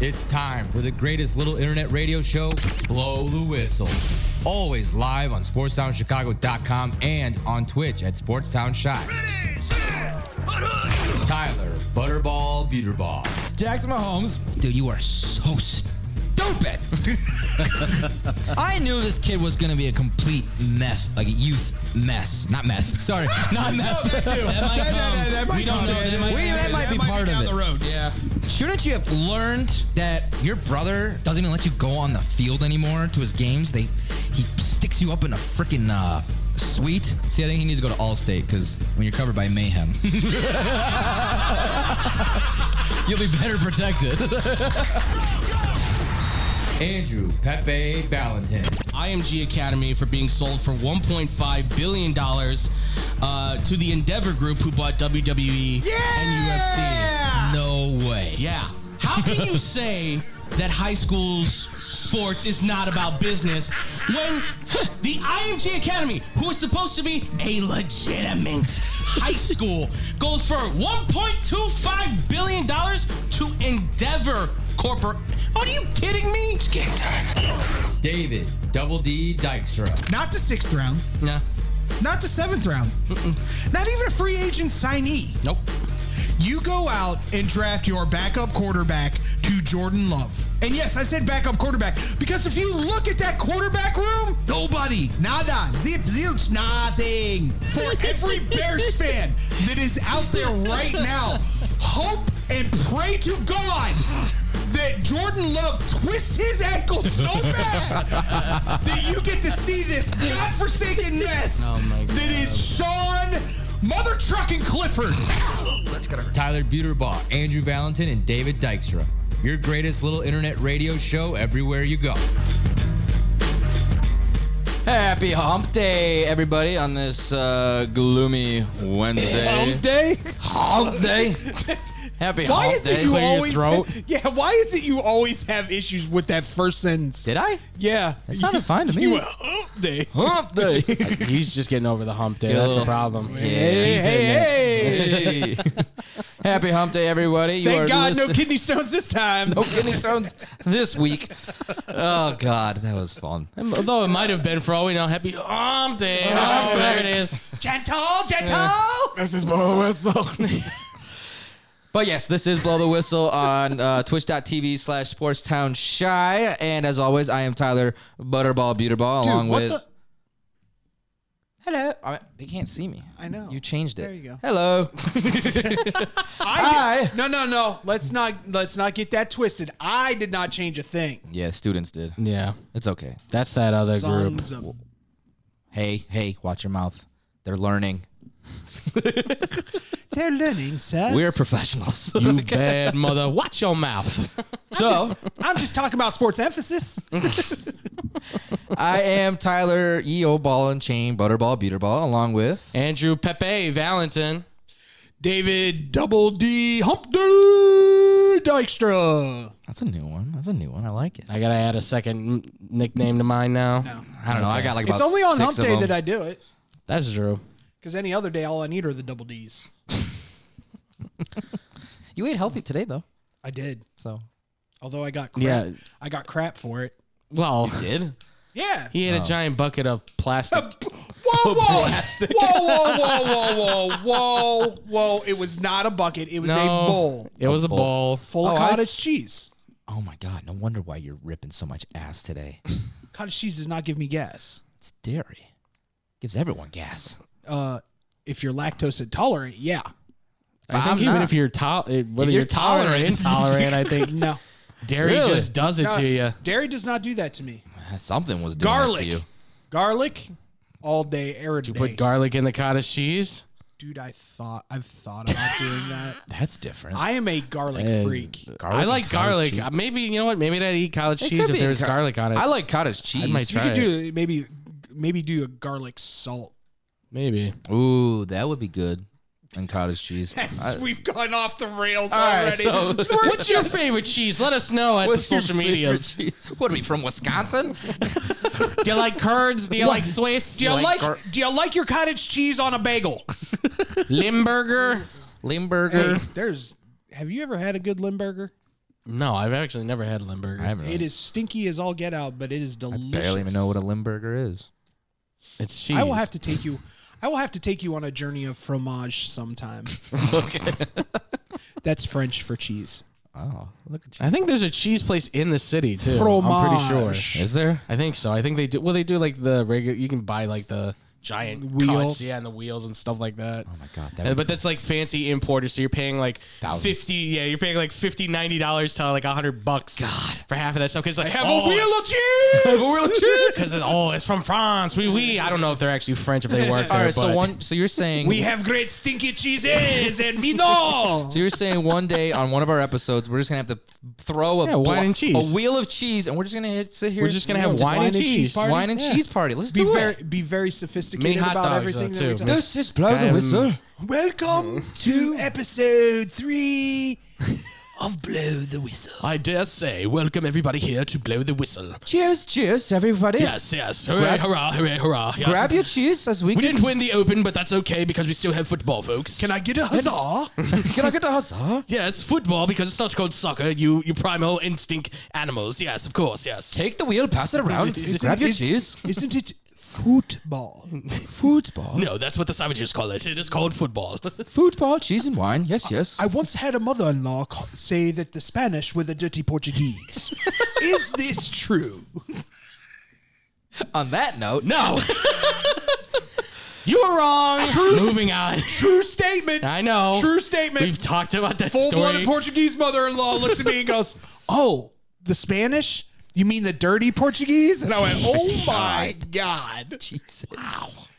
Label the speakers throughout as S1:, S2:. S1: It's time for the greatest little internet radio show, Blow the Whistle. Always live on SportsTownChicago.com and on Twitch at SportsTownShot. Tyler Butterball Buterball.
S2: Jackson Mahomes.
S3: Dude, you are so stupid. I knew this kid was gonna be a complete meth, like a youth mess. Not meth. Sorry, not meth.
S2: that too.
S3: might
S2: That- that-
S3: come.
S2: that might
S3: we don't
S2: come.
S3: know.
S2: Yeah, that
S3: That might,
S2: might-
S3: that might be part of it.
S2: road, yeah.
S3: Shouldn't you have learned that your brother doesn't even let you go on the field anymore to his games? They he sticks you up in a freaking uh, suite. See, I think he needs to go to Allstate because when you're covered by mayhem, you'll be better protected.
S1: Andrew Pepe Ballantin.
S4: IMG Academy for being sold for 1.5 billion dollars uh, to the Endeavor Group, who bought E WWE and UFC.
S3: no way.
S4: Yeah. How can you say that high school's sports is not about business when the IMG Academy, who is supposed to be a legitimate high school, goes for 1.25 billion dollars to Endeavor Corpor? Are you kidding me?
S1: David Double D Dykstra.
S2: Not the sixth round.
S4: Nah.
S2: Not the seventh round. Not even a free agent signee.
S4: Nope.
S2: You go out and draft your backup quarterback to Jordan Love. And yes, I said backup quarterback because if you look at that quarterback room, nobody, nada, zip, zilch, nothing. For every Bears fan that is out there right now, hope and pray to God that Jordan Love twists his ankle so bad that you get to see this godforsaken mess
S3: Oh
S4: my
S2: that is Sean Mother Trucking Clifford.
S1: Tyler Buterbaugh, Andrew Valentin, and David Dykstra. Your greatest little internet radio show everywhere you go.
S3: Happy Hump Day, everybody, on this uh, gloomy Wednesday. Hump Day? Hump Day. Happy
S5: Why
S3: Hump
S5: is
S3: Day.
S5: it you always? Yeah, why is it you always have issues with that first sentence?
S3: Did I?
S5: yeah,
S3: That sounded fine to me.
S5: You eh? went hump day.
S3: Hump Day. yeah.
S6: He's just getting over the hump day. That's the problem.
S5: Hey, hey, hey!
S3: Happy Hump Day, everybody. You are
S5: Thank God, no
S3: listen-
S5: kidney stones this time.
S3: No Oh, kidney stones this week. Oh God, that was fun.
S4: Although it might have been for all we know, happy arm day. Oh, there it is.
S2: Gentle, gentle.
S6: This is blow the whistle.
S3: But yes, this is Blow the Whistle on uh, twitch.tv slash sportstown shy. And as always, I am Tyler Butterball Buterball along with. Hello. I, they can't see me.
S5: I know.
S3: You changed it.
S5: There you go.
S3: Hello.
S5: I
S3: Hi.
S5: did- no, no, no. Let's not let's not get that twisted. I did not change a thing.
S3: yeah, students did.
S6: yeah,
S3: It's okay.
S6: that's that other group.
S5: Sons of-
S3: Hey, hey, watch your mouth. They're learning.
S5: They're learning, sir.
S3: We're professionals.
S6: You bad mother. Watch your mouth.
S3: so
S5: I'm just talking about sports emphasis.
S3: I am Tyler EO Ball and Chain Butterball Buterball along with
S6: Andrew Pepe Valentin.
S5: David Double D Hump Day Dykstra.
S3: That's a new one. That's a new one. I like it.
S6: I gotta add a second n- nickname to mine now.
S3: I don't know. I got like about
S5: It's only on
S3: six
S5: Hump
S3: of
S5: Day
S3: them.
S5: that I do it.
S6: That's true.
S5: Because any other day, all I need are the double D's.
S3: You ate healthy today though.
S5: I did.
S3: So
S5: Although I got crap.
S6: Yeah.
S5: I got crap for it.
S6: Well,
S3: did?
S5: Yeah.
S6: he had a giant bucket of plastic.
S5: Whoa, whoa, whoa, whoa, whoa, whoa, whoa, whoa, whoa! It was not a bucket. It was
S6: No,
S5: a bowl
S6: It was a bowl.
S5: full
S3: Oh,
S5: of
S3: I
S5: cottage
S3: s-
S5: cheese.
S3: Oh my god, no wonder why you're ripping so much ass today.
S5: Cottage cheese does not give me gas.
S3: It's dairy. Gives everyone gas.
S5: Uh, if you're lactose intolerant, yeah.
S6: I
S3: I'm
S6: think even
S3: not.
S6: if you're tol- eh, whether
S3: you're
S6: you're, tolerant, or
S3: tolerant.
S6: intolerant, I think
S5: No,
S6: dairy
S3: Really?
S6: just does it
S5: No,
S6: to you.
S5: dairy does not do that to me.
S3: Something was doing
S5: Garlic,
S3: it to you.
S5: garlic, all day, every day.
S6: You put garlic in the cottage cheese.
S5: Dude, I thought I've thought about doing that.
S3: That's different.
S5: I am a garlic
S6: And-
S5: freak.
S3: Garlic
S6: I
S3: and
S6: like
S3: cottage
S6: garlic.
S3: cheese.
S6: Uh, Maybe you know what? Maybe I'd eat cottage
S3: It
S6: cheese
S3: could
S6: if
S3: be
S6: there was
S3: gar-
S6: garlic on it.
S3: I like cottage cheese.
S6: I might
S5: You
S6: try
S5: could
S6: it.
S5: do maybe maybe do a garlic salt.
S6: Maybe.
S3: Ooh, that would be good. And cottage cheese. I-
S5: We've gone off the rails
S3: right, already.
S6: What's your favorite cheese? Let us know at the
S3: What's your
S6: social
S3: favorite
S6: medias.
S3: cheese? What are we from Wisconsin?
S6: Do you like curds? Do you like Swiss?
S5: do you like,
S3: gar-
S5: do you like your cottage cheese on a bagel?
S6: Limburger?
S3: Limburger.
S5: There's have you ever had a good Limburger?
S4: No, I've actually never had Limburger.
S3: I haven't.
S5: It is stinky as all get out, but it is delicious.
S3: barely even know what a Limburger is.
S4: It's cheese.
S5: I will have to take you. I will have to take you on a journey of fromage sometime. That's French for cheese.
S3: Oh, look at
S4: I think there's a cheese place in the city too. I'm pretty
S5: Fromage.
S4: sure.
S3: you. Is there?
S4: I think so. I think they do. Well, they do like the regular. You can buy like the giant
S5: Wheels.
S4: cuts, yeah, and the wheels and stuff like that. Oh
S3: my God, that
S4: And,
S3: would
S4: but that's like fancy importers, so you're paying like
S3: Thousands.
S4: fifty. Yeah, you're paying like 50 dollars to like hundred bucks. God. for half of that stuff. Because like I have
S5: Oh, wheel of cheese.
S4: Because it's oh, it's from France. We oui, oui. I don't know if they're actually French if they work there.
S3: All right, so
S4: but-
S3: one, so you're saying
S5: We have great stinky cheeses and vino.
S3: So you're saying one day on one of our episodes, we're just gonna have to th- throw a
S4: Yeah, wine and cheese.
S3: a wheel of cheese, and we're just gonna hit, sit here.
S4: We're just gonna have
S5: just
S4: wine, and cheese.
S5: party.
S3: wine and
S5: Yeah.
S3: cheese party. Let's
S5: Be
S3: do
S5: very,
S3: it.
S5: be very
S4: Mini
S5: sophisticated
S4: hot
S5: about
S4: dogs,
S5: everything.
S4: though,
S5: that we
S4: too.
S5: talk-
S3: This is blow
S4: Goddamn-
S3: the whistle.
S5: Welcome
S4: Mm.
S5: to episode three of Blow the Whistle.
S4: I dare say, welcome everybody here to blow the whistle.
S3: Cheers, cheers, everybody.
S4: Yes, yes. Hooray,
S3: Grab-
S4: hurrah, hooray, hurrah. Yes.
S3: Grab your cheese as we,
S4: We
S3: can.
S4: didn't win the open, but that's okay because we still have football, folks.
S5: Can I get a huzzah?
S3: Can I get the huzzah?
S4: Yes, football because it's not called soccer. You, you primal instinct animals. Yes, of course. Yes.
S3: Take the wheel, pass it around.
S5: Isn't-
S3: Grab your
S5: is-
S3: cheese.
S5: Isn't it football?
S3: Football,
S4: No, that's what the savages call it. It is called football.
S3: football, cheese and wine. Yes, yes.
S5: I once had a mother-in-law ca- say that the Spanish were the dirty Portuguese. Is this true?
S3: on that note,
S4: no. you were wrong. Moving on.
S5: True statement.
S4: I know.
S5: True statement.
S4: We've talked about that
S5: Full-blooded
S4: story.
S5: Portuguese mother-in-law looks at me and goes, "Oh, the Spanish." You mean the dirty Portuguese? And I went, oh my God.
S3: Jesus.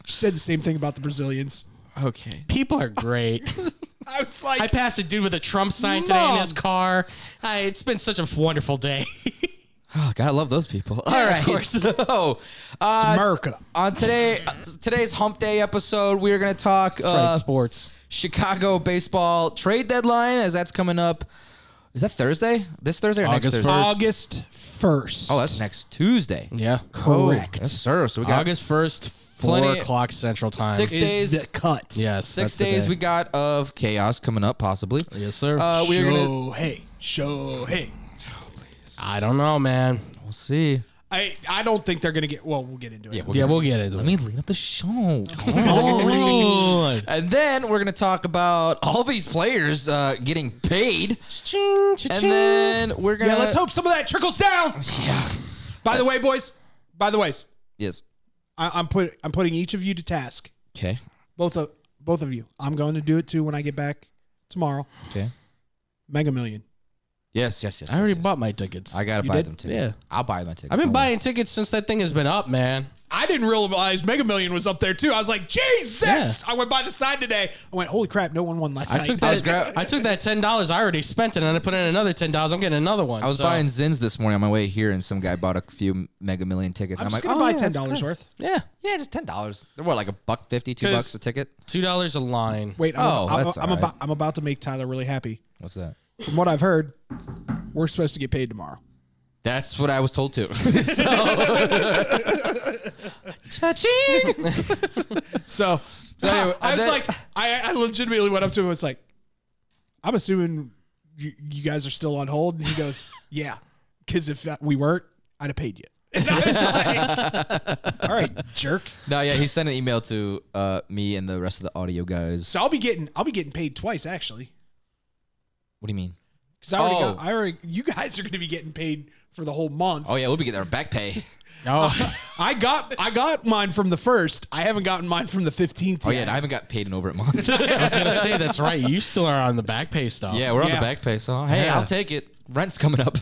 S5: She said the same thing about the Brazilians.
S3: Okay.
S4: People are great.
S5: I was like,
S4: I passed a dude with a Trump sign today in his
S5: Mom.
S4: car. I, it's been such a wonderful day.
S3: Oh, gotta love those people. All
S4: of
S3: right.
S4: course.
S3: So, uh,
S5: America.
S3: on today today's Hump Day episode, we are gonna talk uh,
S4: sports.
S3: Chicago baseball trade deadline as that's coming up. Is that Thursday? This Thursday or next
S5: August
S3: Thursday?
S4: August first.
S5: 1st.
S3: Oh, that's next Tuesday.
S4: Yeah.
S3: Oh,
S5: correct.
S3: yes, sir. So we got
S4: August 1st, 4
S3: Plenty-
S4: o'clock Central Time.
S3: six
S5: is
S3: days.
S5: the cut.
S4: yes.
S3: six
S4: that's the
S3: days
S4: day.
S3: we got of chaos coming up, possibly.
S4: Yes, sir.
S3: Uh,
S5: Oh,
S3: we are
S5: Show
S3: gonna
S5: hey, show hey.
S4: I don't know, man.
S3: we'll see.
S5: I I don't think they're gonna get. Well, we'll get into it.
S4: yeah, we'll get into
S3: Let
S4: it.
S3: me lead up the show.
S4: Oh,
S3: and then we're gonna talk about all these players uh, getting paid, and then we're gonna
S5: Yeah, let's hope some of that trickles down.
S3: Yeah.
S5: By the way, boys. By the ways,
S3: Yes.
S5: I, I'm put I'm putting each of you to task.
S3: Okay.
S5: Both of both of you. I'm going to do it too when I get back tomorrow.
S3: Okay.
S5: Mega Million.
S3: Yes. Yes. Yes.
S4: I already
S3: yes, yes.
S4: bought my tickets.
S3: I gotta
S5: You
S3: buy
S5: did?
S3: them tickets.
S4: Yeah.
S3: I'll buy my tickets.
S4: I've
S3: Don't
S4: been
S3: worry.
S4: buying tickets since that thing has been up, man.
S5: I didn't realize Mega Million was up there too. I was like, Jesus!
S4: Yeah.
S5: I went by the side today. I went, holy crap! No one won last
S4: I
S5: night.
S4: took
S3: I was
S4: that.
S3: gra-
S4: I took that ten dollars. I already spent it, and I put in another ten dollars. I'm getting another one.
S3: I was
S4: so-
S3: buying Zins this morning on my way here, and some guy bought a few Mega Million tickets.
S5: I'm,
S3: and I'm
S5: just
S3: like,
S5: gonna
S3: oh,
S5: buy
S3: yeah,
S5: ten
S3: that's
S5: dollars
S3: cool."
S5: worth.
S4: Yeah,
S3: Yeah, just ten dollars. They're what, like a buck fifty, two
S5: 'Cause-
S3: bucks a ticket?
S4: two dollars a line.
S5: Wait, I'm,
S3: Oh,
S5: I'm,
S3: that's
S5: I'm
S3: all
S5: about
S3: right.
S5: I'm about to make Tyler really happy.
S3: What's that?
S5: From what I've heard, we're supposed to get paid tomorrow.
S3: That's what I was told to. Cha-ching!
S5: So,
S3: anyway,
S5: I was
S3: that-
S5: like, I, I legitimately went up to him. and was like, I'm assuming you, you guys are still on hold. And he goes, Yeah, because if that- we weren't, I'd have paid you. And I was like, All right, jerk.
S3: No, yeah, he sent an email to uh, me and the rest of the audio guys.
S5: So I'll be getting I'll be getting paid twice actually.
S3: What do you mean?
S5: Because I already
S3: Oh.
S5: got, I already you guys are going to be getting paid for the whole month.
S3: Oh yeah, we'll be getting our back pay.
S4: Oh,
S5: I got I got mine from the first. I haven't gotten mine from the fifteenth.
S3: Oh yeah, and I haven't got paid in over a month.
S4: I was gonna say that's right. You still are on the back pay stuff.
S3: Oh, Yeah, we're on
S5: Yeah.
S3: the back pay. So hey,
S4: Yeah.
S3: I'll take it. Rent's coming up.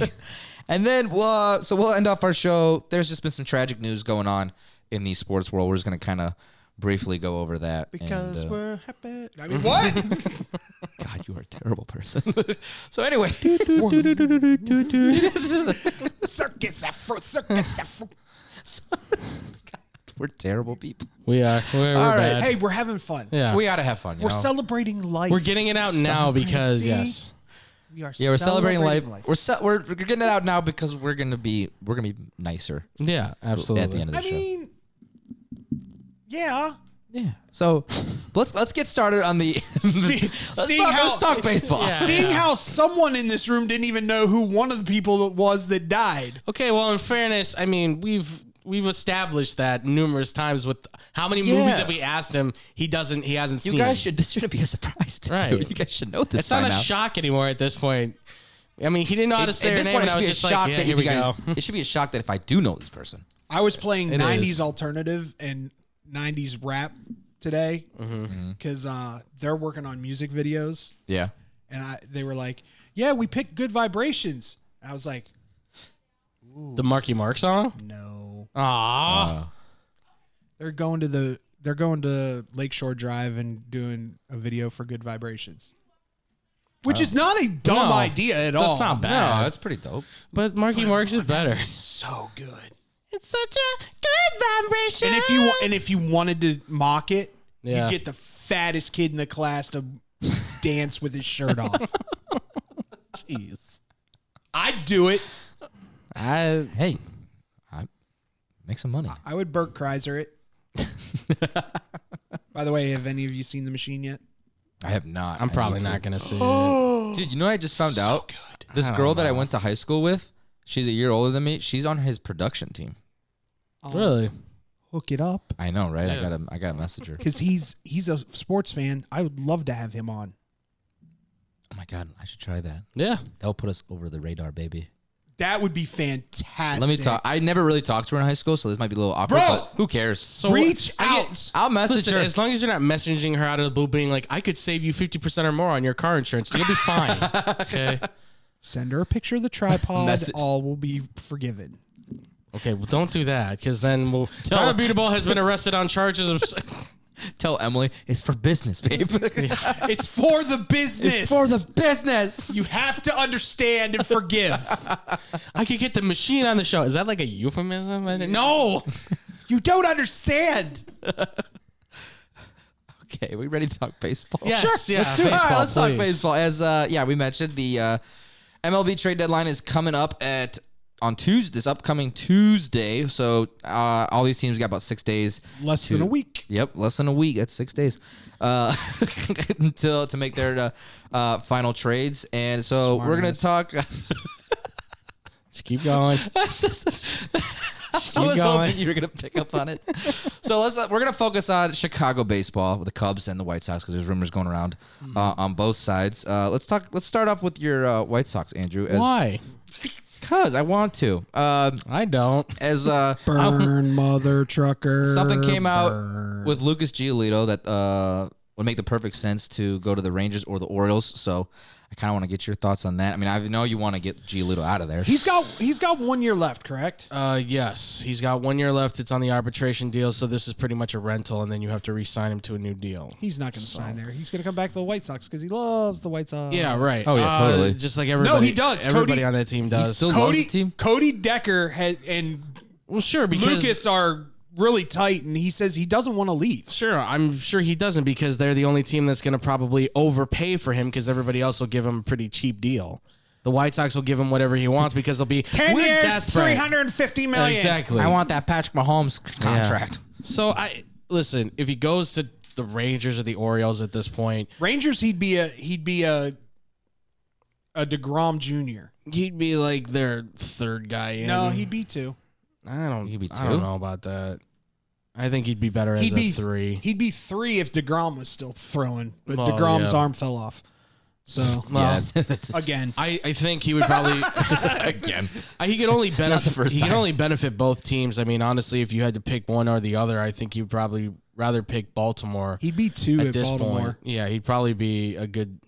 S3: and then we'll, uh, so we'll end off our show. There's just been some tragic news going on in the sports world. We're just gonna kind of briefly go over that.
S5: because
S3: and, uh,
S5: we're happy. I mean,
S4: Mm-hmm.
S5: what?
S3: God, you are a terrible person. so anyway,
S5: circus afro, circus afro.
S3: we're terrible people.
S4: we are. We're, we're
S3: All right,
S4: bad.
S5: Hey, we're having fun.
S4: yeah,
S3: We gotta have fun. You
S5: We're
S3: know?
S5: celebrating life.
S4: we're getting it out now because
S5: See?
S4: yes,
S5: We are
S3: yeah, we're celebrating, life. We're, ce- we're we're getting it out now because we're gonna be we're gonna be nicer
S4: yeah, absolutely.
S3: at the end of the
S5: I
S3: show.
S5: mean, yeah,
S3: Yeah. So let's let's get started on the. let's,
S5: seeing
S3: talk,
S5: how-
S3: let's talk baseball.
S4: Yeah.
S5: Seeing how someone in this room didn't even know who one of the people was that died.
S4: Okay, well, in fairness, I mean, we've we've established that numerous times with how many movies
S3: Yeah.
S4: have we asked him? He doesn't. He hasn't
S3: You
S4: seen.
S3: guys should. This shouldn't be a surprise. To
S4: Right.
S3: You. you guys should know this.
S4: It's not
S3: by
S4: a
S3: now.
S4: shock anymore at this point. I mean, he didn't know how to
S3: At-
S4: say
S3: at
S4: her
S3: this
S4: name,
S3: point,
S4: and
S3: it should
S4: I was
S3: be a
S4: just
S3: shock
S4: like, yeah,
S3: that
S4: here
S3: if you
S4: we
S3: guys.
S4: go.
S3: It should be a shock that if I do know this person.
S5: I was playing
S4: It
S5: 90s
S4: is.
S5: alternative and 90s rap today
S4: Mm-hmm.
S5: because uh, they're working on music videos.
S3: Yeah.
S5: And I, they were like, yeah, we picked good vibrations. And I was like,
S4: The Marky Mark song.
S5: no.
S4: Aww.
S5: They're going to the. They're going to Lakeshore Drive and doing a video for Good Vibrations, which is not a dumb
S4: Uh, No,
S5: idea at all.
S4: That's not
S3: Oh, No,
S4: bad.
S3: that's pretty dope.
S4: but Marky Mark's is better.
S5: So good.
S4: It's such a good vibration.
S5: And if you wa- and if you wanted to mock it,
S4: Yeah.
S5: you'd get the fattest kid in the class to dance with his shirt off.
S4: Jeez.
S5: I'd do it.
S4: I,
S3: Hey, I make some money.
S5: I would Burt Kreiser it. By the way, have any of you seen the machine yet?
S3: I have not.
S4: I'm
S3: I
S4: probably
S3: need to.
S4: not gonna see it.
S3: Dude, you know what I just found out? This girl that I went to high school with, she's a year older than me. She's on his production team.
S4: Really?
S5: Hook it up,
S3: I know, right? I got a I got a message her.
S5: because he's he's a sports fan. I would love to have him on.
S3: Oh my god, I should try that.
S4: Yeah.
S3: That'll put us over the radar, baby.
S5: That would be fantastic.
S3: Let me talk. I never really talked to her in high school, so this might be a little awkward.
S5: Bro!
S3: but who cares?
S4: So
S5: Reach
S4: I get-
S5: out.
S3: I'll message
S4: Listen,
S3: her.
S4: as long as you're not messaging her out of the blue, being like, "I could save you fifty percent or more on your car insurance," you'll be fine. okay.
S5: Send her a picture of the tripod.
S3: Message.
S5: All will be forgiven.
S4: Okay. Well, don't do that because then we'll. Tyler Beatable has been arrested on charges of.
S3: Tell Emily it's for business, babe.
S5: It's for the business.
S3: it's for the business.
S5: You have to understand and forgive.
S4: I could get the machine on the show. Is that like a euphemism? I didn't- No.
S5: you don't understand.
S3: Okay, we ready to talk baseball?
S4: Yes, yeah,
S3: let's do it. All
S4: baseball,
S3: right, let's talk
S4: please.
S3: baseball. As uh, yeah, we mentioned the uh, MLB trade deadline is coming up at on Tuesday, this upcoming Tuesday. So uh, all these teams got about six days.
S5: Less than a week.
S3: Yep, less than a week. That's six days uh, until to make their uh, uh, final trades. And so we're gonna talk.
S4: Just keep going.
S3: I was
S4: going.
S3: hoping you were gonna pick up on it. so let's uh, we're gonna focus on Chicago baseball, with the Cubs and the White Sox, because there's rumors going around
S4: Mm-hmm.
S3: uh, on both sides. Uh, let's talk. Let's start off with your uh, White Sox, Andrew. As,
S4: Why?
S3: Because I want to. Um,
S4: I don't.
S3: as uh,
S5: Burn, mother trucker.
S3: something came out with Lucas Giolito that uh, would make the perfect sense to go to the Rangers or the Orioles. So I kind of want to get your thoughts on that. I mean, I know you want to get Giolito out of there.
S5: He's got he's got one year left, correct?
S4: Uh, yes, he's got one year left. It's on the arbitration deal, so this is pretty much a rental, and then you have to re-sign him to a new deal.
S5: He's not going to sign there. He's going to come back to the White Sox because he loves the White Sox.
S4: Yeah, right.
S3: Oh, yeah,
S4: Uh,
S3: totally.
S4: just like everybody.
S5: he does.
S4: Everybody
S5: Cody-
S4: on that team does.
S3: still- loves
S5: Cody
S3: the team.
S5: Cody Decker had, and
S4: well, sure, because
S5: Lucas are really tight, and he says he doesn't want to leave.
S4: Sure, I'm sure he doesn't because they're the only team that's going to probably overpay for him because everybody else will give him a pretty cheap deal. The White Sox will give him whatever he wants because they'll be
S5: Ten
S4: we're
S5: years,
S4: desperate.
S5: three hundred and fifty million.
S4: Exactly.
S3: I want that Patrick Mahomes
S4: Yeah.
S3: contract.
S4: So I listen. If he goes to the Rangers or the Orioles at this point,
S5: Rangers, he'd be a he'd be a a Degrom Jr.
S4: he'd be like their third guy in.
S5: No, he'd be two.
S4: I don't.
S3: He'd be
S4: I don't
S3: two?
S4: know about that. I think he'd be better as
S5: He'd
S4: a
S5: be
S4: three.
S5: He'd be three if Degrom was still throwing, but
S4: Well,
S5: Degrom's
S4: yeah.
S5: arm fell off. So
S4: Well,
S5: again,
S4: I, I think he would probably again. He could only benefit.
S3: first
S4: he could
S3: time.
S4: only benefit both teams. I mean, honestly, if you had to pick one or the other, I think you'd probably rather pick Baltimore
S5: he'd be two at,
S4: at this
S5: Baltimore.
S4: point. Yeah, he'd probably be a good.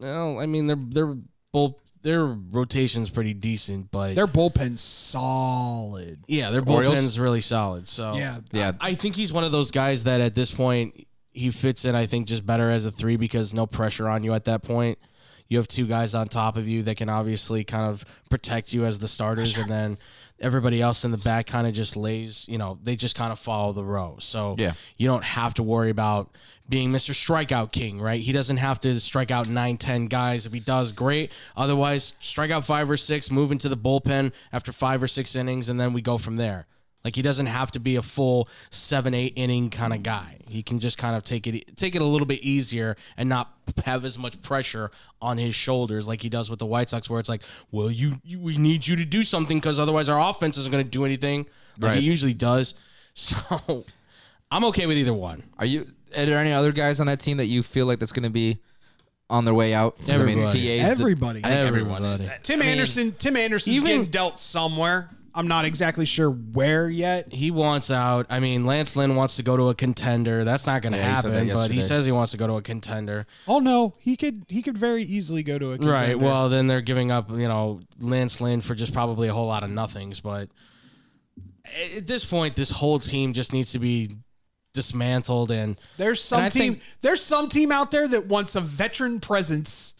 S4: Well, I mean, their their bull their rotation's pretty decent, but
S5: Their bullpen's solid.
S4: yeah, their
S3: Orioles?
S4: bullpen's really solid. So
S5: Yeah.
S3: yeah,
S4: I think he's one of those guys that at this point he fits in. I think just better as a three because no pressure on you at that point. You have two guys on top of you that can obviously kind of protect you as the starters, and then everybody else in the back kind of just lays. You know, they just kind of follow the row. So
S3: Yeah.
S4: you don't have to worry about being Mr. Strikeout King, right? He doesn't have to strike out nine, ten guys. If he does, great. Otherwise, strike out five or six, move into the bullpen after five or six innings, and then we go from there. Like he doesn't have to be a full seven eight inning kind of guy. He can just kind of take it take it a little bit easier and not have as much pressure on his shoulders like he does with the White Sox, where it's like, well, you, you we need you to do something because otherwise our offense isn't going to do anything. Like
S3: Right.
S4: he usually does. So I'm okay with either one.
S3: Are you? Are there any other guys on that team that you feel like that's going to be on their way out? Everybody. I mean, TA's the-
S5: Everybody.
S3: I think everyone. is.
S5: Tim Anderson. Tim Anderson's
S4: even-
S5: getting dealt somewhere. I'm not exactly sure where yet.
S4: he wants out. I mean, Lance Lynn wants to go to a contender. That's not going to
S3: Yeah, he said that
S4: happen, but he
S3: yesterday.
S4: says he wants to go to a contender.
S5: Oh no, he could he could very easily go to a contender.
S4: Right. Well, then they're giving up, you know, Lance Lynn for just probably a whole lot of nothings. But a- at this point, this whole team just needs to be dismantled. And
S5: there's some
S3: I
S5: team
S3: think-
S5: there's some team out there that wants a veteran presence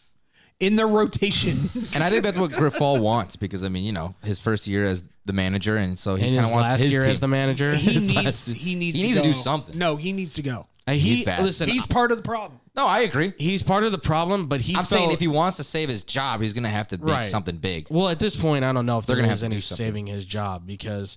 S5: in their rotation.
S3: And I think that's what Griffall wants because I mean, you know, his first year as the manager, and so he
S4: in
S3: kind
S4: his
S3: of wants
S4: last
S3: his
S4: year
S3: team.
S4: as the manager,
S5: he
S3: His
S5: needs
S3: last-
S5: he needs
S3: he
S5: to
S3: needs to
S5: go.
S3: do something.
S5: No, he needs to go.
S4: he,
S3: he's bad.
S4: Listen,
S5: He's
S4: he's,
S5: part of the problem.
S3: no, I agree.
S4: he's part of the problem, but he.
S3: I'm saying
S4: felt-
S3: if he wants to save his job, he's gonna have to make
S4: Right.
S3: something big.
S4: Well, at this point, I don't know if
S3: They're
S4: there
S3: gonna
S4: was
S3: have to do
S4: any
S3: something.
S4: saving his job because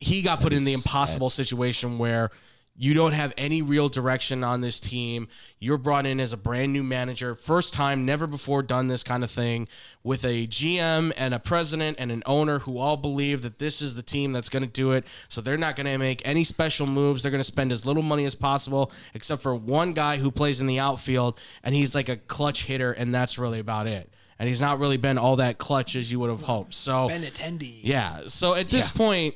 S4: he got put in the
S3: be
S4: impossible situation where you don't have any real direction on this team. You're brought in as a brand new manager, first time, never before done this kind of thing, with a GM and a president and an owner who all believe that this is the team that's going to do it. So they're not going to make any special moves. They're going to spend as little money as possible, except for one guy who plays in the outfield, and he's like a clutch hitter, and that's really about it and he's not really been all that clutch as you would have hoped. So
S5: Ben attendee.
S4: yeah, so at this point,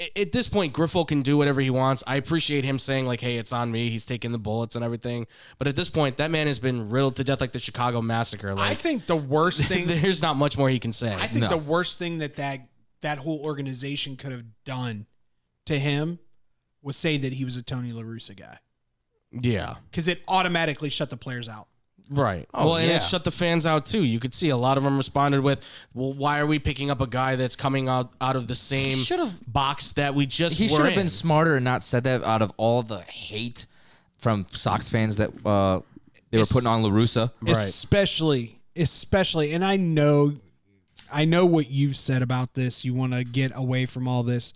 S4: a- at this point, Griffel can do whatever he wants. I appreciate him saying like, "Hey, it's on me." He's taking the bullets and everything. But at this point, that man has been riddled to death like the Chicago massacre. Like,
S5: I think the worst thing
S4: there's not much more he can say.
S5: I think
S3: No.
S5: the worst thing that, that that whole organization could have done to him was say that he was a Tony La Russa guy
S4: yeah,
S5: because it automatically shut the players out.
S4: right. well, and
S3: yeah.
S4: it shut the fans out too. You could see a lot of them responded with, "Well, why are we picking up a guy that's coming out out of the same
S3: should've-
S4: box that we just
S3: He
S4: were
S3: should have
S4: in?"
S3: been smarter and not said that out of all the hate from Sox fans that uh, they were putting on Larusa.
S5: especially especially and i know i know what you've said about this you want to get away from all this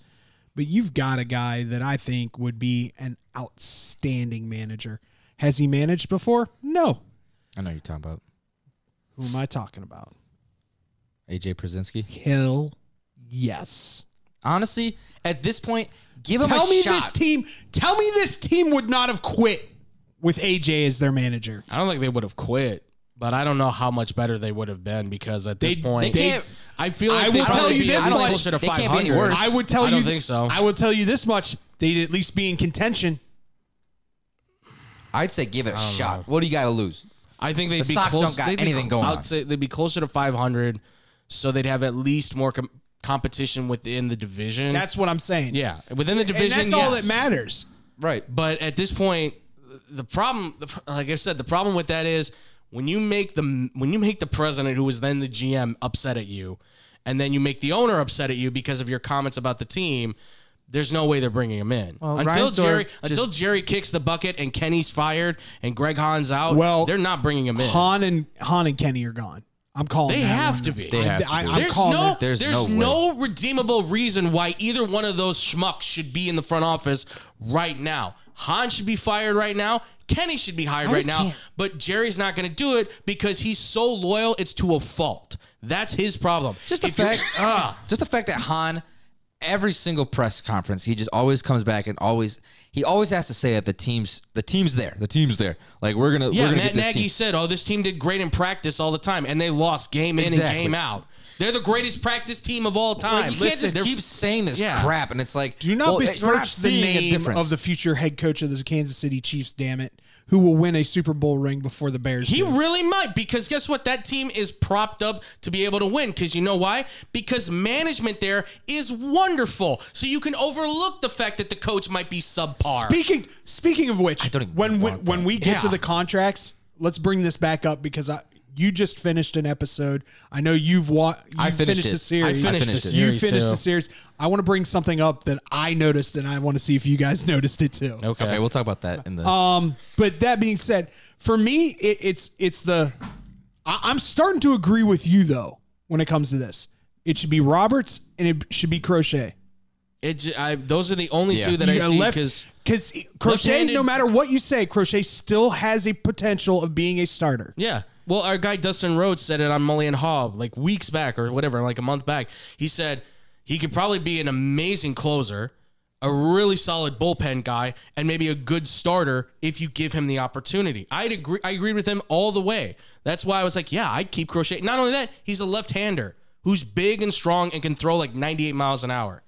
S5: but you've got a guy that i think would be an outstanding manager has he managed before no
S3: I know you're talking about
S5: who am i talking about
S3: AJ Przinsky.
S5: hill yes
S3: Honestly, at this point, give him
S5: tell
S3: a
S5: me
S3: shot.
S5: this team tell me this team would not have quit with aj as their manager
S4: I don't think they would have quit, but I don't know how much better they would have been because at this
S5: They-
S4: point,
S3: they can't-
S4: I feel
S5: I
S4: like
S5: will
S4: they
S5: tell
S4: probably
S5: you
S4: be
S5: this
S4: I don't think
S5: much,
S4: closer to
S3: they can't be
S4: 500.
S3: any worse.
S5: i would tell
S4: I
S5: you
S4: don't think so.
S5: i would tell you this much they'd at least be in contention
S3: I'd say give it a shot. What do you got to lose?
S4: I think they'd
S3: The
S4: be
S3: Sox
S4: close.
S3: don't got
S4: they'd be
S3: anything
S4: cl-
S3: going
S4: I'd
S3: on.
S4: say they'd be closer to 500, so they'd have at least more com- competition within the division.
S5: that's what i'm saying
S4: yeah, within the division.
S5: and that's all
S4: yes.
S5: that matters
S3: Right.
S4: But at this point, the problem, the, pr- like I said, the problem with that is when you make the when you make the president, who was then the GM, upset at you, and then you make the owner upset at you because of your comments about the team. There's no way they're bringing him in until
S3: Reinsdorf
S4: Jerry
S3: just-
S4: until Jerry kicks the bucket and Kenny's fired and Greg Hahn's out.
S5: Well,
S4: they're not bringing him in.
S5: Han and Han and Kenny are gone. I'm calling.
S4: They
S5: that
S4: have
S5: one
S4: to
S5: now.
S4: be.
S3: They
S5: I-
S3: have to
S5: I-
S3: be.
S5: I'm
S4: There's
S5: calling
S4: no,
S5: it.
S3: There's
S4: there's,
S3: no way.
S4: no, redeemable reason why either one of those schmucks should be in the front office right now. Han should be fired right now. Kenny should be hired right
S3: just
S4: now.
S3: can't-
S4: But Jerry's not going to do it because he's so loyal. It's to a fault. That's his problem.
S3: Just the
S4: If you're-
S3: fact,
S4: Ah.
S3: just the fact that Han, every single press conference, he just always comes back and always he always has to say that the team's the team's there, the team's there. Like we're gonna, we're
S4: Yeah,
S3: gonna
S4: Matt
S3: get this
S4: Nagy
S3: team.
S4: said, "Oh, this team did great in practice all the time, and they lost game in and
S3: Exactly.
S4: game out. They're the greatest practice team of all time."
S3: Like, you
S4: Listen,
S3: can't just
S4: they're-
S3: keep saying this
S4: Yeah.
S3: crap, and it's like,
S5: Do not
S3: well, you're not
S5: besmirch the
S3: seeing a
S5: name
S3: difference.
S5: of the future head coach of the Kansas City Chiefs. Damn it, who will win a Super Bowl ring before the Bears?
S4: He
S5: do.
S4: really might because guess what? That team is propped up to be able to win because you know why? Because management there is wonderful. So you can overlook the fact that the coach might be subpar.
S5: Speaking speaking of which,
S3: don't even
S5: when when,
S3: want
S5: when
S3: that.
S5: we get to
S4: Yeah.
S5: the contracts, let's bring this back up because I you just finished an episode. I know you've wa- you
S3: I finished it.
S5: the series.
S4: I finished the
S5: You
S4: series,
S5: finished
S4: too.
S5: the series. I want to bring something up that I noticed, and I want to see if you guys noticed it too.
S3: okay. we'll talk about that in the.
S5: Um, but that being said, for me, it, it's it's the I, I'm starting to agree with you though when it comes to this. It should be Roberts and it should be Crochet.
S4: It j- I, those are the only
S3: Yeah.
S4: two that I
S5: Yeah,
S4: see
S5: left
S4: because
S5: because crochet.
S4: Left-handed-
S5: No matter what you say, crochet still has a potential of being a starter.
S4: Yeah. Well, our guy Dustin Rhodes said it on Mully and Hobb like weeks back or whatever, like a month back. He said he could probably be an amazing closer, a really solid bullpen guy, and maybe a good starter if you give him the opportunity. I'd agree. I agreed with him all the way. That's why I was like, yeah, I'd keep Crochet. Not only that, he's a left-hander who's big and strong and can throw like 98 miles an hour.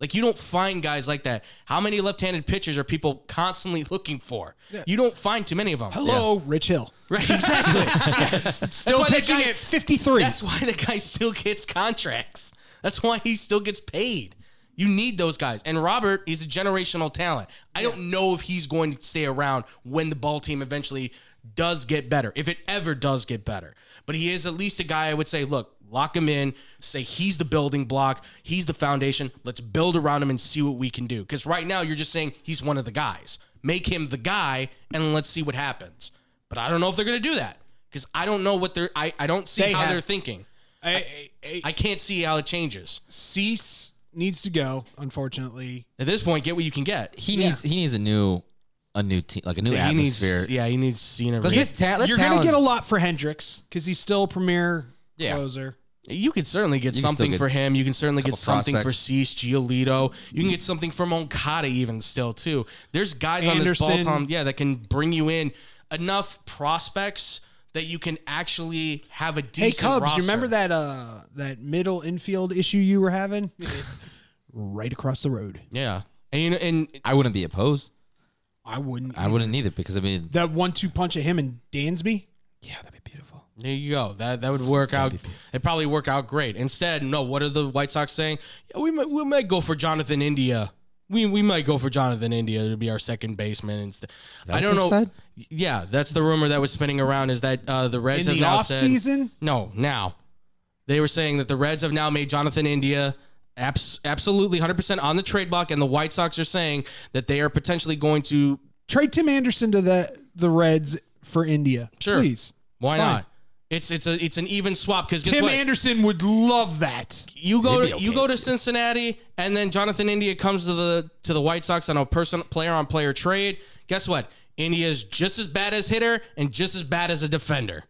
S4: Like you don't find guys like that. How many left-handed pitchers are people constantly looking for? You don't find too many of them.
S5: Hello, Rich Hill.
S4: Right. Exactly. yes. Still
S5: pitching at 53.
S4: That's why the guy still gets contracts. That's why he still gets paid. You need those guys. And Robert is a generational talent. I don't know if he's going to stay around when the ball team eventually does get better, if it ever does get better. But he is at least a guy I would say, look, lock him in, say he's the building block, he's the foundation. Let's build around him and see what we can do. Because right now you're just saying he's one of the guys. Make him the guy and let's see what happens. But I don't know if they're going to do that because I don't know what they're, I, I don't see
S5: They
S4: how
S5: have-
S4: they're thinking.
S5: I, I, I,
S4: I can't see how it changes.
S5: Cease needs to go. Unfortunately,
S4: At this point, get what you can get.
S3: He needs he needs a new a new team like a new
S4: He needs,
S3: atmosphere.
S4: yeah, he needs scenery.
S3: Does this ta- that
S5: you're going to
S3: talent's-
S5: get a lot for Hendricks because he's still a premier
S3: Yeah.
S5: closer.
S4: you could certainly get
S3: You can still
S4: something
S3: get
S4: for him. You can certainly get
S3: couple
S4: something
S3: prospects.
S4: for Cease, Giolito. You can get something from Moncada even still too. There's guys on this
S5: Anderson.
S4: ball tom, yeah, that can bring you in enough prospects that you can actually have a decent.
S5: Hey Cubs,
S4: roster.
S5: you remember that uh that middle infield issue you were having? right across the road.
S4: Yeah, and you know, and
S3: I wouldn't be opposed.
S5: I wouldn't.
S3: I wouldn't either because I mean
S5: that one-two punch of him and Dansby.
S3: yeah, that'd be beautiful.
S4: There you go. That that would work out. It probably work out great. Instead, no. What are the White Sox saying? Yeah, we might we might go for Jonathan India. We we might go for Jonathan India to be our second baseman. Instead, I
S3: what
S4: don't know.
S3: they said?
S4: Yeah, that's the rumor that was spinning around. Is that uh, the Reds
S5: In
S4: have
S5: the
S4: now
S5: off
S4: said-
S5: season?
S4: No, now they were saying that the Reds have now made Jonathan India abs- absolutely 100 percent on the trade block, and the White Sox are saying that they are potentially going to
S5: Trade Tim Anderson to the the Reds for India.
S4: Sure.
S5: please.
S4: why
S5: Fine.
S4: not? It's it's a it's an even swap because guess
S5: Tim
S4: what?
S5: Anderson would love that.
S4: you go
S3: They'd
S4: to
S3: be
S4: you
S3: okay.
S4: go to Cincinnati, and then Jonathan India comes to the to the White Sox on a person player on player trade. Guess what? India's just as bad as hitter and just as bad as a defender.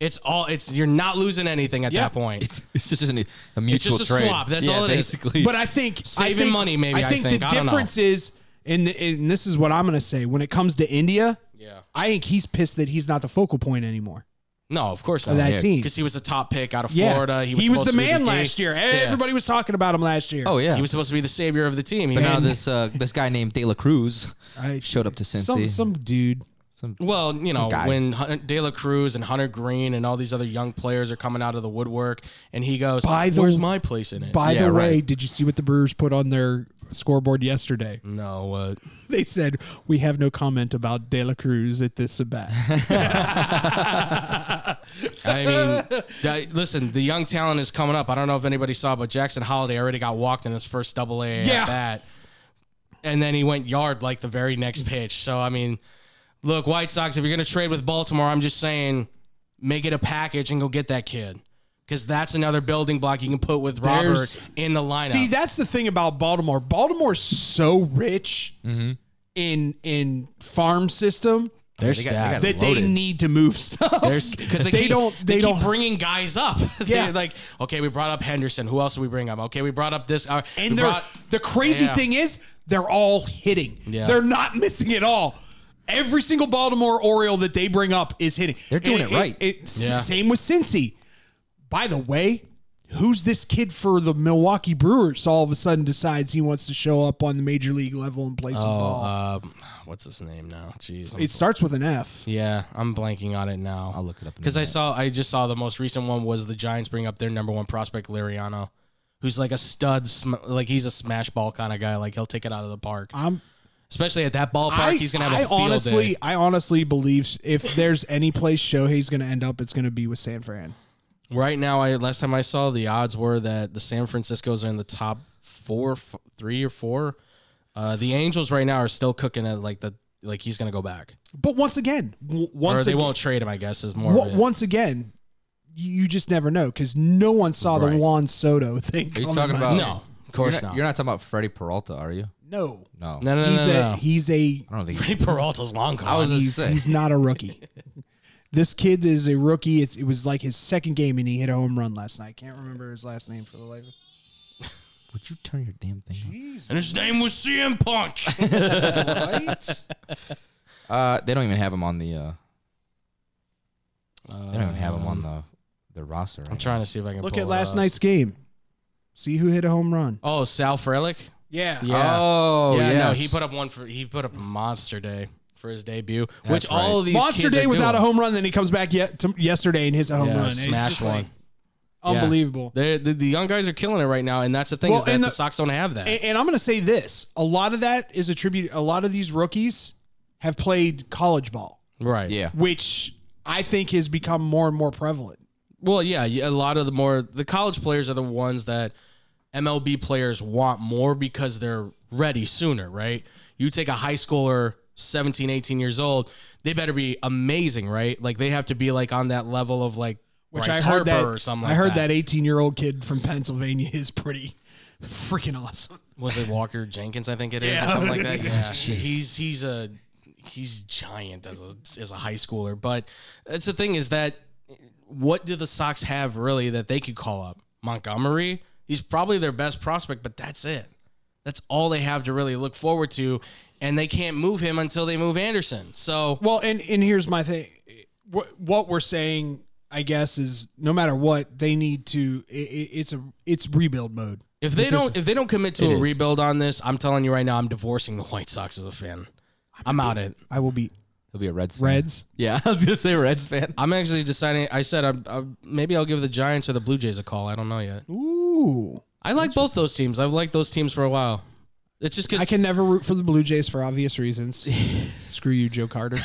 S4: It's all it's you're not losing anything at
S5: Yeah.
S4: that point.
S3: It's it's just an, a mutual
S4: just a
S3: trade.
S4: swap. That's
S3: yeah,
S4: all it is.
S3: basically.
S5: But I think
S4: Saving
S5: I think,
S4: money, maybe, I think.
S5: the
S4: I don't know.
S5: difference is, and and this is what I'm going to say when it comes to India.
S4: Yeah.
S5: I think he's pissed that he's not the focal point anymore
S4: no, of course
S5: of that
S4: not.
S5: team.
S4: Because he was a top pick out of
S5: Yeah.
S4: Florida.
S5: he
S4: He
S5: was,
S4: was,
S5: the
S4: supposed to be
S5: man
S4: the
S5: last
S4: gig-
S5: year.
S4: Yeah.
S5: Everybody was talking about him last year.
S3: oh yeah.
S4: He was supposed to be the savior of the team. He
S3: but now
S4: had-
S3: this uh, this guy named De La Cruz
S5: I-
S3: showed up to Cincy.
S5: some some dude.
S3: Some-
S4: Well, you know,
S3: guy.
S4: when Hun- De La Cruz and Hunter Green and all these other young players are coming out of the woodwork, and he goes,
S5: By the-
S4: "Where's my place in it?"
S5: By
S3: Yeah,
S5: the way,
S3: right.
S5: did you see what the Brewers put on their scoreboard yesterday?
S3: Mm.
S4: no, what?
S5: They said we have no comment about De La Cruz at this bat.
S4: I mean, that, listen, the young talent is coming up. I don't know if anybody saw, but Jackson Holiday already got walked in his first double A
S5: Yeah.
S4: at bat. And then he went yard like the very next pitch. So, I mean, look, White Sox, if you're going to trade with Baltimore, I'm just saying make it a package and go get that kid. Because that's another building block you can put with Robert
S5: There's-
S4: in the lineup.
S5: See, that's the thing about Baltimore. Baltimore's so rich
S3: Mm-hmm.
S5: in in farm system
S4: they're
S3: they got- they got
S4: stacked.
S5: that they
S3: Loaded.
S5: need to move stuff.
S4: because
S5: they
S4: they, keep-
S5: don't they,
S4: keep
S5: don't
S4: bringing guys up.
S5: Yeah.
S4: They're like okay, we brought up Henderson. Who else did we bring up? Okay, we brought up this. Uh, we
S5: and they're
S4: brought-
S5: the crazy
S4: Yeah.
S5: thing is they're all hitting.
S4: Yeah.
S5: They're not missing at all. Every single Baltimore Oriole that they bring up is hitting.
S3: They're doing it right.
S5: it's
S4: Yeah.
S5: Same with Cincy. By the way, who's this kid for the Milwaukee Brewers? All of a sudden decides he wants to show up on the major league level and play some ball.
S4: Um, what's his name now? Jeez, I'm-
S5: it starts with an F.
S4: yeah, I'm blanking on it now. I'll
S3: look it up in a
S4: because I saw I just saw the most recent one was the Giants bring up their number one prospect Liriano, who's like a stud, sm- like he's a smash ball kind of guy. Like he'll take it out of the park,
S5: I'm
S4: especially at that ballpark.
S5: I,
S4: he's gonna have a
S5: I
S4: field
S5: honestly,
S4: day.
S5: I honestly believe if there's any place Shohei's going to end up, it's going to be with San Fran.
S4: Right now, I last time I saw the odds were that the San Francisco's are in the top four, f- three or four. Uh, the Angels right now are still cooking at like the like he's gonna go back,
S5: But once again, w- once
S4: or they
S5: again,
S4: won't trade him. I guess is more. of
S5: Wa-
S4: it.
S5: once again, you you just never know because no one saw the
S4: Right.
S5: Juan Soto thing.
S3: Are you
S5: coming
S3: talking
S5: back.
S3: about
S4: No. Of course
S3: You're not, you're not talking about Freddie Peralta, are you?
S5: No.
S3: No.
S4: No, no, no,
S5: He's
S4: no,
S5: a
S4: no.
S5: he's a
S3: I don't think.
S7: Freddie Peralta's long gone.
S3: I was just
S5: he's,
S3: saying.
S5: he's not a rookie. this kid is a rookie. It, it was like his second game, and he hit a home run last night. Can't remember his last name for the life. of me.
S3: Would you turn your damn thing? off?
S7: and his name was CM Punk.
S3: Uh, they don't even have him on the. Uh, they don't even have him on the the roster.
S4: I'm
S3: right
S4: trying to see if I can
S5: Look
S4: pull
S5: at
S4: it
S5: last
S4: up.
S5: night's game. See who hit a home run.
S4: Oh, Sal Frelick.
S5: Yeah.
S3: now. Oh
S4: yeah,
S3: yeah.
S4: no, he put up one for he put up a monster day for his debut,
S3: That's
S4: which all
S3: right.
S4: of these
S5: Monster
S4: kids
S5: day
S4: are
S5: without
S4: doing.
S5: a home run, then he comes back yet to yesterday and hits a home
S4: yeah,
S5: run. It's
S4: smash
S5: just
S4: one.
S5: like unbelievable.
S4: They're- the, the young guys are killing it right now, and that's the thing
S5: Well,
S4: is that
S5: and
S4: the,
S5: the-
S4: Sox don't have that.
S5: And, and I'm going to say this: a lot of that is attributed. A lot of these rookies have played college ball,
S4: right.
S3: Yeah.
S5: which I think has become more and more prevalent.
S4: Well, yeah, y- a lot of the more the college players are the ones that MLB players want more because they're ready sooner, right? You take a high schooler 17, 18 years old, they better be amazing, right? Like they have to be like on that level of like
S5: Which
S4: Bryce
S5: I heard
S4: Harper
S5: that
S4: or something
S5: I
S4: like
S5: heard
S4: that.
S5: that 18 year old kid from Pennsylvania is pretty freaking awesome.
S4: was it Walker Jenkins? I think it is, or something like that. Yeah, he's he's a he's giant as a as a high schooler. But that's the thing is that what do the Sox have really that they could call up Montgomery? He's probably their best prospect, but that's it. That's all they have to really look forward to, and they can't move him until they move Anderson. So
S5: Well, and and here's my thing: what what we're saying, I guess, is no matter what, they need to. i i it's a it's rebuild mode.
S4: if they don't if they don't commit to a
S3: is.
S4: rebuild on this, I'm telling you right now, I'm divorcing the White Sox as a fan. I'm out it.
S5: I will be
S3: He'll be a Reds. fan.
S5: Reds.
S3: Yeah, I was gonna say Reds fan.
S4: I'm actually deciding. I said I'm, I'm, maybe I'll give the Giants or the Blue Jays a call. I don't know yet.
S5: Ooh,
S4: I like both those teams. I've liked those teams for a while. It's just because
S5: I can never root for the Blue Jays for obvious reasons. Screw you, Joe Carter.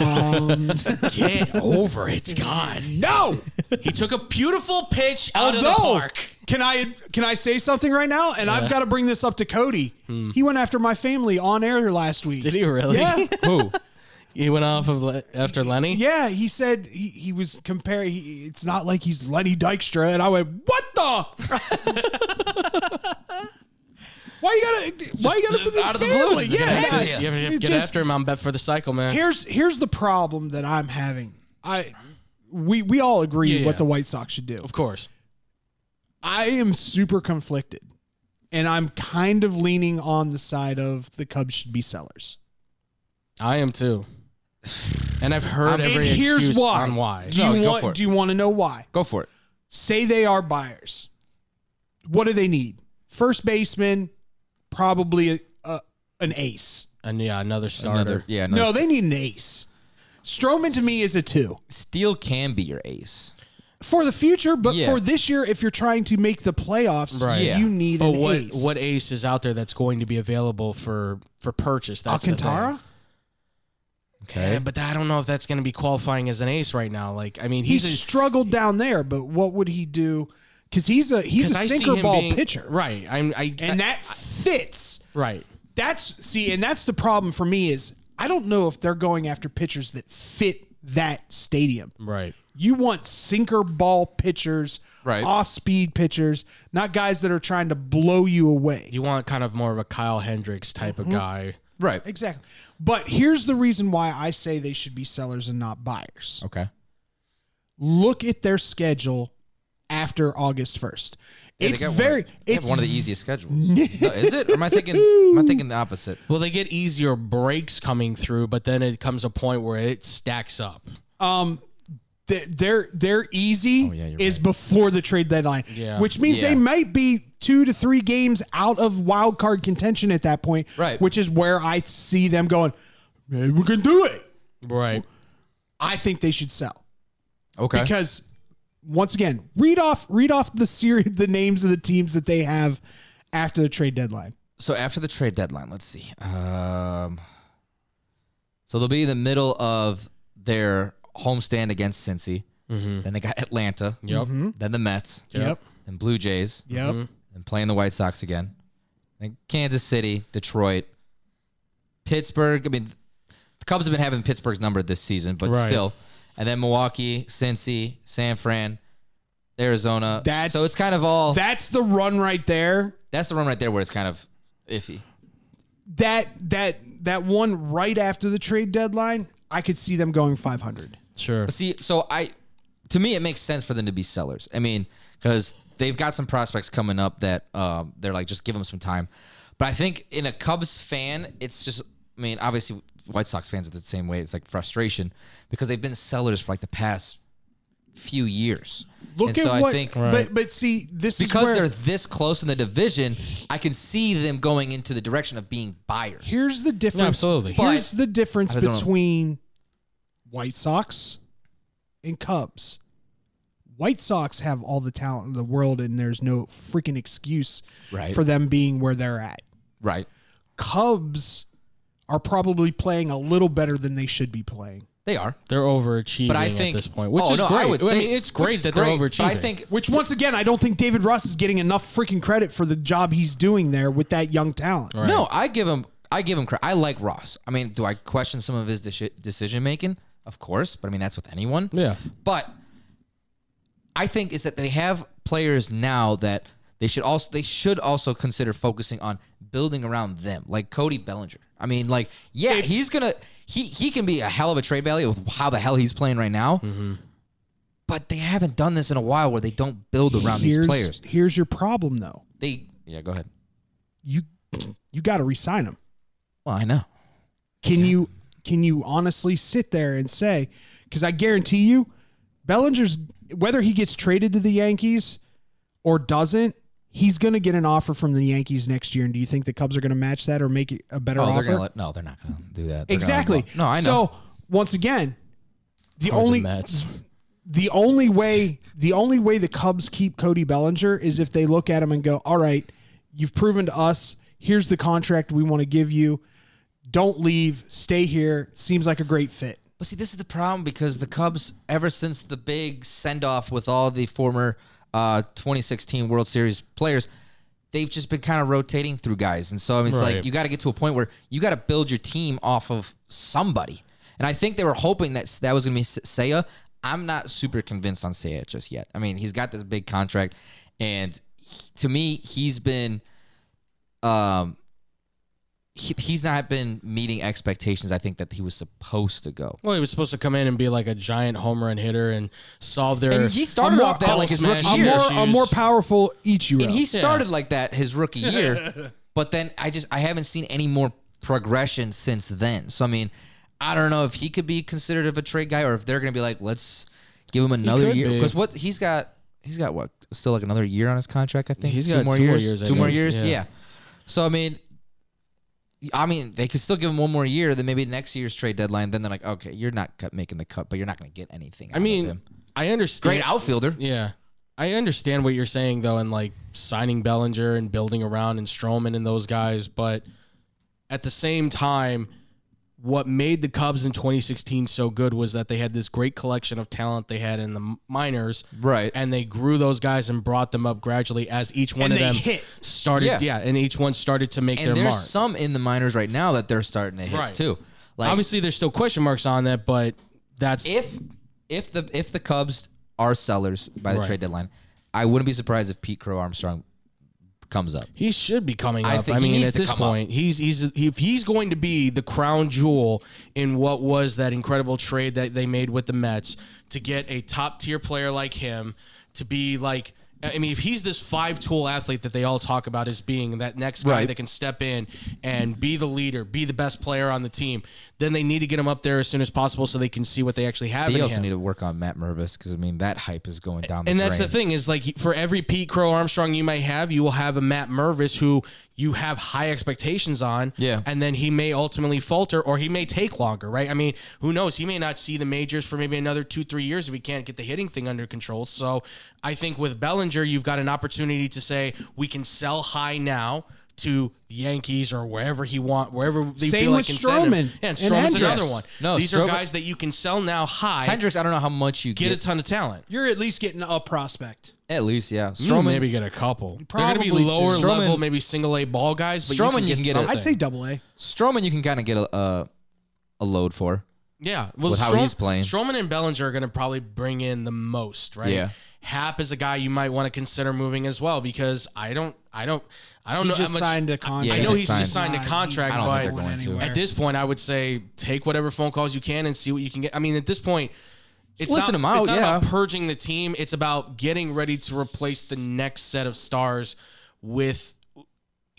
S5: Um,
S4: get over it. God,
S5: no.
S4: he took a beautiful pitch out of the
S5: Although-
S4: park.
S5: Can I can I say something right now? And I've got to bring this up to Cody.
S3: Hmm.
S5: He went after my family on air last week.
S4: he really?
S5: Yeah.
S4: Who? He went off of Le- after Lenny.
S5: Yeah, he said he, he was comparing. He, it's not like he's Lenny Dykstra, and I went, "What the? why you gotta? Why you gotta?
S3: just
S5: be
S3: out of the blue,
S5: family?
S3: just
S5: yeah,
S3: get
S5: yeah.
S3: after
S4: You have to
S5: It
S4: get
S5: just-
S4: after him on bet for the cycle, man.
S5: Here's here's the problem that I'm having. I we we all agree
S4: Yeah,
S5: what
S4: yeah.
S5: the White Sox should do.
S4: of course.
S5: I am super conflicted, and I'm kind of leaning on the side of the Cubs should be sellers.
S4: I am too. And I've heard
S5: And
S4: every
S5: here's
S4: excuse
S5: why.
S4: on why.
S5: Do
S3: No,
S5: you
S3: go
S5: want?
S3: for it.
S5: Do you want to know why?
S3: Go for it.
S5: say they are buyers. What do they need? First baseman, probably a, a, an ace.
S4: And yeah, another starter.
S3: Another. Yeah. Another
S5: No, they need an ace. Stroman to me is a two
S3: Steele can be your ace.
S5: for the future, but
S3: Yeah.
S5: for this year, if you're trying to make the playoffs,
S4: Right.
S3: Yeah.
S5: you need
S4: But
S5: an
S4: what
S5: ace.
S4: what ace is out there that's going to be available for for purchase? That's the thing.
S5: Alcantara?
S4: Yeah, but I don't know if that's going to be qualifying as an ace right now. Like, I mean,
S5: He
S4: he's a
S5: struggled down there, but what would he do? Because he's a he's a
S4: I see
S5: sinker
S4: him
S5: ball
S4: being-
S5: pitcher,
S4: right? I'm I
S5: and that fits.
S4: right.
S5: That's see, and that's the problem for me is I don't know if they're going after pitchers that fit that stadium.
S4: Right.
S5: You want sinker ball pitchers,
S3: Right.
S5: off speed pitchers, not guys that are trying to blow you away.
S4: You want kind of more of a Kyle Hendricks type
S3: Mm-hmm.
S4: of guy.
S3: Right.
S5: exactly. But here's the reason why I say they should be sellers and not buyers.
S3: Okay.
S5: Look at their schedule after August 1st.
S3: Yeah, they
S5: it's
S3: got one-
S5: very
S3: they have
S5: it's
S3: one of the easiest schedules. no, is it? Or am I thinking? Am I thinking the opposite?
S4: Well, they get easier breaks coming through, but then it comes a point where it stacks up.
S5: um th- their their easy
S3: Oh, yeah, you're
S5: is before the trade deadline,
S4: Yeah.
S5: which means
S3: Yeah.
S5: they might be two to three games out of wild card contention at that point,
S3: Right.
S5: Which is where I see them going. Maybe we can do it.
S4: Right.
S3: Mm-hmm.
S5: I think they should sell
S3: Okay.
S5: because once again, read off read off the series the names of the teams that they have after the trade deadline.
S3: so after the trade deadline, let's see. Um, so they'll be in the middle of their homestand against Cincy. Then they got Atlanta.
S4: Yep.
S3: Then the Mets.
S5: Yep.
S3: Then Blue Jays.
S5: Yep.
S3: And playing the White Sox again. Then Kansas City, Detroit, Pittsburgh. I mean, the Cubs have been having Pittsburgh's number this season, but
S4: Right.
S3: still. And then Milwaukee, Cincy, San Fran, Arizona.
S5: That's-
S3: so it's kind of all
S5: That's the run right there
S3: That's the run right there where it's kind of iffy.
S5: That that that one right after the trade deadline, I could see them going 500.
S4: Sure.
S3: But see, so I, to me, it makes sense for them to be sellers. I mean, because they've got some prospects coming up that um, they're like, just give them some time. But I think in a Cubs fan, it's just, I mean, obviously White Sox fans are the same way. It's like frustration because they've been sellers for like the past few years.
S5: Look
S3: and
S5: at
S3: so
S5: what,
S3: I think
S5: but but see, this is
S3: because
S5: where,
S3: they're this close in the division, I can see them going into the direction of being buyers.
S5: Here's the difference.
S4: absolutely.
S5: Here's
S3: But-
S5: the difference
S3: I don't know.
S5: between White Sox and Cubs. White Sox have all the talent in the world, and there's no freaking excuse
S3: Right.
S5: for them being where they're at.
S3: right.
S5: Cubs are probably playing a little better than they should be playing.
S3: They are.
S4: They're overachieving
S3: But I
S4: at
S3: think
S4: this point, which
S3: oh,
S4: is
S3: no,
S4: great.
S3: I, would say,
S4: mean, it's
S3: which
S4: great
S3: is
S4: that
S3: great,
S4: they're
S3: but
S4: overachieving.
S3: I think
S5: Which, once again, I don't think David Russ is getting enough freaking credit for the job he's doing there with that young talent.
S3: No, I give him. I give him credit. I like Ross. I mean, do I question some of his deci- decision making? Of course, but I mean that's with anyone.
S4: Yeah.
S3: But I think is that they have players now that they should also they should also consider focusing on building around them, like Cody Bellinger. I mean, like yeah, he's gonna he he can be a hell of a trade value of how the hell he's playing right now. But they haven't done this in a while where they don't build around these
S5: Here's-
S3: players.
S5: Here's your problem, though.
S3: They yeah, go ahead.
S5: You you got to resign him.
S3: Well, I know.
S5: Can you can you honestly sit there and say? Because I guarantee you, Bellinger's whether he gets traded to the Yankees or doesn't, he's going to get an offer from the Yankees next year. And do you think the Cubs are going to match that or make it a better
S3: Oh, they're
S5: offer?
S3: gonna let, no, they're not gonna do that. They're gonna let him
S5: exactly.
S3: go. No, I know.
S5: So once again, the
S4: Or the
S5: only
S4: Mets.
S5: the only way the only way the Cubs keep Cody Bellinger is if they look at him and go, "All right, you've proven to us. Here's the contract we want to give you. Don't leave. Stay here. Seems like a great fit."
S3: But see, this is the problem because the Cubs, ever since the big send off with all the former uh, 2016 World Series players, they've just been kind of rotating through guys. And so I mean, it's
S4: Right.
S3: like you got to get to a point where you got to build your team off of somebody. And I think they were hoping that that was going to be Se- Seiya. I'm not super convinced on Seiya just yet. I mean, he's got this big contract, and he- to me, he's been. Um, he, he's not been meeting expectations. I think that he was supposed to go.
S4: Well, he was supposed to come in and be like a giant home run hitter and solve their.
S3: And he started
S4: a more
S3: off that like his
S4: smash
S3: rookie
S5: A
S3: year.
S4: issues.
S5: more a more powerful Ichiro.
S3: And he started like that his rookie year, but then I just I haven't seen any more progression since then. So I mean, I don't know if he could be considered of a trade guy or if they're gonna be like, let's give him another
S4: could
S3: year
S4: be.
S3: because what he's got he's got what still like another year on his contract. I think
S4: He's got two more years, I
S3: two more
S4: think.
S3: years,
S4: Yeah.
S3: yeah. So I mean. I mean, they could still give him one more year. Then maybe next year's trade deadline. Then they're like, okay, you're not cut, making the cut, but you're not going to get anything.
S4: I
S3: out of
S4: mean,
S3: him.
S4: I understand.
S3: great outfielder.
S4: Yeah. I understand what you're saying though, and like signing Bellinger and building around and Stroman and those guys, but at the same time, what made the Cubs in 2016 so good was that they had this great collection of talent they had in the minors,
S3: Right.
S4: And they grew those guys and brought them up gradually as each one
S5: And
S4: of
S5: they
S4: them
S5: hit.
S4: started, yeah.
S3: Yeah.
S4: and each one started to make
S3: and
S4: their
S3: there's
S4: mark.
S3: some in the minors right now that they're starting to hit
S4: Right.
S3: too. Like
S4: Obviously, there's still question marks on that, but that's
S3: if if the if the Cubs are sellers by the
S4: Right.
S3: trade deadline, I wouldn't be surprised if Pete Crow Armstrong comes up.
S4: He should be coming
S3: I
S4: up.
S3: think
S4: I
S3: he
S4: mean,
S3: needs
S4: at
S3: to
S4: this
S3: come up.
S4: point, he's he's if he's going to be the crown jewel in what was that incredible trade that they made with the Mets to get a top tier player like him to be like. I mean, if he's this five tool athlete that they all talk about as being that next guy
S3: Right.
S4: that can step in and be the leader, be the best player on the team, then they need to get him up there as soon as possible so they can see what they actually have.
S3: They
S4: in
S3: also
S4: him.
S3: need to work on Matt Mervis because I mean that hype is going down.
S4: And
S3: the
S4: that's the
S3: drain.
S4: thing is like for every Pete Crow Armstrong you may have, you will have a Matt Mervis who you have high expectations on.
S3: Yeah.
S4: And then he may ultimately falter or he may take longer, right? I mean, who knows? He may not see the majors for maybe another two, three years if he can't get the hitting thing under control. So I think with Bellinger, you've got an opportunity to say we can sell high now. To the Yankees or wherever he want, wherever they
S5: Same
S4: feel like
S5: with
S4: can send
S5: Stroman
S4: him. Yeah,
S5: and
S4: and Stroman's
S5: Hendricks.
S4: another one.
S3: No,
S4: these are
S3: Stroman-
S4: guys that you can sell now high,
S3: Hendricks, I don't know how much you
S4: get
S3: get,
S4: a ton of talent.
S5: You're at least getting a prospect.
S3: at least. Yeah, Stroman.
S4: Stroman Mm, maybe get a couple. They're gonna
S5: Probably
S4: be lower
S5: two.
S4: level, maybe single A ball guys. But
S3: Stroman,
S4: you
S3: you can
S4: can get,
S3: get a-
S4: something.
S5: I'd say double A.
S3: Stroman, you can kind of get a, a a load for.
S4: yeah. Well,
S3: with how he's playing.
S4: Stroman and Bellinger are gonna probably bring in the most, right?
S3: Yeah.
S4: Hap is a guy you might want to consider moving as well because I don't, I don't, I don't
S5: He
S4: know
S5: just
S4: how much.
S5: signed a
S3: Yeah,
S5: contract.
S4: I know
S3: just
S4: he's just
S5: signed.
S4: signed a contract,
S3: I don't think
S4: but
S3: they're going to.
S5: anywhere.
S4: at this point, I would say take whatever phone calls you can and see what you can get. I mean, at this point, it's
S3: Listen
S4: not,
S3: them out,
S4: it's not
S3: yeah.
S4: about purging the team. It's about getting ready to replace the next set of stars with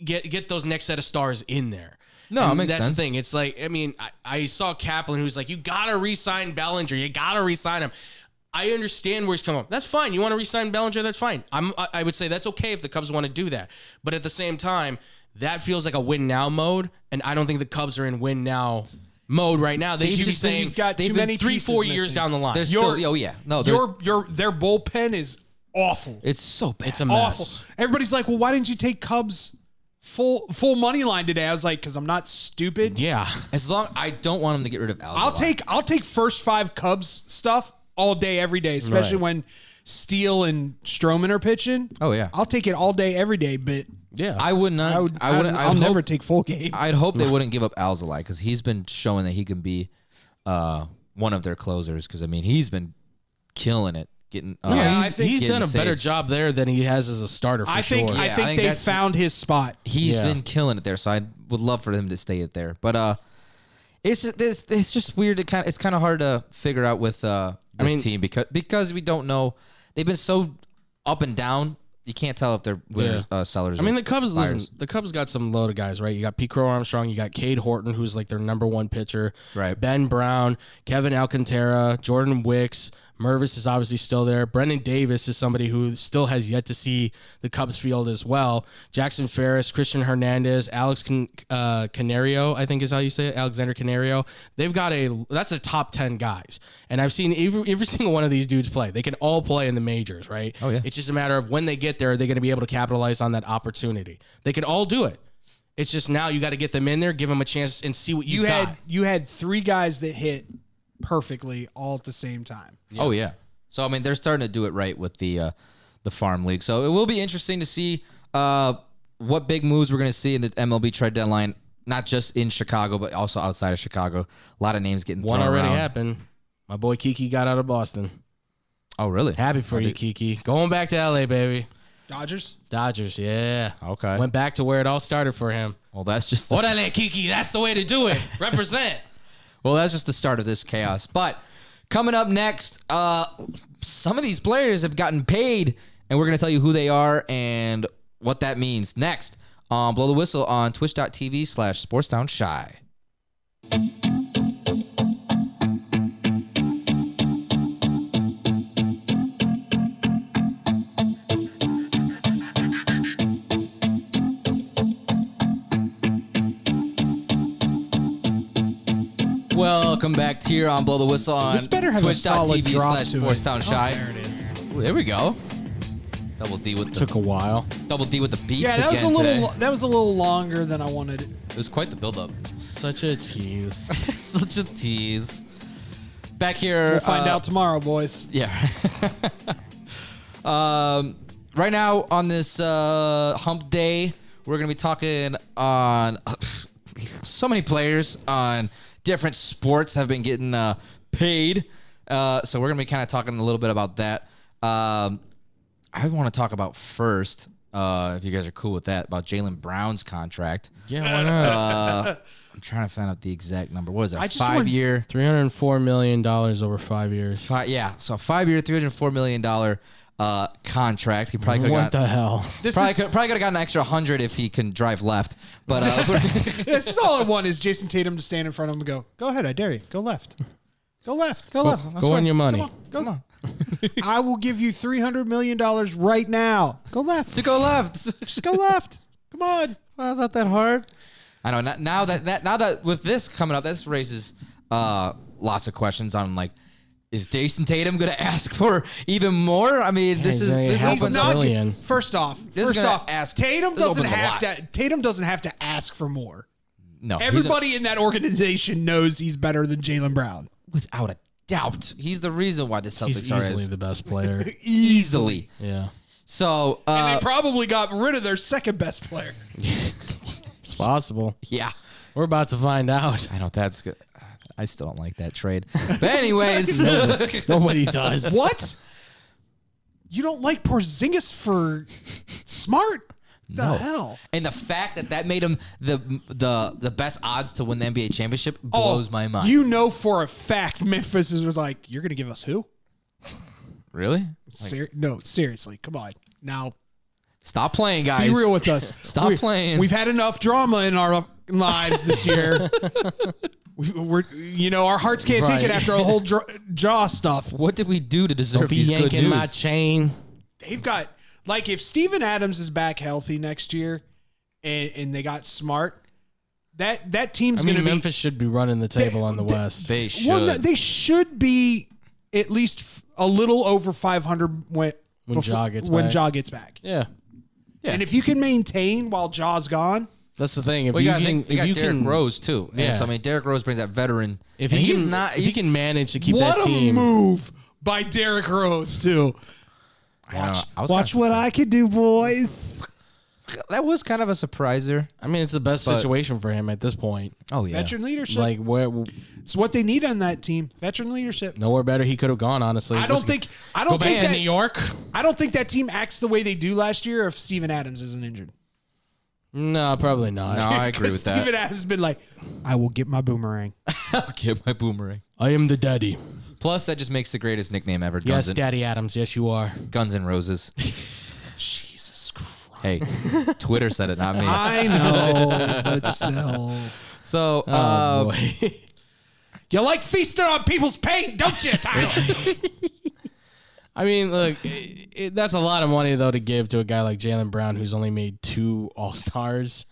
S4: get get those next set of stars in there.
S3: No, it
S4: and
S3: makes
S4: that's
S3: sense.
S4: the thing. It's like I mean, I, I saw Kaplan who's like, you gotta re-sign Bellinger. You gotta re-sign him. I understand where he's coming from. That's fine. You want to re-sign Bellinger? That's fine. I'm. I, I would say that's okay if the Cubs want to do that. But at the same time, that feels like a win now mode, and I don't think the Cubs are in win now mode right now. They
S3: They've
S4: should be
S3: just been-
S4: saying
S3: you've got
S4: they've
S3: too
S4: been
S5: many
S4: three,
S5: pieces
S4: four years
S5: missing.
S4: down the line.
S3: They're
S5: Your-
S3: still, oh yeah, no, they're-
S5: your your their bullpen is awful.
S3: it's so bad.
S4: it's a mess.
S5: awful. Everybody's like, well, why didn't you take Cubs full full money line today? I was like, because I'm not stupid.
S4: Yeah,
S3: As long I don't want them to get rid of Alves.
S5: I'll take I'll take first five Cubs stuff all day every day, especially
S4: Right.
S5: when Steele and Stroman are pitching.
S3: Oh, yeah.
S5: I'll take it all day every day. But
S4: yeah.
S3: I would not.
S5: I would
S3: I
S5: I would
S3: wouldn't. I
S5: I'll
S3: would
S5: never
S3: hope,
S5: take full game.
S3: I'd hope they wouldn't give up Alzali because he's been showing that he can be uh, one of their closers. Because I mean, he's been killing it, getting. Uh,
S4: yeah,
S5: I
S4: he's,
S5: think-
S4: he's
S3: getting
S4: done a better
S3: saves.
S4: job there than he has as a starter. For
S5: I think
S4: sure.
S5: I
S3: Yeah, I
S5: think
S3: think
S5: they
S3: that's-
S5: found his spot.
S3: He's
S4: Yeah.
S3: been killing it there, so I would love for him to stay it there. But uh, it's just it's, it's just weird. It kind of, it's kind of hard to figure out with uh this
S4: mean-
S3: team because because we don't know. They've been so up and down. You can't tell if they're winners,
S4: Yeah.
S3: uh, sellers.
S4: I mean,
S3: or
S4: the Cubs.
S3: buyers.
S4: Listen, the Cubs got some loaded guys, right? You got Pete Crow Armstrong, you got Cade Horton, who's like their number one pitcher,
S3: Right.
S4: Ben Brown, Kevin Alcantara, Jordan Wicks. Mervis is obviously still there. Brendan Davis is somebody who still has yet to see the Cubs field as well. Jackson Ferris, Christian Hernandez, Alex Can- uh, Canario, I think is how you say it, Alexander Canario. They've got a that's a top ten guys, and I've seen every, every single one of these dudes play. They can all play in the majors, right?
S3: Oh, yeah.
S4: It's just a matter of when they get there, are they going to be able to capitalize on that opportunity? They can all do it. It's just now you got to get them in there, give them a chance, and see what you,
S5: You
S4: got.
S5: had you had three guys that hit perfectly all at the same time.
S3: Oh yeah. So I mean, they're starting to do it right with the uh, the farm league. So it will be interesting to see uh, what big moves we're going to see in the MLB trade deadline. Not just in Chicago, but also outside of Chicago. A lot of names getting
S4: One
S3: thrown
S4: already
S3: around.
S4: happened. My boy Kiki got out of Boston.
S3: Oh really?
S4: Happy for you, Kiki. Going back to LA, baby.
S5: Dodgers.
S4: Dodgers, yeah.
S3: Okay.
S4: Went back to where it all started for him.
S3: Well, that's just the,
S4: Orale, Kiki. That's the way to do it. Represent.
S3: well, that's just the start of this chaos. But coming up next, uh, some of these players have gotten paid, and we're going to tell you who they are and what that means next. On blow the whistle on twitch.tv slash sportstown shy. Welcome back to here on Blow the Whistle on
S5: This better have a solid
S3: twitch.tv
S5: drop
S3: slash
S5: to it. Oh,
S3: Sportstown Shy. there, we go. Double D with the
S4: Took a while.
S3: double D with the beats
S5: Yeah, that was
S3: again
S5: a little
S3: today.
S5: lo- that was a little longer than I wanted.
S3: It was quite the buildup.
S4: Such a tease.
S3: Such a tease. Back here,
S5: We'll find
S3: uh,
S5: out tomorrow, boys.
S3: Yeah. um, right now on this uh, hump day, we're gonna be talking on so many players on different sports have been getting uh, paid. Uh, so we're gonna be kind of talking a little bit about that. Um, I want to talk about first, uh, if you guys are cool with that, about Jalen Brown's contract.
S4: Yeah, why
S3: Uh,
S4: not?
S3: I'm trying to find out the exact number. What is that?
S5: I just
S3: Five
S5: want-
S3: year.
S4: Three hundred four million dollars over five years.
S3: Five, yeah, so five year, three hundred four million dollar uh, contract. He probably could
S4: What
S3: have got,
S4: the hell?
S5: This
S3: probably
S5: is,
S3: could, probably could have gotten an extra hundred if he can drive left. But uh,
S5: this is all I want is Jason Tatum to stand in front of him and go, "Go ahead, I dare you. Go left, go left, go left.
S4: Go on your money.
S5: Go. I will give you three hundred million dollars right now. Go left.
S3: to go left,
S5: Just go left. Come on.
S3: well, it's not that hard. I know. Not, now that that now that with this coming up, this raises uh, lots of questions on like. Is Jason Tatum going to ask for even more? I mean, this
S4: he's
S3: is
S4: gonna
S3: this
S4: have
S3: opens
S4: to
S3: up.
S4: go Million.
S5: First off,
S3: is
S5: first
S3: gonna
S5: off,
S3: ask-
S5: Tatum
S3: this
S5: doesn't
S3: opens a
S5: have
S3: lot.
S5: to. Tatum doesn't have to ask for more.
S3: No, he's a-
S5: Everybody in that organization knows he's better than Jalen Brown.
S3: without a doubt, he's the reason why the Celtics
S4: He's
S3: are
S4: easily
S3: as
S4: the best player.
S3: easily.
S4: Yeah.
S3: So uh,
S5: And they probably got rid of their second best player.
S4: It's possible.
S3: yeah,
S4: We're about to find out.
S3: I know that's good. I still don't like that trade. But anyways,
S4: Nobody does.
S5: What? You don't like Porzingis for smart? The hell?
S3: And the fact that that made him the the the best odds to win the NBA championship
S4: Oh,
S3: blows my mind.
S5: You know for a fact Memphis is was like, you're going to give us who?
S3: really?
S5: Ser- no, seriously. Come on. Now,
S3: Stop playing, guys.
S5: be real with us.
S3: Stop
S5: We-
S3: playing.
S5: We've had enough drama in our lives this year. we, we're, you know, our hearts can't take
S4: Right.
S5: it after the whole dr- jaw stuff.
S3: What did we do to deserve
S4: Don't be
S3: these good
S4: yanking
S3: news?
S4: my chain.
S5: they've got like if Steven Adams is back healthy next year and, and they got smart, that that team's
S4: I mean,
S5: gonna
S4: Memphis should be running the table on the West.
S3: they
S5: be
S3: should.
S5: well, no, they should be at least f- a little over 500 when
S4: When Ja gets
S5: when
S4: back.
S5: Ja gets back.
S4: yeah,
S5: And if you can maintain while Ja's gone,
S4: that's the thing. If
S3: well, you
S4: you
S3: gotta
S4: can,
S3: think they
S4: if
S3: got
S4: you
S3: Derrick
S4: can,
S3: Rose too. Yeah.
S4: Yeah.
S3: so I mean, Derrick Rose brings that veteran.
S4: if
S3: and
S4: he
S3: he's
S4: can,
S3: not,
S4: if he
S3: he's-
S4: can manage to keep
S5: what
S4: that
S5: a
S4: team.
S5: move by Derrick Rose too.
S3: I don't know, I was
S5: Watch
S3: kinda-
S5: what I can do, boys.
S3: That was kind of a surpriser.
S4: I mean, it's the best
S3: But-
S4: situation for him at this point.
S3: Oh yeah.
S5: Veteran leadership.
S4: Like, where
S5: it's what they need on that team. Veteran leadership.
S4: nowhere better he could have gone. Honestly,
S5: I don't
S4: Listen,
S5: think I
S4: go
S5: don't
S4: back
S5: think
S4: to
S5: that,
S4: New York.
S5: I don't think that team acts the way they do last year if Steven Adams isn't injured.
S4: No, probably not.
S3: No, I agree with that.
S5: Steven Adams has been like, I will get my boomerang.
S3: Get my boomerang.
S4: I am the daddy.
S3: Plus, that just makes the greatest nickname ever.
S4: Yes,
S3: Guns, and,
S4: Daddy Adams. Yes, you are.
S3: Guns and Roses.
S5: Jesus Christ.
S3: Hey, Twitter said it, not me.
S5: I know, but still.
S3: So,
S4: Oh,
S3: uh,
S4: boy.
S5: You like feasting on people's pain, don't you, Tyler?
S4: I mean, look, it, it, that's a lot of money though to give to a guy like Jalen Brown, who's only made two All Stars.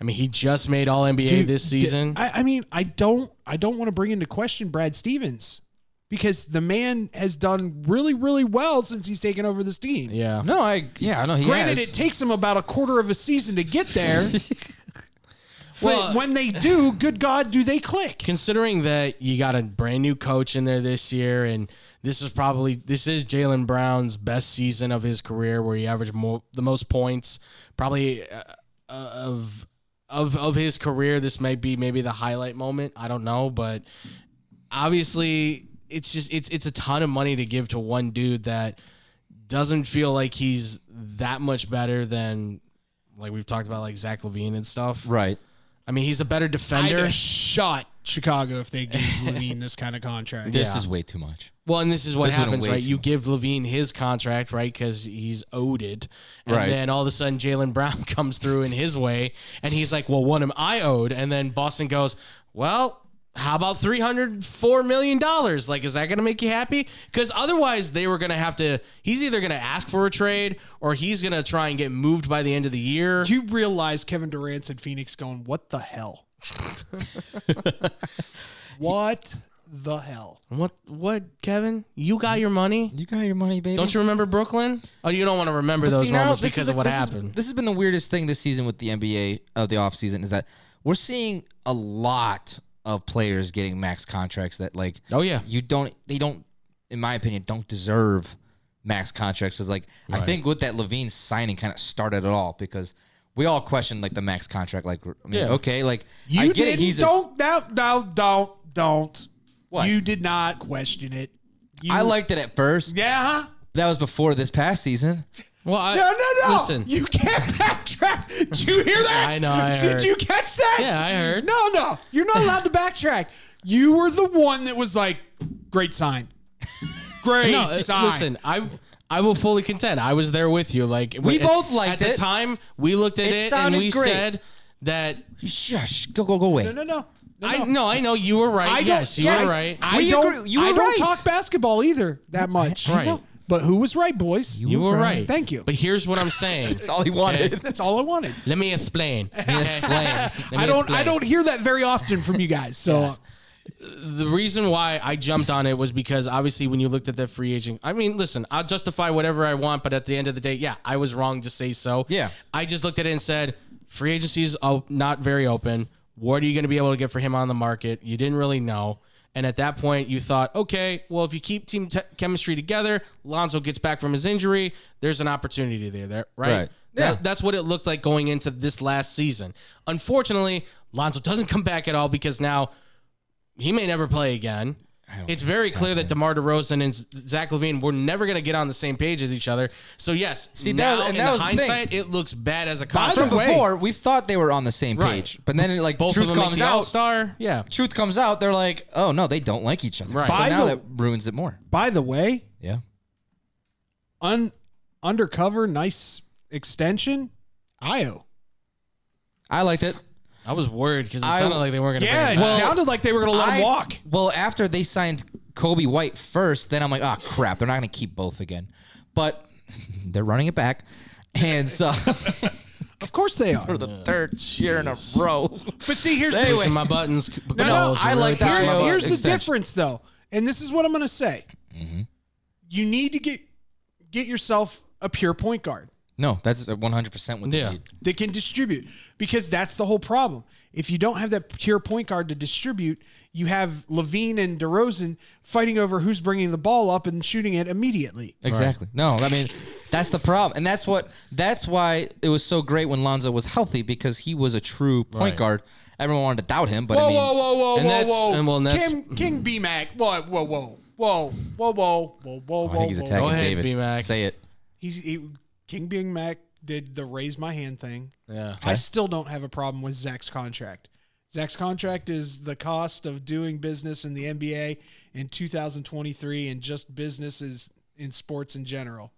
S4: I mean, he just made All NBA
S5: Dude,
S4: this season.
S5: I, I mean, I don't I don't want to bring into question Brad Stevens because the man has done really, really well since he's taken over this team.
S4: yeah,
S3: no, I yeah, no, he
S5: Granted,
S3: has.
S5: it takes him about a quarter of a season to get there.
S4: Well-
S5: but when they do, good God, do they click?
S4: considering that you got a brand new coach in there this year, and this is probably this is Jalen Brown's best season of his career, where he averaged more, the most points, probably uh, of of of his career. This might be maybe the highlight moment. I don't know, but obviously, it's just it's it's a ton of money to give to one dude that doesn't feel like he's that much better than. Like we've talked about, like Zach Levine and stuff.
S3: right.
S4: I mean, he's a better
S5: I'd
S4: defender.
S5: have shot Chicago if they gave Levine this kind of contract.
S3: This
S4: Yeah.
S3: is way too much.
S4: Well, and this is what
S3: This would've
S4: happens,
S3: way
S4: right?
S3: too
S4: You
S3: much.
S4: give Levine his contract, right? Because he's owed it. And
S3: Right.
S4: then all of a sudden, Jalen Brown comes through in his way, and he's like, well, what am I owed? And then Boston goes, well, how about $304 million? Like, is that going to make you happy? Because otherwise, they were going to have to, he's either going to ask for a trade or he's going to try and get moved by the end of the year.
S5: You realize Kevin Durant's in Phoenix going, what the hell? what the hell?
S4: what, what, Kevin? You got your money?
S3: You got your money, baby.
S4: Don't you remember Brooklyn? Oh, you don't want to remember
S3: But
S4: those
S3: see, now
S4: moments
S3: this
S4: because
S3: is-
S4: of what
S3: this is-
S4: happened.
S3: this has been the weirdest thing this season with the NBA of the offseason is that we're seeing a lot of players getting max contracts that like
S4: oh, yeah.
S3: you don't they don't in my opinion don't deserve max contracts is like i think with that levine signing kind of started it all because we all questioned like the max contract like i mean
S4: Yeah.
S3: okay like
S5: You
S3: i get
S5: didn't,
S3: it he's a-
S5: don't, now, now, don't, don't.
S3: What?
S5: You did not question it. You,
S3: i liked it at first
S5: yeah, huh?
S3: that was before this past season
S4: Well, I,
S5: No, no, no.
S4: Listen,
S5: You can't backtrack. Did you hear that?
S4: I know, I
S5: Did
S4: heard.
S5: you catch that?
S4: Yeah, I heard.
S5: No, no. You're not allowed to backtrack. You were the one that was like, great sign. Great
S4: no, uh,
S5: sign.
S4: listen, I I will fully contend. I was there with you. Like
S3: We
S4: at-
S3: both liked
S4: at
S3: it.
S4: the time. We looked at
S3: It
S4: it, and
S3: sounded
S4: we
S3: great.
S4: said that.
S3: shush go go go away
S5: No, no, no. no,
S4: I
S5: no.
S4: no, I know you were right.
S5: I
S4: yes,
S5: don't,
S4: you
S5: yes,
S4: were right.
S5: I
S3: We
S5: don't,
S3: agree. You
S5: I
S3: were
S5: don't
S3: right.
S5: talk basketball either that much.
S4: Right. No.
S5: But who was right, boys?
S4: you were right.
S5: Thank you.
S4: But here's what I'm saying.
S3: that's all he wanted
S5: That's all I wanted.
S4: Let me explain. okay? Let me
S5: I don't. I
S4: explain.
S5: don't hear that very often from you guys. So
S4: the reason why I jumped on it was because obviously when you looked at the free agent, I mean, listen, I'll justify whatever I want, but at the end of the day, yeah, I was wrong to say so.
S3: Yeah.
S4: I just looked at it and said, free agency's o- not very open. What are you going to be able to get for him on the market? You didn't really know. And at that point, you thought, okay, well, if you keep team te- chemistry together, Lonzo gets back from his injury, there's an opportunity there, there right?
S3: Right.
S4: That-
S3: Yeah.
S4: that's what it looked like going into this last season. Unfortunately, Lonzo doesn't come back at all because now he may never play again. It's very clear that DeMar DeRozan and Zach Levine were never going to get on the same page as each other. So yes, see
S3: that-
S4: now
S3: and that
S4: in the
S3: was the thing.
S4: hindsight, it looks bad as a
S3: From
S4: contract.
S3: before, we thought they were on the same
S4: Right.
S3: page, but then it, like
S4: Both
S3: truth
S4: of them
S3: comes
S4: make the
S3: out,
S4: All-Star. Yeah,
S3: truth comes out, they're like, oh no, they don't like each other.
S4: Right.
S3: So
S5: By
S3: now
S5: the-
S3: that ruins it more.
S5: By the way,
S3: Yeah.
S5: un undercover, nice extension. Io.
S3: I liked it.
S4: I was worried because it
S3: I-
S4: sounded like they weren't going to.
S5: Yeah, it
S4: bring him back.
S5: sounded like they were going to let
S3: I-
S5: him walk.
S3: Well, after they signed Kobe White first, then I'm like, oh crap, they're not gonna keep both again. But they're running it back. And so
S5: Of course they are.
S3: for the third year in a row.
S5: But see, here's the
S4: Pushing
S3: Anyway.
S4: my buttons.
S5: No, no,
S3: I like that.
S5: Here's,
S3: Iowa
S5: here's the
S3: extension.
S5: difference, though, and this is what I'm going to say. You need to get get yourself a pure point guard
S3: No, that's 100 percent what they
S4: Yeah.
S3: need.
S5: that can distribute, because that's the whole problem. If you don't have that pure point guard to distribute, you have Levine and DeRozan fighting over who's bringing the ball up and shooting it immediately.
S3: Exactly. No, I mean that's the problem, and that's what that's why it was so great when Lonzo was healthy because he was a true point
S4: Right.
S3: guard. Everyone wanted to doubt him, but
S5: Whoa,
S3: I mean,
S5: whoa, whoa, whoa,
S4: and
S5: whoa,
S4: that's-
S5: whoa!
S4: and well, and that's-
S5: Kim, King B Mac. Whoa, whoa, whoa, whoa, whoa, whoa, whoa, whoa,
S3: Oh, I think he's
S5: whoa.
S3: attacking
S4: Go ahead,
S3: David.
S4: B-Mac.
S3: Say it.
S5: He's he, King B Mac did the raise my hand thing.
S4: Yeah.
S5: I still don't have a problem with Zach's contract. Zach's contract is the cost of doing business in the NBA in 2023 and just businesses in sports in general.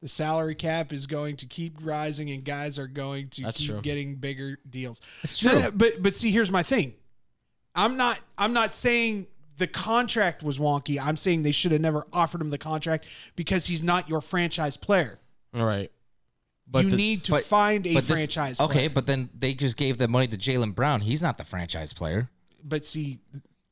S5: The salary cap is going to keep rising and guys are going to
S4: That's
S5: keep
S4: true.
S5: getting bigger deals. That's
S3: true.
S5: but but see here's my thing. I'm not I'm not saying the contract was wonky. I'm saying they should have never offered him the contract because he's not your franchise player.
S4: All right. But
S5: you
S4: the-
S5: need to
S3: but-
S5: find a
S3: but this-
S5: franchise
S3: Okay,
S5: player.
S3: but then they just gave the money to Jalen Brown. He's not the franchise player.
S5: But see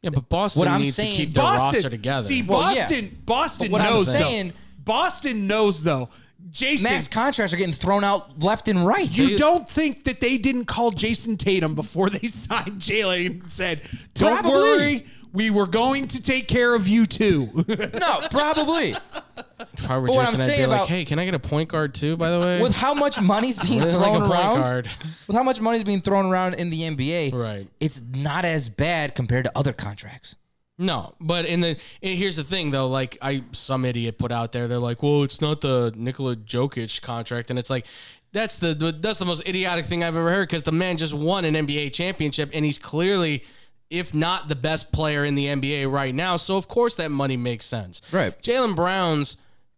S4: yeah, but Boston
S3: What I'm
S4: needs
S3: saying-
S4: to keep their
S5: Boston
S4: roster together.
S5: See,
S3: Well, yeah.
S5: Boston, Boston
S3: But what I'm
S5: knows
S3: saying-
S5: though. Boston knows though. Jason,
S3: Max contracts are getting thrown out left and right.
S5: you don't think that they didn't call Jason Tatum before they signed Jalen and said, "Don't
S3: Probably.
S5: worry, we were going to take care of you too."
S3: no, probably.
S4: if I were
S3: but what I'm
S4: Jason, I'd be
S3: saying
S4: like,
S3: about-
S4: hey, can I get a point guard too? By the way,
S3: With how much money's being
S4: Really
S3: thrown
S4: like a point
S3: around,
S4: guard.
S3: with how much money's being thrown around in the NBA,
S4: Right.
S3: It's not as bad compared to other contracts.
S4: No, but in the and here's the thing though, like I some idiot put out there, they're like, "Well, it's not the Nikola Jokic contract," and it's like, that's the that's the most idiotic thing I've ever heard because the man just won an NBA championship and he's clearly, if not the best player in the NBA right now, so of course that money makes sense.
S3: Right.
S4: Jalen Brown's.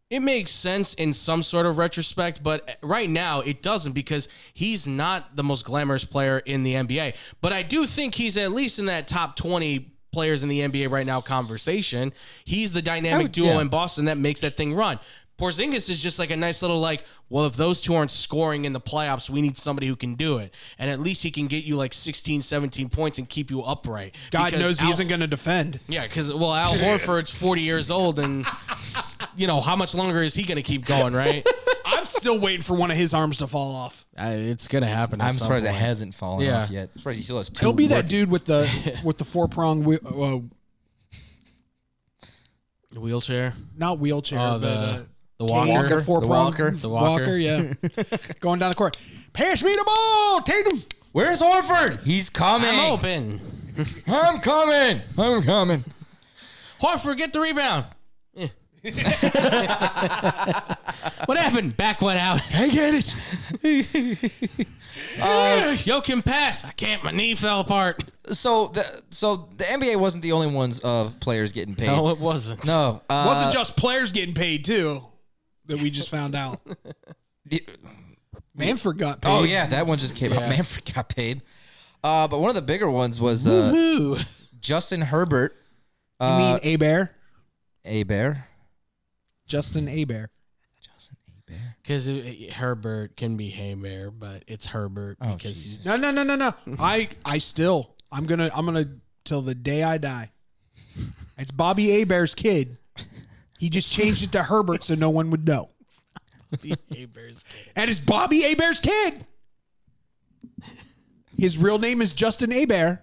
S4: It makes sense in some sort of retrospect, but right now it doesn't because he's not the most glamorous player in the NBA. But I do think he's at least in that top 20 players in the NBA right now conversation. He's the dynamic
S3: would-
S4: duo
S3: yeah.
S4: in Boston that makes that thing run. Porzingis is just like a nice little like, well, if those two aren't scoring in the playoffs, we need somebody who can do it. And at least he can get you like 16, 17 points and keep you upright.
S5: God
S4: Because
S5: knows he
S4: Al-
S5: isn't going to defend.
S4: yeah, because well, Al Horford's forty years old, and s- you know how much longer is he going to keep going? Right?
S5: I'm still waiting for one of his arms to fall off.
S4: Uh, it's going to happen. at
S3: I'm
S4: some
S3: surprised it
S4: point.
S3: hasn't fallen
S4: Yeah.
S3: off yet. I'm surprised he still has two.
S5: He'll be that
S3: working-
S5: dude with the with the four prong, whe- uh,
S4: Wheelchair,
S5: not wheelchair,
S4: Oh,
S5: but
S4: the-
S5: uh,
S4: the
S5: cane,
S4: walker,
S5: the four
S3: the
S5: prong,
S3: walker,
S4: the walker.
S5: yeah, going down the court. Pass me the ball, Tatum.
S3: Where's Horford? He's coming.
S4: I'm open.
S3: I'm coming. I'm coming.
S4: Horford, get the rebound. Eh. what happened? Back went out.
S3: I get it.
S4: Joakim Uh, pass. I can't. My knee fell apart.
S3: So the so the NBA wasn't the only ones of players getting paid.
S4: No, it wasn't.
S3: No, uh,
S5: Wasn't just players getting paid too that we just found out.
S3: the-
S5: Manford got paid.
S3: Oh yeah, that one just came out. Manfred got paid. Uh, but one of the bigger ones was uh,
S5: Ooh.
S3: Justin Herbert,
S5: You mean
S3: uh,
S5: Abear?
S3: a bear.
S5: Justin Abear.
S4: Because Herbert can be Haybear, but it's Herbert
S3: Oh,
S4: because he's
S5: No, no, no, no, no. I I still I'm gonna I'm gonna till the day I die. It's Bobby Abear's kid. He just changed it to Herbert so no one would know.
S4: Haybear's kid.
S5: And it's Bobby Abear's kid. His real name is Justin Abear.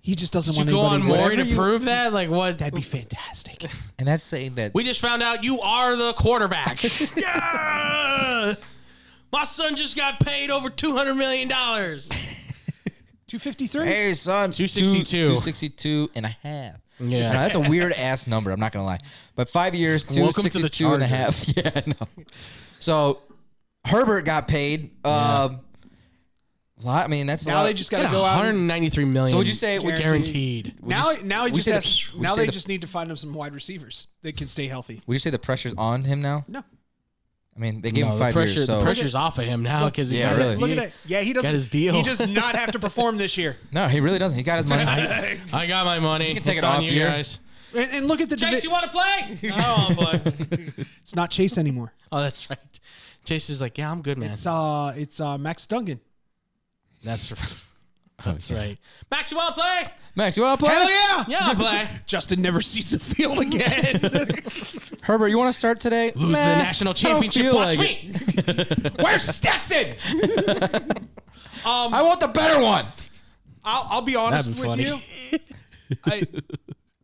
S5: He just doesn't
S4: You
S5: want
S4: go
S5: anybody
S4: on
S5: to
S4: Maury
S5: whatever
S4: to
S5: you-
S4: prove that? Like what?
S5: That'd be fantastic.
S3: And that's saying that.
S4: We just found out you are the quarterback. yeah! My son just got paid over $200 million.
S5: 253?
S3: Hey, son.
S4: 262.
S3: 262 and a half.
S4: Yeah.
S3: No, that's a weird ass number. I'm not going to lie. But five years,
S4: Welcome to the
S3: 262 and a half. Yeah, no. So Herbert got paid. Um, lot, I mean, that's uh, a
S5: Now
S3: lot.
S5: they just got
S4: Got
S5: to go out. and-
S4: 193 million.
S3: So would you say it would
S4: guaranteed?
S3: we
S5: now,
S3: just-
S5: now,
S3: we
S5: you just
S3: say
S5: have,
S3: the- we
S5: now
S3: say
S5: they
S3: the-
S5: just need to find them some wide receivers that can stay healthy.
S3: Would you say the pressure's on him now?
S5: No.
S3: I mean, they gave
S4: No,
S3: him
S4: the
S3: five
S4: pressure,
S3: years. So
S4: the pressure's off of him now because he
S3: Yeah,
S4: got
S3: really.
S4: his
S5: Look at
S4: deal.
S5: that. Yeah, he doesn't.
S4: Got his deal.
S5: He does not have to perform this year.
S3: no, he really doesn't. He got his money.
S4: I got my money.
S3: can take
S4: it's
S3: it
S4: on
S3: off
S4: you
S3: here.
S4: guys.
S5: And, and look at the.
S7: Chase,
S5: divi-
S7: you want to play? Oh, boy.
S5: it's not Chase anymore.
S4: Oh, that's right. Chase is like, yeah, I'm good, man.
S5: It's uh, it's uh, Max Duncan.
S4: that's right.
S3: Oh,
S4: That's right.
S7: Max, you want to play?
S3: Max, you want to play?
S5: Hell yeah!
S7: Yeah, I'll play.
S5: Justin never sees the field again.
S3: Herbert, you want to start today?
S4: Lose the national championship.
S3: feel
S4: Watch
S3: like
S4: me.
S5: Where's Stetson? Um,
S3: I want the better one.
S5: I'll, I'll be honest
S4: That'd be
S5: with
S4: funny.
S5: you. I,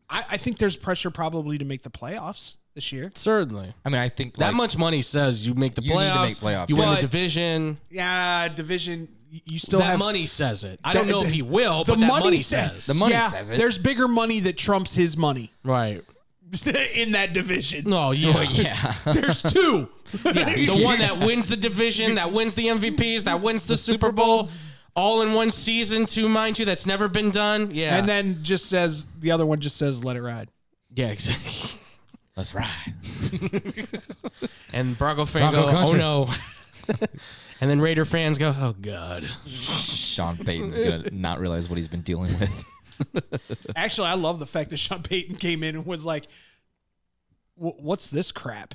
S5: I I think there's pressure probably to make the playoffs this year.
S4: Certainly.
S3: I mean, I think
S4: That
S3: like,
S4: much money says you make the
S3: You need to
S4: playoffs.
S3: make playoffs,
S4: You win
S5: yeah.
S4: the division.
S5: Yeah, division. y- You still
S4: that
S5: have
S4: money says it. I don't
S5: The-
S4: know if he will,
S5: The
S4: but that
S5: money,
S4: money
S5: sa-
S4: says.
S3: The money
S5: yeah,
S3: says it.
S5: There's bigger money that trumps his money
S4: right.
S5: in that division.
S4: Oh yeah.
S3: Yeah.
S5: There's two.
S4: The one that wins the division, that wins the MVPs, that wins the Super Bowl, all in one season, too, mind you, that's never been done. Yeah.
S5: and then just says the other one just says let it ride.
S4: yeah, exactly.
S3: Let's ride.
S4: And Brago
S3: Bronco
S4: fan go, oh
S3: country."
S4: no. and then Raider fans go, oh god.
S3: Sean Payton's gonna not realize what he's been dealing with.
S5: Actually, I love the fact that Sean Payton came in and was like, "Wh- "What's this crap?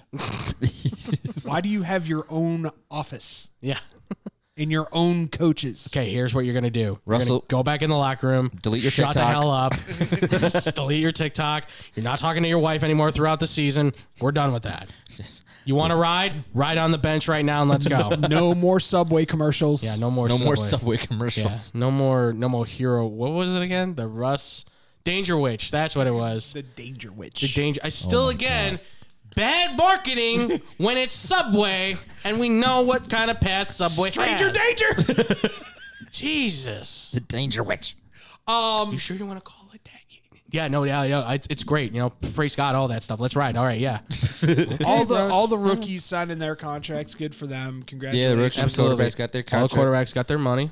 S5: Why do you have your own office
S4: Yeah.
S5: and your own coaches?"
S4: Okay, here's what you're gonna do. You're gonna
S3: Russell-
S4: go back in the locker room.
S3: Delete your
S4: shut
S3: TikTok.
S4: the hell up. Just delete your TikTok. You're not talking to your wife anymore throughout the season. We're done with that. You want to ride? Ride on the bench right now and let's go.
S5: No more Subway commercials.
S4: Yeah, no more.
S3: No more Subway
S4: Subway. Yeah,
S3: commercials.
S4: no more. No more hero. What was it again? The Russ Danger Witch. That's what it was.
S5: The Danger Witch.
S4: The danger. I
S3: Oh
S4: still again. Bad marketing when it's Subway, and we know what kind of past Subway
S5: Stranger
S4: has.
S5: Danger.
S4: Jesus,
S3: The Danger Witch.
S5: um,
S4: you sure you want to call it that? Yeah, no, yeah, yeah. It's, it's great. You know, praise God, all that stuff. Let's ride. All right, yeah.
S5: all the all the rookies signing their contracts. Good for them.
S3: Yeah, the
S5: Congratulations.
S3: rookies
S4: Absolutely.
S3: quarterbacks got their
S4: All
S3: contract.
S4: quarterbacks got their money.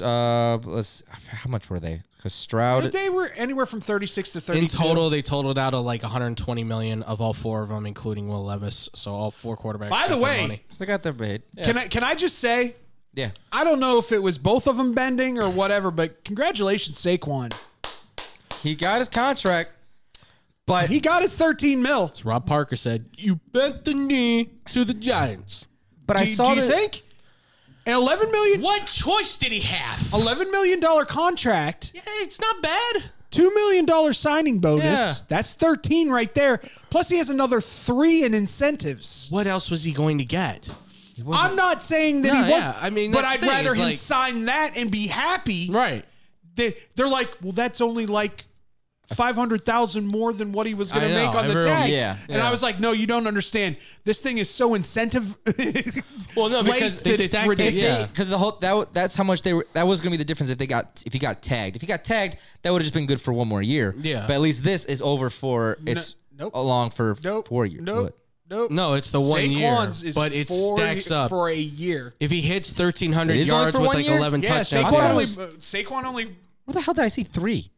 S3: uh, let's, how much were they? Because Stroud.
S5: They were anywhere from thirty six to thirty.
S4: In total, they totaled out of like 120 million of all four of them, including Will Levis. So all four quarterbacks.
S5: By
S4: got
S5: the
S4: their
S5: way,
S4: money.
S3: They got their paid. Yeah.
S5: Can I can I just say
S3: yeah.
S5: I don't know if it was both of them bending or whatever, but congratulations Saquon.
S3: He got his contract, but
S5: He got his thirteen mil.
S4: Rob Parker said, "You bent the knee to the Giants."
S3: but I
S5: do,
S3: saw
S5: do you
S3: that-
S5: think an eleven million
S7: What choice did he have?
S5: eleven million dollar contract,
S7: Yeah, it's not bad.
S5: two million dollar signing bonus?
S4: Yeah.
S5: That's thirteen right there. Plus he has another three in incentives.
S4: What else was he going to get?
S5: I'm not saying that
S4: No,
S5: he was,
S4: yeah, I mean,
S5: but
S4: that's
S5: I'd
S4: the thing,
S5: rather
S4: is
S5: him
S4: like-
S5: sign that and be happy.
S4: Right.
S5: They, they're like, well, that's only like five hundred thousand more than what he was going
S4: I
S5: to
S4: know,
S5: make on the
S4: everyone-
S5: tag.
S3: yeah,
S5: and I was like, no, you don't understand. This thing is so incentive.
S4: Well, no, because
S5: laced
S4: they
S5: that it's
S4: stacked it,
S5: ridiculous.
S4: yeah.
S3: because the whole that w- that's how much they were. That was gonna be the difference if they got if he got tagged. If he got tagged, that would have just been good for one more year.
S4: Yeah.
S3: But at least this is over for it's
S5: nope.
S3: along for f-
S5: Nope.
S3: four years.
S5: Nope.
S3: What?
S5: Nope.
S4: No, it's the one
S5: Saquon's
S4: year,
S5: is
S4: but it
S5: four
S4: stacks
S5: ye-
S4: up.
S5: for a year.
S4: if he hits 1,300
S3: It is only
S4: yards
S3: for
S4: with
S3: one
S4: like
S3: year?
S4: 11
S5: Yeah,
S4: touchdowns,
S5: Saquon
S3: thought it
S4: yeah.
S5: only,
S3: was-
S5: Saquon only.
S3: Where the hell did I see three?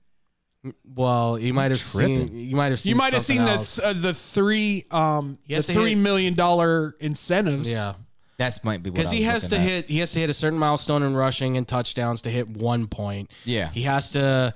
S4: well, you might have
S3: Tripping.
S4: seen. You might have seen.
S5: You might have
S4: something
S5: seen
S4: else.
S5: the uh, the three um
S4: He has
S5: the
S4: to
S5: three
S4: hit-
S5: million dollar incentives.
S4: yeah,
S3: That's might be
S4: because
S3: because
S4: he has to hit. He has to hit a certain milestone in rushing and touchdowns to hit one point.
S3: Yeah.
S4: he has to.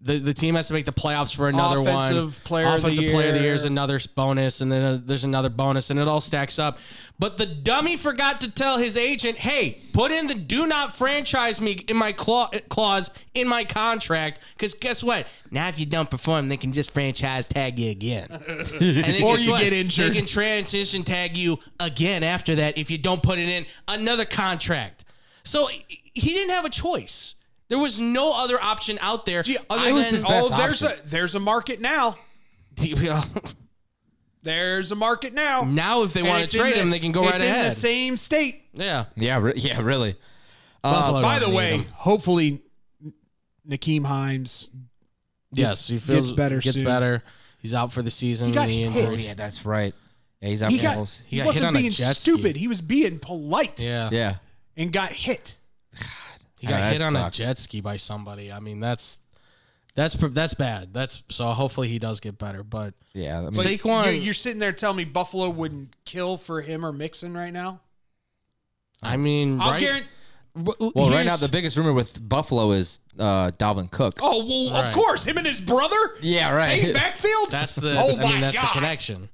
S4: The, the team has to make the playoffs for another one.
S5: Offensive player of the
S4: Offensive player of the year is
S5: year.
S4: another s- bonus, and then uh, there's another bonus, and it all stacks up. But the dummy forgot to tell his agent, "Hey, put in the do not franchise me in my claw- uh, clause in my contract, because guess what? Now if you don't perform, they can just franchise tag you again, and then
S5: Or
S4: guess
S5: you get injured.
S4: They can transition tag you again after that if you don't put it in another contract. So he- he didn't have a choice. There was no other option out there. other
S3: I was his
S4: than,
S3: best
S5: Oh, there's
S3: option.
S5: a there's a market now. There's a market now.
S4: Now, if they
S5: And
S4: wanna
S5: it's in
S4: trade
S5: the-
S4: him, they can go
S5: it's
S4: right
S5: in the
S4: ahead.
S5: same state.
S4: yeah.
S3: Yeah. Re- yeah. Really.
S4: Buffalo
S5: By the
S4: don't need
S5: way,
S4: him.
S5: hopefully Nakeem Himes.
S4: yes, he
S5: gets
S4: feels
S5: better
S4: Gets
S5: soon.
S4: better. He's out for the season.
S5: got
S4: knee
S5: hit.
S4: injuries.
S3: Oh, yeah, that's right. Yeah, he's out
S5: He
S3: for
S5: got,
S3: goals.
S5: he
S4: got hit
S5: wasn't
S4: on a
S5: being
S4: jet ski.
S5: stupid. He was being polite
S4: Yeah.
S3: Yeah.
S5: and got hit.
S4: He got
S3: Yeah,
S4: hit
S3: that
S4: on
S3: sucks.
S4: a jet ski by somebody. I mean, that's that's pr- that's bad. That's so. Hopefully, he does get better. But
S3: Yeah. I mean,
S4: But- Saquon-
S5: You're, you're sitting there telling me Buffalo wouldn't kill for him or Mixon right now.
S4: I mean,
S5: I'll
S4: right?
S5: guarantee.
S4: Well,
S3: well, right now the biggest rumor with Buffalo is uh, Dalvin Cook.
S5: Oh well,
S4: Right.
S5: of course, him and his brother.
S3: Yeah, right.
S5: Same backfield.
S4: that's the.
S5: Oh
S4: I
S5: my
S4: mean, that's
S5: God.
S4: the connection.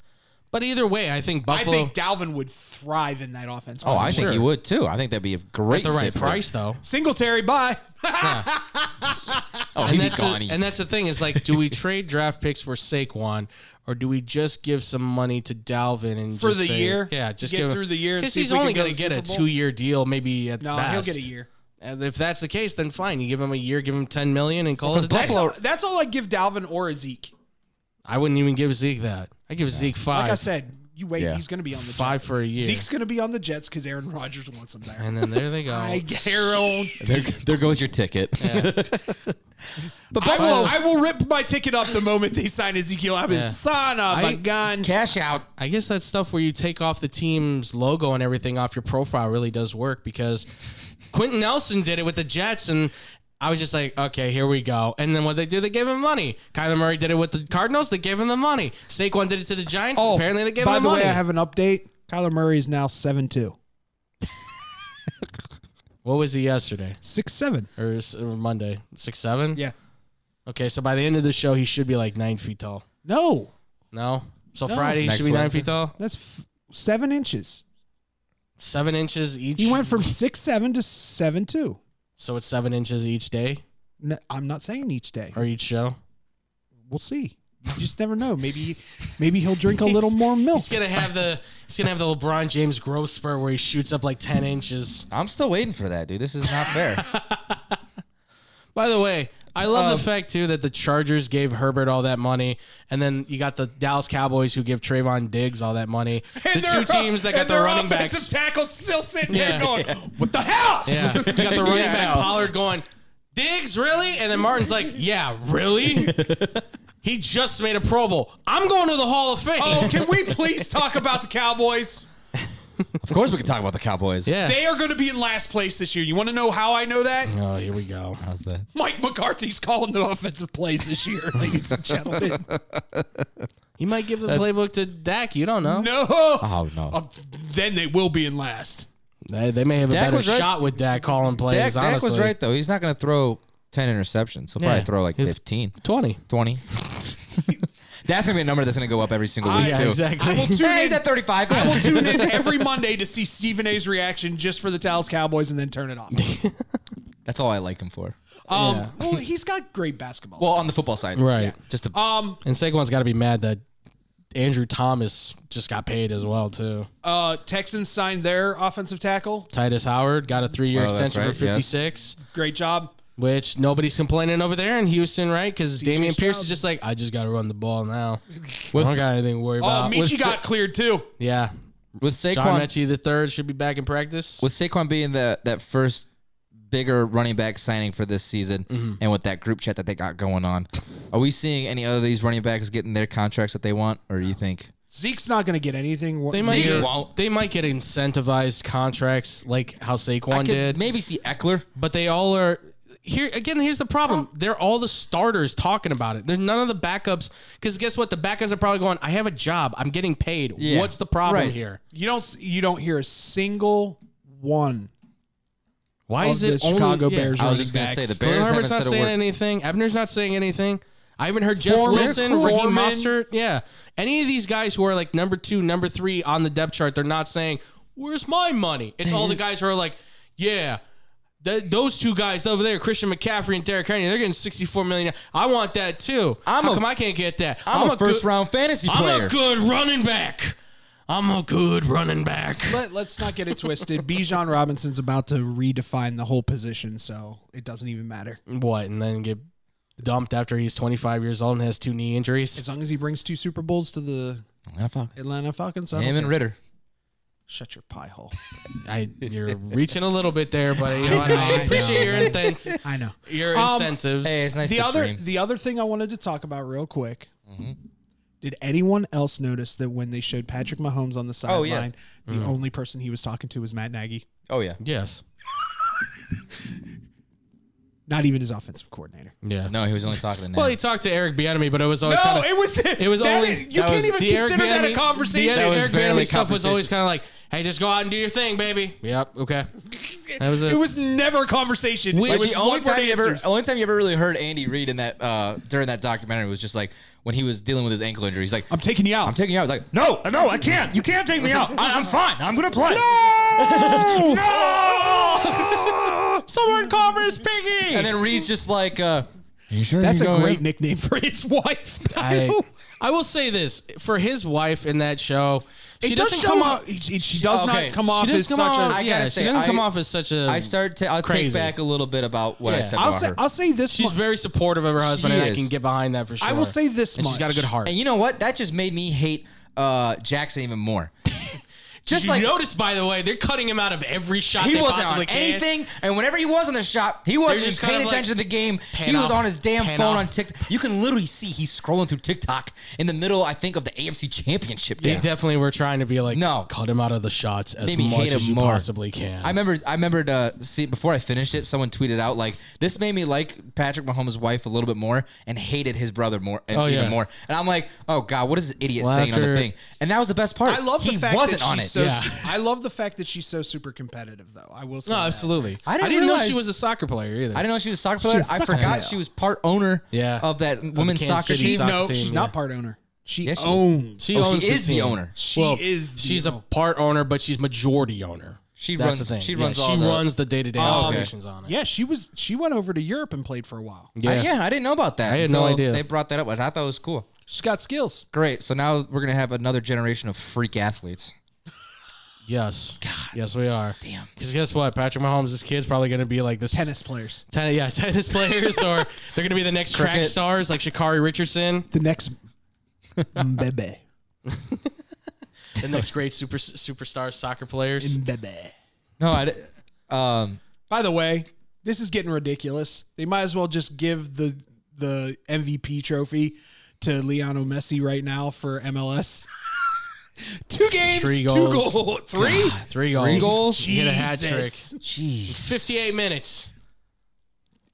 S4: But either way, I think
S5: I
S4: Buffalo
S5: think Dalvin would thrive in that offense.
S3: oh, I think he
S4: Sure.
S3: would too. I think that'd be a great
S4: at the right
S3: fit for-
S4: price, though.
S5: Singletary, bye.
S3: Oh, he'd
S4: and
S3: be
S4: that's the,
S3: gone. easy.
S4: and that's the thing is like, do we trade draft picks for Saquon, or do we just give some money to Dalvin and
S5: For
S4: just
S5: the
S4: say-
S5: year?
S4: Yeah, just
S5: Get
S4: give him-
S5: through the year and
S4: because
S5: see if
S4: he's
S5: we can
S4: only
S5: go
S4: going
S5: to the
S4: to get a
S5: Super Bowl?
S4: two-year deal, maybe at
S5: No, he'll
S4: best.
S5: get a year.
S4: And if that's the case, then fine. You give him a year, give him ten million, and call it a
S3: Because
S4: day.
S3: Buffalo-
S5: That's, that's all I give Dalvin or Zeke.
S4: I wouldn't even give Zeke that. I give Zeke five,
S5: Like I said, you wait.
S3: Yeah.
S5: He's going to be on the
S4: five for a
S5: Jets.
S4: year,
S5: Zeke's going to be on the Jets because Aaron Rodgers wants him there.
S4: and then there they go.
S5: I guarantee.
S3: there, there goes your ticket. but
S5: I will,
S3: Buffalo,
S5: I will rip my ticket up the moment they sign Ezekiel I've been
S4: Yeah.
S5: Son of a
S4: I-
S5: gun.
S3: cash out.
S4: I guess that stuff where you take off the team's logo and everything off your profile really does work because Quentin Nelson did it with the Jets and I was just like, okay, here we go. And then what they do, they gave him money. Kyler Murray did it with the Cardinals. They gave him the money. Saquon did it to the Giants. apparently, they gave
S5: Oh, by
S4: him
S5: the
S4: money.
S5: way, I have an update. Kyler Murray is now 7 2.
S4: what was he yesterday
S5: 6 7.
S4: or, s- or Monday? Six seven.
S5: Yeah.
S4: Okay, so by the end of the show, he should be like nine feet tall.
S5: No,
S4: No, so Friday he
S3: Next
S4: should be nine
S3: Wednesday.
S4: feet tall.
S5: that's f- seven inches.
S4: Seven inches each.
S5: He went from 6 7 to 7 2.
S4: so it's seven inches each day
S5: No, I'm not saying each day.
S4: or each show.
S5: We'll see. You just never know. Maybe maybe he'll drink a little more milk.
S4: He's gonna have the he's gonna have the LeBron James growth spurt where he shoots up like ten inches.
S3: I'm still waiting for that, dude. This is not fair.
S4: By the way, I
S5: Um,
S4: love the fact too that the Chargers gave Herbert all that money, and then you got the Dallas Cowboys who give Trayvon Diggs all that money. the two teams that got the running backs.
S5: tackle still sitting
S4: there Yeah. going,
S5: "What the hell?"
S4: yeah, you got the running
S3: Yeah, I
S4: back
S3: know.
S4: Pollard going Diggs really, and then Martin's like, yeah, really. He just made a Pro Bowl. I'm going to the Hall of Fame.
S5: Oh, can we please talk about the Cowboys?
S3: of course, we can talk about the Cowboys.
S4: yeah.
S5: They are going to be in last place this year. You want to know how I know that?
S4: oh, here we go.
S3: How's that?
S5: Mike McCarthy's calling the offensive plays this year, ladies and gentlemen.
S4: He might give the playbook to Dak. You don't know.
S5: No,
S4: Uh-huh.
S3: Oh no.
S5: Uh, then they will be in last.
S4: They, they may have a
S3: Dak
S4: better
S3: was right.
S4: shot with Dak calling plays.
S3: Dak, Dak
S4: honestly.
S3: was right though. He's not going to throw 10 interceptions. He'll
S4: Yeah.
S3: probably throw like
S4: He's-
S3: 15,
S4: 20.
S3: 20. that's going to be a number that's going to go up every
S4: Ah,
S3: single week
S5: I- Yeah,
S3: too.
S5: I will tune
S3: Hey, he's
S5: in-
S3: at 35.
S5: I will tune in every Monday to see Stephen A's reaction just for the Dallas Cowboys and then turn it off.
S3: that's all I like him for.
S5: Um,
S4: Yeah.
S5: Well, he's got great basketball.
S3: Well, on the football side,
S4: Right.
S3: Just to
S5: um,
S4: And Saquon's got to be mad that Andrew Thomas just got paid as well, too.
S5: uh, Texans signed their offensive tackle.
S4: Titus Howard got a
S3: Oh,
S4: three-year
S3: that's
S4: extension for
S3: right, yes.
S4: 56,
S5: Great job.
S4: which nobody's complaining over there in Houston, right? Because Damian Pierce
S5: Stroud.
S4: is just like, I just got to run the ball now. I don't got anything to worry
S5: Oh,
S4: about. Uh, With
S5: Michi
S4: Sa-
S5: got cleared too.
S4: yeah.
S3: with Saquon
S4: John Mechie the third should be back in practice.
S3: with Saquon being the that first bigger running back signing for this season, and with that group chat that they got going on, are we seeing any other of these running backs getting their contracts that they want, or do you think?
S5: Zeke's not going to get anything.
S4: they might,
S3: Zeke
S4: get,
S3: won't.
S4: they might get incentivized contracts like how Saquon
S3: I could
S4: did.
S3: maybe see Eckler.
S4: but they all are here again. Here's the problem: they're all the starters talking about it. There's none of the backups because guess what? The backups are probably going. I have a job. I'm getting paid.
S3: Yeah,
S4: What's the problem
S3: right.
S4: here?
S5: you don't s- you don't hear a single one.
S4: Why
S5: Of
S4: is it
S5: the Chicago
S4: only, yeah.
S5: Bears
S3: I was
S5: running
S3: just gonna
S5: backs.
S3: say the
S4: Khalil
S3: Bears haven't
S4: Herbert's not
S3: said a
S4: saying
S3: word.
S4: anything. Ebner's not saying anything. I haven't heard Jeff
S5: Foreman-
S4: Wilson, Raheem
S5: Foreman.
S4: Mostert. Yeah, any of these guys who are like number two, number three on the depth chart, they're not saying, "Where's my money?" It's all the guys who are like, "Yeah." th- those two guys over there, Christian McCaffrey and Derek Henry, they're getting sixty-four million. I want that too.
S3: I'm
S4: How
S3: a-
S4: come I can't get that?
S3: I'm, a, first
S4: good,
S3: round fantasy
S4: I'm
S3: player.
S4: a good running back. I'm a good running back.
S5: Let, let's not get it twisted. Bijan Robinson's about to redefine the whole position, so it doesn't even matter.
S4: What? And then get dumped after he's twenty-five years old and has two knee injuries.
S5: As long as he brings two Super Bowls to the
S3: Atlanta Falcons.
S5: Atlanta Falcons, I don't
S3: Him and
S5: care.
S3: Ritter.
S4: Shut your pie hole. I you're reaching a little bit there, but you know what? I appreciate your intents,
S2: I know.
S4: your
S5: Um,
S4: incentives.
S3: Hey, it's nice
S5: the
S3: to
S5: other
S3: dream. Mm-hmm.
S5: the other thing I wanted to talk about real quick. Did anyone else notice that when they showed Patrick Mahomes on the
S3: Oh, yeah.
S5: sideline, the only person he was talking to was Matt Nagy,
S3: Oh yeah.
S4: yes.
S5: not even his offensive coordinator.
S4: Yeah.
S3: No, he was only talking to Nat.
S4: Well, he talked to Eric Bienemy, but it was always
S5: No,
S4: kinda,
S5: it was-
S4: it was
S5: that
S4: only
S5: is- you can't even
S4: the Eric
S5: consider that a
S4: Bieniemy-
S5: conversation.
S4: The
S3: That was
S4: Eric
S3: barely
S4: Bieniemy stuff was
S3: conversation.
S4: always kind of like, "Hey, just go out and do your thing, baby." Yep. Okay. That was
S5: It was never a conversation.
S3: Like,
S5: it was
S3: the only
S5: one word
S3: time, you ever,
S5: answers.
S3: only time you ever really heard Andy Reid in that uh, during that documentary was just like when he was dealing with his ankle injury. He's like,
S5: I'm taking you out.
S3: I'm taking you out. He's like, no,
S4: no, no, I can't. You can't take me out. I, am fine. I'm gonna play. Someone call Miss Piggy.
S3: and then Reid's just like, uh,
S5: That's a great nickname for his wife.
S4: I, I will say this for his wife in that show. She
S5: it does
S4: doesn't
S5: show
S4: come
S5: come
S4: off.
S5: She, she does
S3: okay.
S5: not come
S3: She
S5: off
S4: She
S5: as
S4: doesn't
S5: such
S4: come
S5: a.
S4: off.
S3: I
S4: yeah,
S3: gotta
S4: she
S3: say,
S4: doesn't
S3: I-
S4: come off as such a.
S3: I started. Ta- I'll
S4: Crazy.
S3: take back a little bit about what I
S4: Yeah.
S3: said.
S5: I'll
S3: about
S5: say
S3: her.
S5: I'll say this.
S4: She's
S5: much.
S4: very supportive of her husband, and I
S3: is.
S4: can get behind that for sure.
S5: I will say this
S4: and she's got a
S5: much.
S4: good heart.
S3: and you know what? That just made me hate uh, Jackson even more. just
S4: Did
S3: like
S4: you notice, by the way, they're cutting him out of every shot
S3: he
S4: they
S3: wasn't on
S4: possibly can.
S3: anything, and whenever he was on the shop, he wasn't
S4: They're
S3: just
S4: just
S3: paying
S4: kind of like,
S3: attention to the game.
S4: pan
S3: He was
S4: off,
S3: on his damn
S4: pan
S3: phone
S4: off.
S3: on TikTok. You can literally see he's scrolling through TikTok in the middle, I think, of the AFC Championship
S4: They
S3: game.
S4: definitely were trying to be like,
S3: No.
S4: cut him out of the shots as
S3: Made me
S4: much
S3: hate
S4: as
S3: him
S4: you
S3: more.
S4: possibly can.
S3: I remember. I remembered. Uh, see, before I finished it, someone tweeted out like, "This made me like Patrick Mahomes' wife a little bit more, and hated his brother more, and
S4: Oh,
S3: even
S4: yeah.
S3: more." And I'm like, "Oh God, what is this idiot
S4: Well,
S3: saying on
S4: after-
S3: the thing?" And that was the best part.
S5: I love
S3: he
S5: the fact
S3: wasn't
S5: that
S3: on
S5: she's
S3: it.
S5: so.
S4: Yeah.
S5: I love the fact that she's so super competitive, though. I will say.
S4: no,
S5: that.
S4: absolutely.
S3: I didn't
S4: know
S3: realize-
S4: she was a soccer player either.
S3: I didn't know she was a soccer player.
S4: a
S3: I
S4: soccer
S3: forgot
S4: player.
S3: she was part owner
S4: Yeah.
S3: of that
S4: the
S3: women's
S4: Kansas
S3: soccer
S4: City
S3: team.
S5: She,
S4: Soccer
S5: no,
S4: team,
S5: she's
S4: yeah.
S5: not part owner. She
S3: Yes, she is.
S5: owns.
S4: She
S3: Oh,
S4: owns
S3: she is the
S4: team.
S3: owner.
S5: She is the
S4: she's
S5: owner.
S4: a part owner, but she's majority owner.
S3: She
S4: That's
S3: runs-
S4: The thing.
S3: she
S4: Yeah,
S3: runs
S4: She
S3: all the- Oh,
S4: runs the day to day
S3: okay.
S4: operations on it.
S5: Yeah, she was. She went over to Europe and played for a while.
S3: I- Yeah. I didn't know about that.
S4: I had no
S3: until
S4: idea.
S3: They brought that up, and I thought it was cool.
S5: She's got skills.
S3: Great. So now we're gonna have another generation of freak athletes.
S4: Yes. Yes, we are.
S3: Damn.
S4: Because guess what? Patrick Mahomes' this kid's probably going to be like this
S5: Tennis players.
S4: ten- yeah, tennis players, or they're going to be the next track
S3: Cricket.
S4: stars like Shakari Richardson,
S5: The next Mbebe.
S4: the next great super superstar soccer players.
S5: Mbebe.
S3: No, I. di- Um,
S5: By the way, this is getting ridiculous. They might as well just give the the MVP trophy to Leonel Messi right now for MLS. two games,
S4: Three
S5: two
S4: goals.
S5: goals, three.
S4: Three goals. He hit a hat trick.
S5: Jesus.
S3: jeez.
S4: 58 minutes.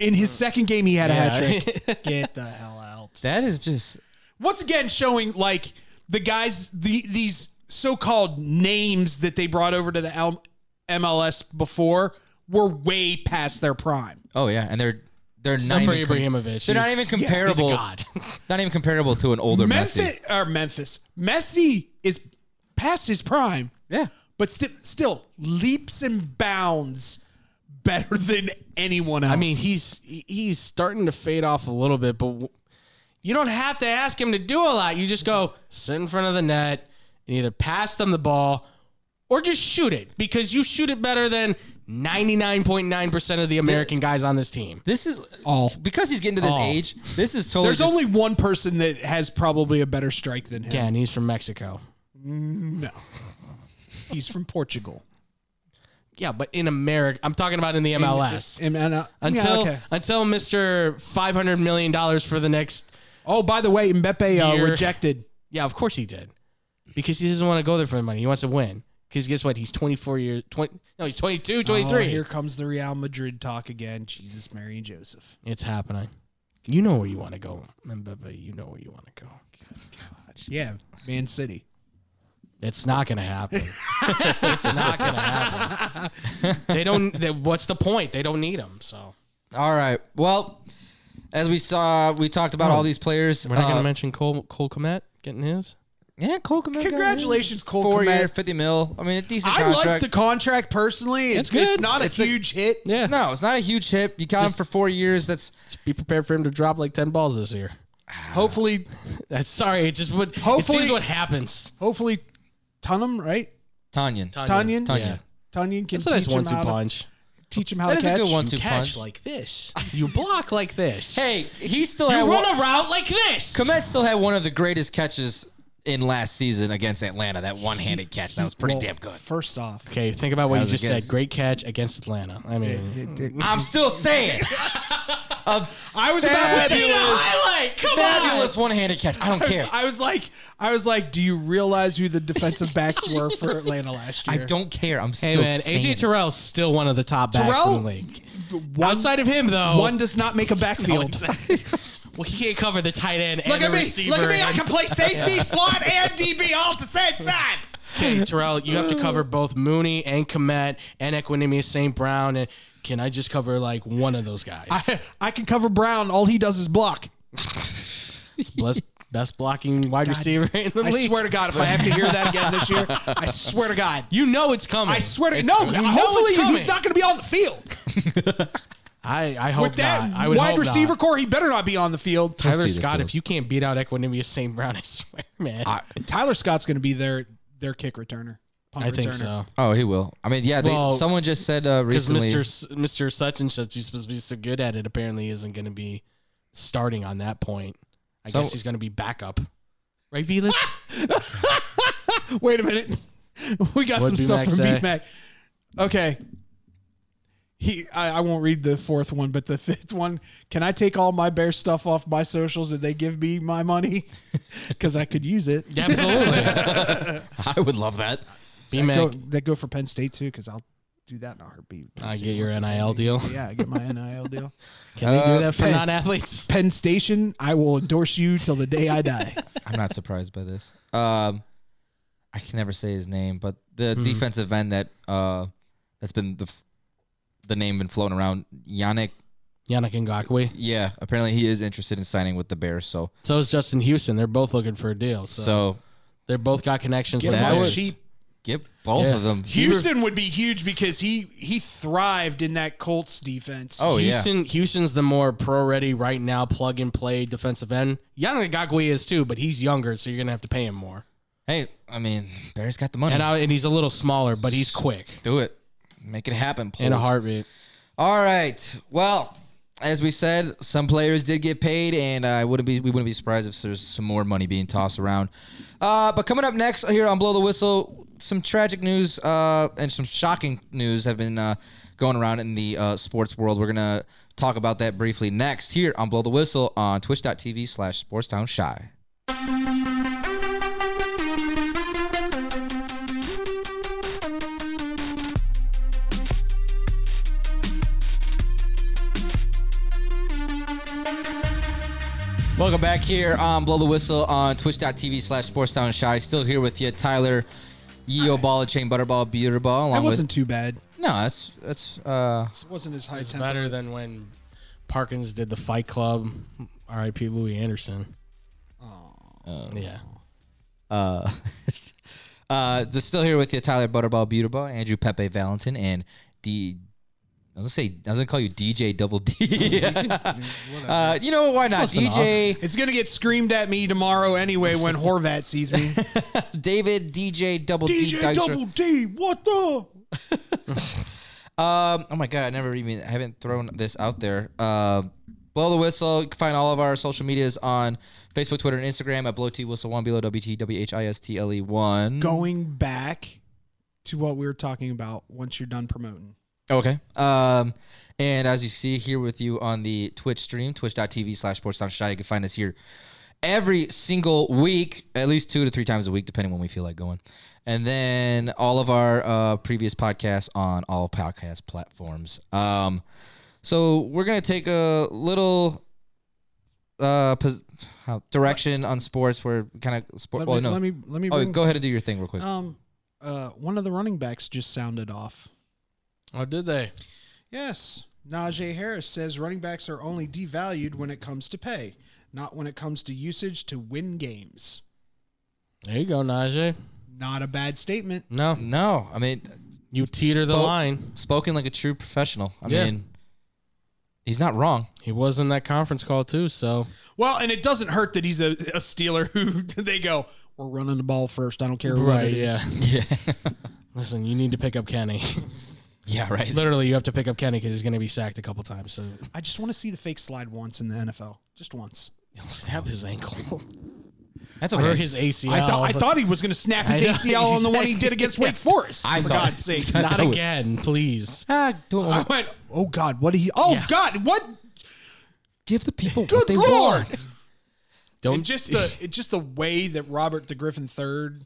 S5: In his second game, he had a hat trick.
S4: trick.
S5: Get the hell out!
S3: That is just.
S5: Once again, showing like the guys, the these so-called names that they brought over to the L- MLS before were way past their prime.
S3: Oh yeah, and they're they're
S4: Except
S3: not
S4: for
S3: even com-
S4: Ibrahimovic.
S3: they're not
S4: He's-
S3: even
S4: He's a
S3: comparable.
S4: god.
S3: not even comparable to an older
S5: Memphis
S3: Messi.
S5: or Memphis. Messi is past his prime,
S3: Yeah.
S5: but sti- still leaps and bounds better than anyone else.
S4: I mean, he's he- he's starting to fade off a little bit, but w- you don't have to ask him to do a lot. You just go sit in front of the net and either pass them the ball or just shoot it because you shoot it better than 99.9% of the American guys on this team.
S3: This is all because he's getting to this
S4: All.
S3: age. This is totally.
S5: there's
S3: just-
S5: only one person that has probably a better strike than him.
S4: Again, he's from Mexico.
S5: No, he's from Portugal.
S4: Yeah, but in America, I'm talking about in the MLS.
S5: And- and, uh, yeah,
S4: until
S5: okay.
S4: until Mr. 500 million dollars for the next
S5: Oh, by the way, Mbappe uh,
S4: Year.
S5: rejected.
S4: Yeah, of course he did. Because he doesn't want to go there for the money. He wants to win. Because guess what? He's 24 years 20 No, he's 22,
S5: Oh,
S4: 23.
S5: here comes the Real Madrid talk again. Jesus, Mary, and Joseph.
S4: it's happening. You know where you want to go. Mbappe, you know where you want to go.
S5: Yeah, Man City.
S4: It's not going to happen. it's not going to happen. They don't they, what's the point? They don't need him. So,
S3: All right. Well, as we saw, we talked about all these players.
S4: we're not going
S3: Uh,
S4: to mention Cole Cole Komet getting his.
S3: Yeah, Cole Komet. got it.
S5: Congratulations, Cole
S3: Four
S5: Komet.
S3: year, fifty mil. I mean, a decent
S5: I
S3: contract.
S5: like the contract personally. It's,
S4: It's good.
S5: it's not a
S3: It's a-
S5: huge hit.
S4: Yeah.
S3: No, it's not a huge hit. You got him
S4: Just-
S3: for four years. That's
S4: Just be prepared for him to drop like 10 balls this year.
S5: Hopefully,
S4: That's sorry. It's just what it
S5: Hopefully-
S4: seems what happens.
S5: hopefully, Tunham, right?
S3: Tanyan.
S5: Tanyan,
S3: Tanyan.
S4: Yeah.
S5: Tanyan can
S4: That's a nice
S5: teach him,
S4: one-two
S5: how to,
S4: punch.
S5: teach him how
S3: That
S5: to
S3: is a
S5: catch.
S3: good one-two
S4: you catch
S3: punch.
S4: like this. You block like this.
S3: Hey, he still
S4: you
S3: had
S4: run
S3: one.
S4: a route like this.
S3: Komet still had one of the greatest catches in last season against Atlanta. That one-handed catch that was pretty
S5: Well,
S3: damn good.
S5: First off,
S4: Okay, think about what
S3: That was
S4: you
S3: a
S4: just said.
S3: guess.
S4: Great catch against Atlanta. I mean,
S3: I'm still saying. a
S5: I was about to say
S3: highlight. Come fabulous one-handed catch. I don't
S5: I
S3: care.
S5: was, I was like, I was like, do you realize who the defensive backs were for Atlanta last
S3: I
S5: year?
S3: don't care. I'm still
S4: hey man,
S3: saying.
S4: AJ Terrell's still one of the top backs in the
S5: Terrell,
S4: league.
S5: one,
S4: Outside of him, though,
S5: one does not make a backfield.
S4: well, he can't cover the tight end and
S3: Look
S4: the
S3: at me.
S4: receiver.
S3: Look at me. I
S4: and-
S3: can play safety, slot, and DB all at the same time.
S4: okay, Terrell, you have to cover both Mooney and Komet and Equinemius St. Brown. And can I just cover like one of those guys?
S5: I can cover Brown. All he does is block.
S4: It's best, best blocking wide receiver in the
S5: I
S4: league.
S5: swear to God, if I have to hear that again this year, I swear to God.
S4: you know it's coming.
S5: I swear to no.
S4: know
S5: Hopefully,
S4: it's coming.
S5: he's not going to be on the field
S4: I, I hope
S5: with that
S4: not. I would
S5: wide
S4: hope not.
S5: receiver core. He better not be on the field.
S4: Tyler
S3: see the
S4: Scott,
S3: field.
S4: if you can't beat out Equinemius St. Brown, I swear, man. I,
S5: Tyler Scott's going to be their their kick returner. Punt
S4: think
S5: returner.
S4: so.
S3: Oh, he will. I mean, yeah. They,
S4: Well,
S3: someone just said uh,
S4: Because
S3: recently.
S4: Mr. S- Mr. Such and Such, who's supposed to be so good at it, apparently isn't going to be starting on that point. I
S3: So-
S4: guess he's going to be backup. Right, Velas?
S5: Wait a minute. We got
S4: What'd
S5: some stuff
S4: B-Mac
S5: from
S4: say?
S5: Big Mac. Okay. He, I, I won't read the fourth one, but the fifth one. Can I take all my bear stuff off my socials and they give me my money? Because I could use it.
S4: Yeah, Absolutely.
S3: I would love that.
S4: B-Mac,
S5: Go, that go for Penn State too, because I'll do that in a heartbeat.
S4: I get your NIL deal.
S5: Yeah, I get my NIL deal.
S4: Can they
S3: Uh,
S4: do that for
S5: Penn.
S4: non-athletes?
S5: Penn Station, I will endorse you till the day I die.
S3: I'm not surprised by this. Um, I can never say his name, but the
S4: Hmm.
S3: defensive end that uh, that's been the f- the name been floating around, Yannick.
S4: Yannick Ngakwe.
S3: Yeah, apparently he is interested in signing with the Bears. So,
S4: So is Justin Houston. They're both looking for a deal. So,
S3: so
S4: they're both got connections
S5: Get
S4: with
S5: him
S3: that
S5: on
S3: was
S4: players.
S5: cheap.
S3: get both
S4: Yeah.
S3: of them.
S5: Houston would be huge because he he thrived in that Colts defense.
S3: Oh yeah,
S4: Houston, Houston's the more pro-ready right now, plug-and-play defensive end. Yannick Ngakwe is too, but he's younger, so you're gonna have to pay him more.
S3: hey, I mean Bears got the money.
S4: And I, and he's a little smaller, but he's quick
S3: Do it, make it happen.
S4: in a
S3: Poles.
S4: heartbeat.
S3: All right. Well, as we said, some players did get paid, and I wouldn't be we wouldn't be surprised if there's some more money being tossed around. Uh, but coming up next here on Blow the Whistle, some tragic news uh, and some shocking news have been uh, going around in the uh, sports world. We're gonna talk about that briefly next here on Blow the Whistle on Twitch.tv/SportstownShy. slash Sportstown Shy. Welcome back here on Blow the Whistle on twitch.tv slash sportstown shy. Still here with you, Tyler, Yeo Ball, Chain Butterball, Beaterball, along
S5: that
S3: with
S5: wasn't too bad.
S3: No, that's that's uh
S5: It wasn't as high.
S4: It's better than when Parkins did the Fight Club. R.I.P. Louis Anderson. Oh, yeah.
S3: uh uh just still here with you, Tyler Butterball, Beaterball, Andrew Pepe Valentin, and D I was gonna say I was gonna call you DJ Double D. uh, you know what, why not?
S4: Close enough.
S3: DJ
S5: It's gonna get screamed at me tomorrow anyway when Horvat sees me.
S3: David DJ Double D Dykstra.
S5: D, what the?
S3: Um, oh my god, I never even I haven't thrown this out there. Uh, blow the whistle. You can find all of our social medias on Facebook, Twitter, and Instagram at blow t whistle one below w t w h i s t l e one.
S5: Going back to what we were talking about. Once you're done promoting,
S3: Okay. Um, and as you see here with you on the Twitch stream, twitch.tv slash sportsdownshy, you can find us here every single week, at least two to three times a week, depending when we feel like going. And then all of our uh, previous podcasts on all podcast platforms. Um, so we're going to take a little uh, pos- how, direction on sports where kind of
S5: let,
S3: sport. Oh,
S5: me,
S3: no.
S5: let me let me
S3: oh,
S5: bring-
S3: go ahead and do your thing real quick.
S5: Um, uh, one of the running backs just sounded off.
S4: Oh, did they?
S5: Yes. Najee Harris says running backs are only devalued when it comes to pay, not when it comes to usage to win games.
S4: There you go, Najee.
S5: Not a bad statement.
S4: No,
S3: no, I mean,
S4: you teeter the
S3: Spoke-
S4: line.
S3: spoken like a true professional. I
S4: Yeah.
S3: mean, he's not wrong.
S4: He was in that conference call too, so
S5: Well, and it doesn't hurt that he's a, a Steeler who they go, we're running the ball first. I don't care what
S4: right,
S5: it is.
S4: yeah.
S3: Yeah.
S4: Listen, you need to pick up Kenny.
S3: yeah, right.
S4: Literally, you have to pick up Kenny because he's going to be sacked a couple times. So
S5: I just want to see the fake slide once in the NFL. Just once.
S4: he'll snap his ankle.
S3: That's
S4: or
S3: okay.
S4: his ACL.
S5: I thought I
S4: but
S5: thought he was going to snap his
S4: I know,
S5: ACL on the one he
S4: exactly.
S5: did against Wake Forest.
S3: I
S5: for
S3: thought-
S5: God's sake,
S4: not again, please.
S3: Ah, do it one
S5: I
S3: more-
S5: went. Oh God, what did he? Oh
S4: Yeah.
S5: God, what?
S3: Give the people what
S5: Good
S3: they
S5: Lord!
S3: want.
S5: And just the it, just the way that Robert the Griffin III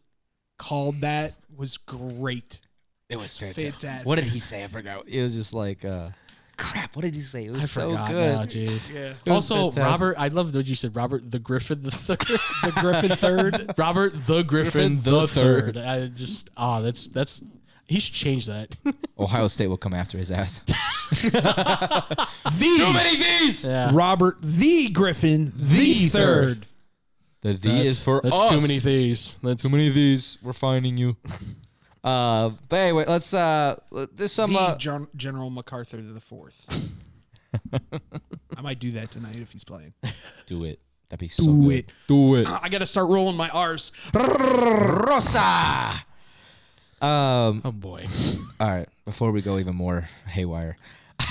S5: called that was great.
S3: It was fantastic.
S5: Fantastic.
S3: What did he say? I forgot. It was just like, uh, crap. What did he say? It was
S4: I
S3: so
S4: forgot
S3: good.
S4: now, jeez.
S3: It was
S4: Also,
S3: fantastic.
S4: Robert, I love what you said, Robert the Griffin the third.
S5: the Griffin Third?
S4: Robert the Griffin,
S3: Griffin
S4: the
S3: the
S4: third. I just ah, that's that's he should change that.
S3: Ohio State will come after his ass.
S5: the
S3: many these.
S4: yeah.
S5: Robert the Griffin the Third.
S3: The the
S4: That's,
S3: is for
S4: that's
S3: us.
S4: too many thieves. That's
S1: many of these. We're finding you.
S3: Uh, but anyway, let's. Uh, let- there's some.
S5: The
S3: Uh,
S5: Gen- General MacArthur the Fourth. I might do that tonight if he's playing.
S3: do it. That'd be so
S5: Do
S3: good.
S5: it.
S1: Do it.
S5: I gotta start rolling my R's.
S3: Rosa. Um.
S4: oh boy.
S3: All right. Before we go even more haywire.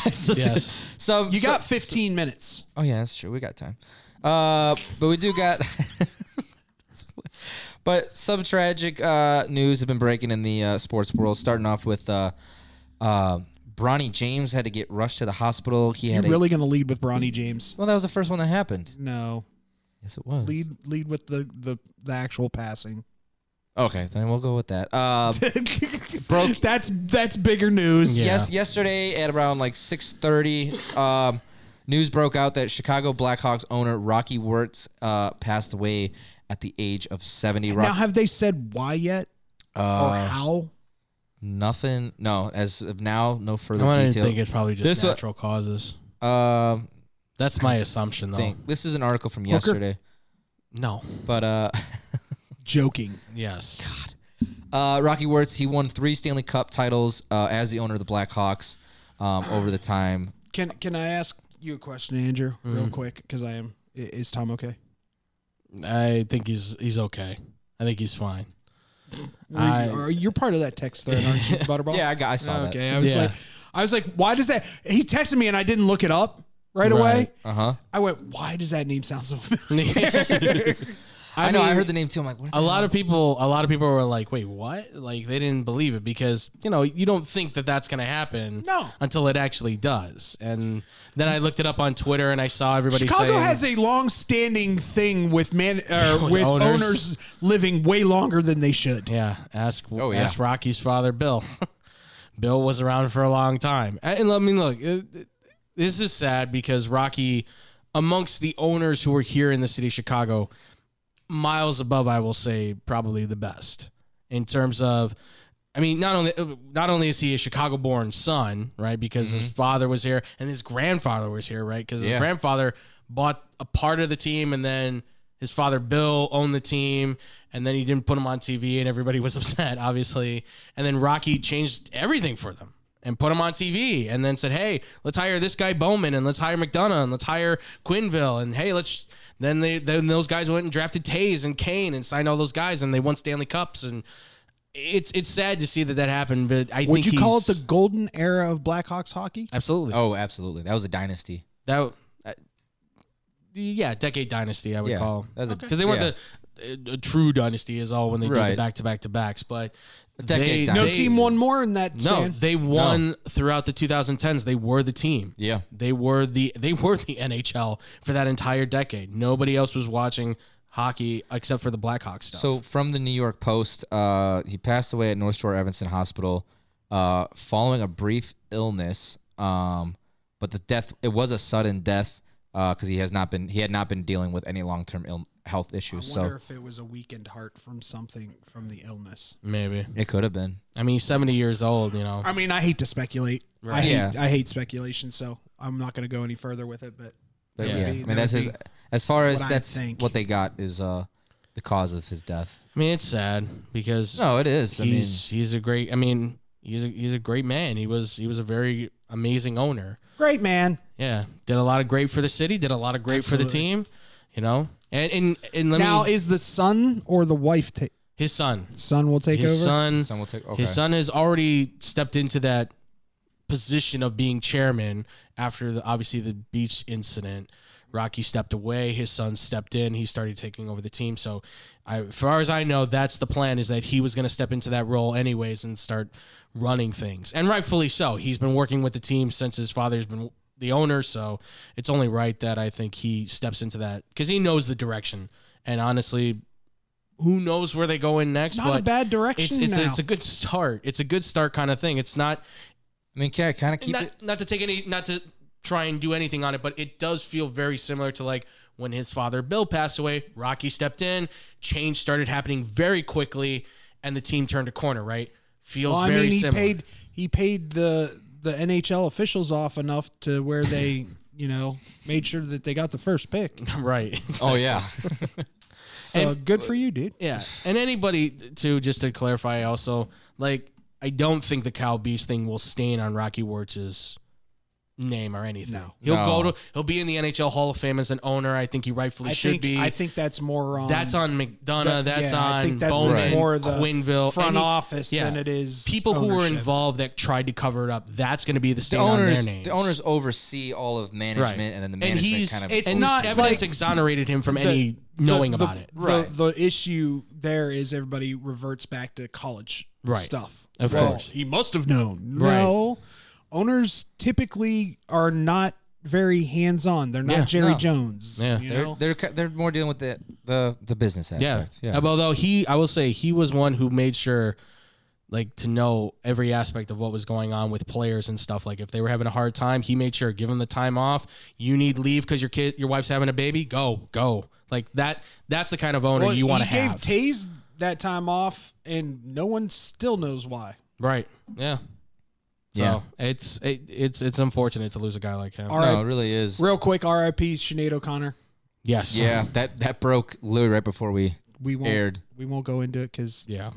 S4: Yes.
S3: Some.
S5: You
S3: so-
S5: got 15 minutes.
S3: Oh yeah, that's true. We got time. Uh, but we do got. but some tragic uh, news have been breaking in the uh, sports world. Starting off with, uh, uh, Bronny James had to get rushed to the hospital. He
S5: You're
S3: had a,
S5: really gonna lead with Bronny James.
S3: well. That was the first one that happened.
S5: No,
S3: Yes, it was.
S5: lead lead with the the, the actual passing.
S3: Okay, then we'll go with that. Um, Broke-
S5: That's that's bigger news.
S3: Yes, yesterday at around like 6:30, um, news broke out that Chicago Blackhawks owner Rocky Wirtz uh, passed away at the age of 70.
S5: Now,
S3: Rock,
S5: have they said why yet or
S3: uh,
S5: how?
S3: nothing. No, as of now, no
S4: I'm
S3: further
S4: gonna
S3: detail.
S4: think it's probably just
S3: This wa-
S4: natural causes.
S3: Um,
S4: That's my assumption though.
S3: thing. This is an article from
S5: Hooker?
S3: yesterday,
S4: No.
S3: but uh,
S5: Joking.
S4: Yes.
S3: uh, Rocky Wirtz he won three Stanley Cup titles uh, as the owner of the Blackhawks um, over the time.
S5: Can can I ask you a question, Andrew, real quick? Because I am. i- Is Tom okay?
S4: I think he's he's okay. I think he's fine.
S5: Were you-
S4: I-
S5: are, you're part of that text thread, aren't you, Butterball?
S3: Yeah, I, got, I saw
S5: Oh. Okay. I was
S4: Yeah.
S5: like, I was like, why does that? He texted me and I didn't look it up right, away.
S4: Right.
S3: that. Uh huh.
S5: I went, why does that name sound so familiar?
S3: I, know. I
S4: mean,
S3: heard the name too. I'm like, what
S4: a lot of people a lot of people were like wait what like they didn't believe it because you know you don't think that that's going to happen
S5: No.
S4: until it actually does and then i looked it up on twitter and i saw everybody
S5: Chicago
S4: saying,
S5: has a long-standing thing with man uh,
S4: With
S5: with
S4: owners.
S5: owners. living way longer than they should.
S4: yeah ask
S3: Oh, yeah.
S4: ask rocky's father bill bill was around for a long time and let me look it- it- this is sad because rocky amongst the owners who were here in the city of chicago miles above i will say probably the best in terms of I mean, not only not only is he a Chicago-born son, right? Because his father was here and his grandfather was here, right? Because his
S3: Mm-hmm. Yeah.
S4: grandfather bought a part of the team, and then his father Bill owned the team, and then he didn't put him on TV, and everybody was upset, obviously. And then Rocky changed everything for them and put him on TV, and then said, "Hey, let's hire this guy Bowman, and let's hire McDonough, and let's hire Quinville, and hey, let's." Then they then those guys went and drafted Tays and Kane and signed all those guys, and they won Stanley Cups and it's it's sad to see that that happened, but I
S5: Would
S4: think
S5: you call it
S4: he's-
S5: the golden era of Blackhawks hockey?
S4: absolutely
S3: Oh, absolutely. That was a dynasty.
S4: that uh, yeah decade dynasty I would
S3: Yeah,
S4: call
S3: that's a-
S4: because they weren't
S3: yeah.
S4: the a, true dynasty is all when they did the
S3: Right.
S4: back to back to backs, but
S3: decade
S4: they,
S3: dynasty.
S5: No
S4: they-
S5: team won more in that
S4: No,
S5: span.
S4: they won throughout the 2010s. They were the team.
S3: Yeah.
S4: They were the they were the NHL for that entire decade. Nobody else was watching hockey except for the Blackhawks stuff.
S3: So from the New York Post, uh, he passed away at North Shore Evanston Hospital uh, following a brief illness. Um, but the death it was a sudden death because he has not been he had not been dealing with any long term Ill- health
S5: I
S3: issues.
S5: wonder
S3: So
S5: if it was a weakened heart from something from the illness.
S4: maybe
S3: it could have been.
S4: I mean, he's 70 years old. You know,
S5: I mean, I hate to speculate. I
S4: Right.
S5: hate,
S3: Yeah.
S5: I hate speculation, so I'm not going to go any further with it. But
S3: But
S4: Yeah.
S3: yeah,
S5: That would
S3: I
S5: be-
S3: mean
S5: that
S3: that's
S5: would
S3: his,
S5: be
S3: as far as
S5: what I
S3: that's
S5: think.
S3: what they got is uh, the cause of his death.
S4: I mean, it's sad because
S3: No, it is. I mean,
S4: he's he's a great. I mean, he's a, he's a great man. He was he was a very amazing owner.
S5: great man,
S4: Yeah, did a lot of great for the city. Did a lot of great for the
S5: Absolutely.
S4: team. You know, and and and let
S5: now
S4: me
S5: is the son or the wife? Ta-
S4: his son,
S5: son will take
S4: his
S5: over.
S4: son,
S3: someone will take okay.
S4: his son has already stepped into that position of being chairman after the obviously the beach incident, Rocky stepped away, his son stepped in, he started taking over the team. So, I, as far as I know, that's the plan is that he was going to step into that role anyways and start running things, and rightfully so. He's been working with the team since his father's been the owner, so it's only right that I think he steps into that because he knows the direction. And honestly, who knows where they go in next?
S5: not a
S4: but
S5: bad direction
S4: It's it's,
S5: now.
S4: it's a good start. It's a good start kind of thing. It's not
S3: I mean, yeah, kind of keep
S4: not,
S3: it.
S4: not to take any not to try and do anything on it but it does feel very similar to like when his father bill passed away rocky stepped in change started happening very quickly and the team turned a corner right feels
S5: Well, I
S4: very
S5: mean, he
S4: similar
S5: paid he paid the the NHL officials off enough to where they you know made sure that they got the first pick.
S4: right
S3: Oh yeah,
S5: So good for you, dude.
S4: yeah and anybody too just to clarify also like i don't think the cow beast thing will stain on rocky wirtz's name or anything
S5: No.
S4: he'll
S3: No.
S4: go to he'll be in the nhl hall of fame as an owner i think he rightfully
S5: I
S4: should
S5: think
S4: be
S5: I think that's more on
S4: That's on McDonough.
S5: Um, That-
S4: that's
S5: yeah, I
S4: on
S5: think that's
S4: Bowman,
S5: more the
S4: Quinville,
S5: front
S4: any-
S5: office than it is
S4: people who were
S5: ownership.
S4: involved that tried to cover it up. That's going to be the
S3: the
S4: stain on
S3: owners
S4: their names.
S3: the owners oversee all of management, and then the management
S4: he's,
S3: kind of
S4: it's
S3: oversees-
S4: not
S5: oversees
S4: evidence
S5: it.
S4: exonerated him from
S5: the-
S4: any
S5: the-
S4: knowing
S5: the-
S4: about it.
S5: The,
S3: Right.
S5: the issue there is everybody reverts back to college
S4: Right.
S5: stuff.
S4: Of
S5: Well,
S4: course.
S5: he must have known. No, owners typically are not very hands on. They're not
S4: Yeah.
S5: Jerry
S3: No.
S5: Jones.
S4: Yeah.
S5: you
S3: They're,
S5: know?
S3: they're ca- they're more dealing with the the, the business
S4: Yeah.
S3: aspect.
S4: yeah. Although he, I will say, he was one who made sure, like, to know every aspect of what was going on with players and stuff. Like, if they were having a hard time, he made sure give them the time off. You need leave because your kid, your wife's having a baby. Go, go. Like that. That's the kind of owner
S5: Well,
S4: you want to
S5: he gave
S4: have.
S5: Taze that time off, and no one still knows why.
S4: Right. Yeah. So
S3: Yeah.
S4: it's it, it's it's unfortunate to lose a guy like him.
S5: All right,
S3: no, it really is.
S5: real quick, R.I.P. Sinead O'Connor.
S4: Yes.
S3: Yeah, that that broke literally right before we
S5: We won't.
S3: aired.
S5: We won't go into it because
S4: Yeah.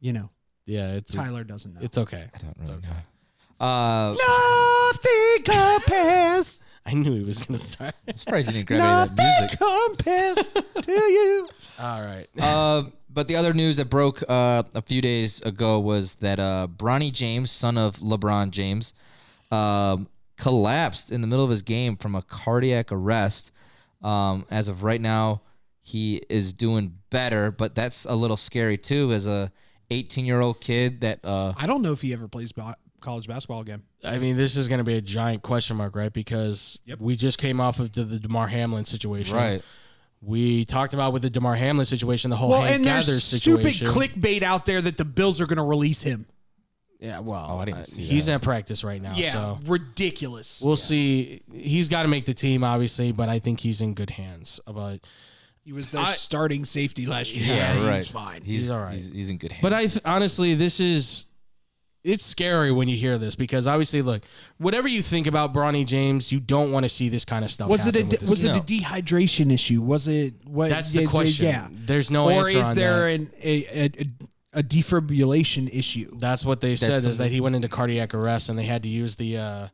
S5: you know
S4: Yeah. It's
S5: Tyler doesn't know.
S4: it's okay.
S3: I don't really know. Uh,
S5: Nothing compares.
S4: I knew he was gonna start.
S3: I'm surprised you didn't grab any of that music.
S5: compares to you.
S4: All right.
S3: Uh, but the other news that broke uh, a few days ago was that uh, Bronny James, son of LeBron James, um, collapsed in the middle of his game from a cardiac arrest. Um, as of right now, he is doing better, but that's a little scary too. As a 18 year old kid, that uh,
S5: I don't know if he ever plays ba- college basketball again.
S4: I mean, this is gonna be a giant question mark, right? Because we just came off of the, the Demar Hamlin situation.
S3: right,
S4: We talked about with the Demar Hamlin situation, the whole
S5: Well,
S4: hand
S5: and there's
S4: gathers
S5: stupid
S4: Oh, situation.
S5: clickbait out there that the Bills are going to release him.
S4: Yeah. Well,
S3: I didn't
S4: uh,
S3: see
S4: he's
S3: that.
S4: at practice right now.
S5: Yeah,
S4: So.
S5: ridiculous.
S4: We'll see. He's got to make the team, obviously, but I think he's in good hands. But
S5: he was their
S4: I-
S5: starting safety last year.
S3: Yeah,
S5: he's
S3: right.
S5: fine.
S3: he's,
S4: He's all right.
S3: He's, he's in good hands.
S4: But I th- honestly, this is it's scary when you hear this because obviously, look, whatever you think about Bronny James, you don't want to see this kind of stuff.
S5: was it a
S4: happen
S5: de-
S4: with this
S5: was it
S4: guy.
S5: a dehydration issue? Was it what?
S4: That's the
S5: is it-
S4: question.
S5: Yeah.
S4: There's no
S5: or
S4: answer
S5: is
S4: on
S5: there
S4: that.
S5: an a, a, a, a defibrillation issue?
S4: That's what they said
S3: That's
S4: is that he went into cardiac arrest and they had to use the. uh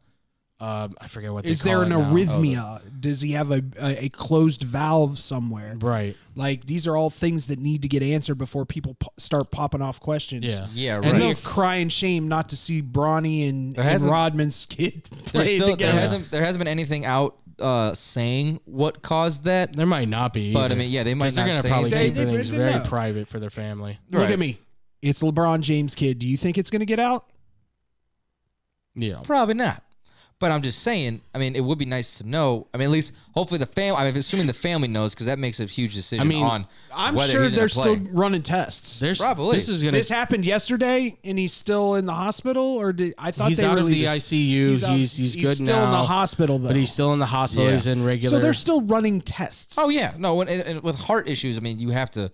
S4: uh, I forget what they
S5: Is there
S4: call
S5: an
S4: it now.
S5: arrhythmia? Does he have a, a a closed valve somewhere?
S4: Oh, Right.
S5: Like these are all things that need to get answered before people po- start popping off questions.
S4: Yeah.
S3: yeah,
S5: And
S3: right.
S5: no cry and shame not to see Bronny and,
S3: There
S5: and
S3: hasn't-
S5: Rodman's kid
S3: There's
S5: play
S3: still- there
S5: together.
S3: hasn't there hasn't been anything out uh, saying what caused that.
S4: There might not be.
S3: But I
S4: either.
S3: mean, yeah, they
S4: 'Cause
S3: might
S4: They're
S3: not
S4: gonna
S3: say
S4: probably
S5: anything.
S4: keep
S5: They- they-
S4: things
S5: they
S4: very
S5: know.
S4: private for their family.
S5: Look
S3: Right.
S5: at me. It's LeBron James' kid. Do you think it's going to get out?
S4: Yeah.
S3: Probably not. But I'm just saying. I mean, it would be nice to know. I mean, at least hopefully the family. I'm assuming the family knows because that makes a huge decision
S4: mean,
S3: on
S5: I'm
S3: whether
S5: sure
S3: he's
S5: they're
S3: gonna play.
S5: still running tests.
S4: There's
S3: Probably.
S4: This is gonna
S5: this happened yesterday, and he's still in the hospital. Or did I thought
S4: he's
S5: they
S4: out of the
S5: released-
S4: ICU. He's
S5: out-
S4: he's, good
S5: still
S4: now.
S5: in the hospital though.
S4: but he's still in the hospital.
S3: Yeah.
S4: He's in regular.
S5: so they're still running tests.
S3: Oh yeah, no. When, and, and with heart issues, I mean, you have to.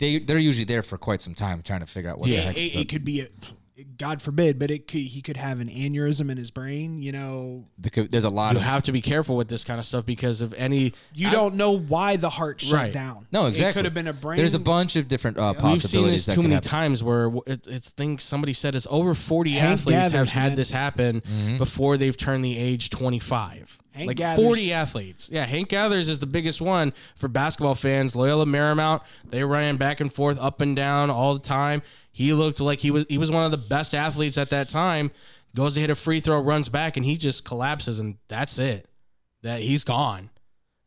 S3: They they're usually there for quite some time trying to figure out what the
S5: Yeah,
S3: heck.
S5: it, it could be a, God forbid, but it could he could have an aneurysm in his brain. You know,
S3: there's a lot
S4: you
S3: of
S4: have to be careful with this kind of stuff because of any.
S5: you don't know why the heart shut
S4: Right.
S5: down.
S3: no
S5: It
S3: exactly.
S5: could have been a brain.
S3: There's a bunch of different uh,
S4: We've seen
S3: possibilities
S4: this
S3: that
S4: too
S3: could
S4: many
S3: happen.
S4: times where w- it, it's things somebody said it's over 40
S5: Hank
S4: athletes have
S5: Gathers,
S4: had
S5: man.
S4: this happen
S3: Mm-hmm.
S4: before they've turned the age 25.
S5: Hank
S4: like
S5: Gathers.
S4: 40 athletes. Yeah, Hank Gathers is the biggest one for basketball fans. Loyola Marymount, they ran back and forth, up and down all the time. He looked like he was he was one of the best athletes at that time. Goes to hit a free throw, runs back, and he just collapses, and that's it. that he's gone.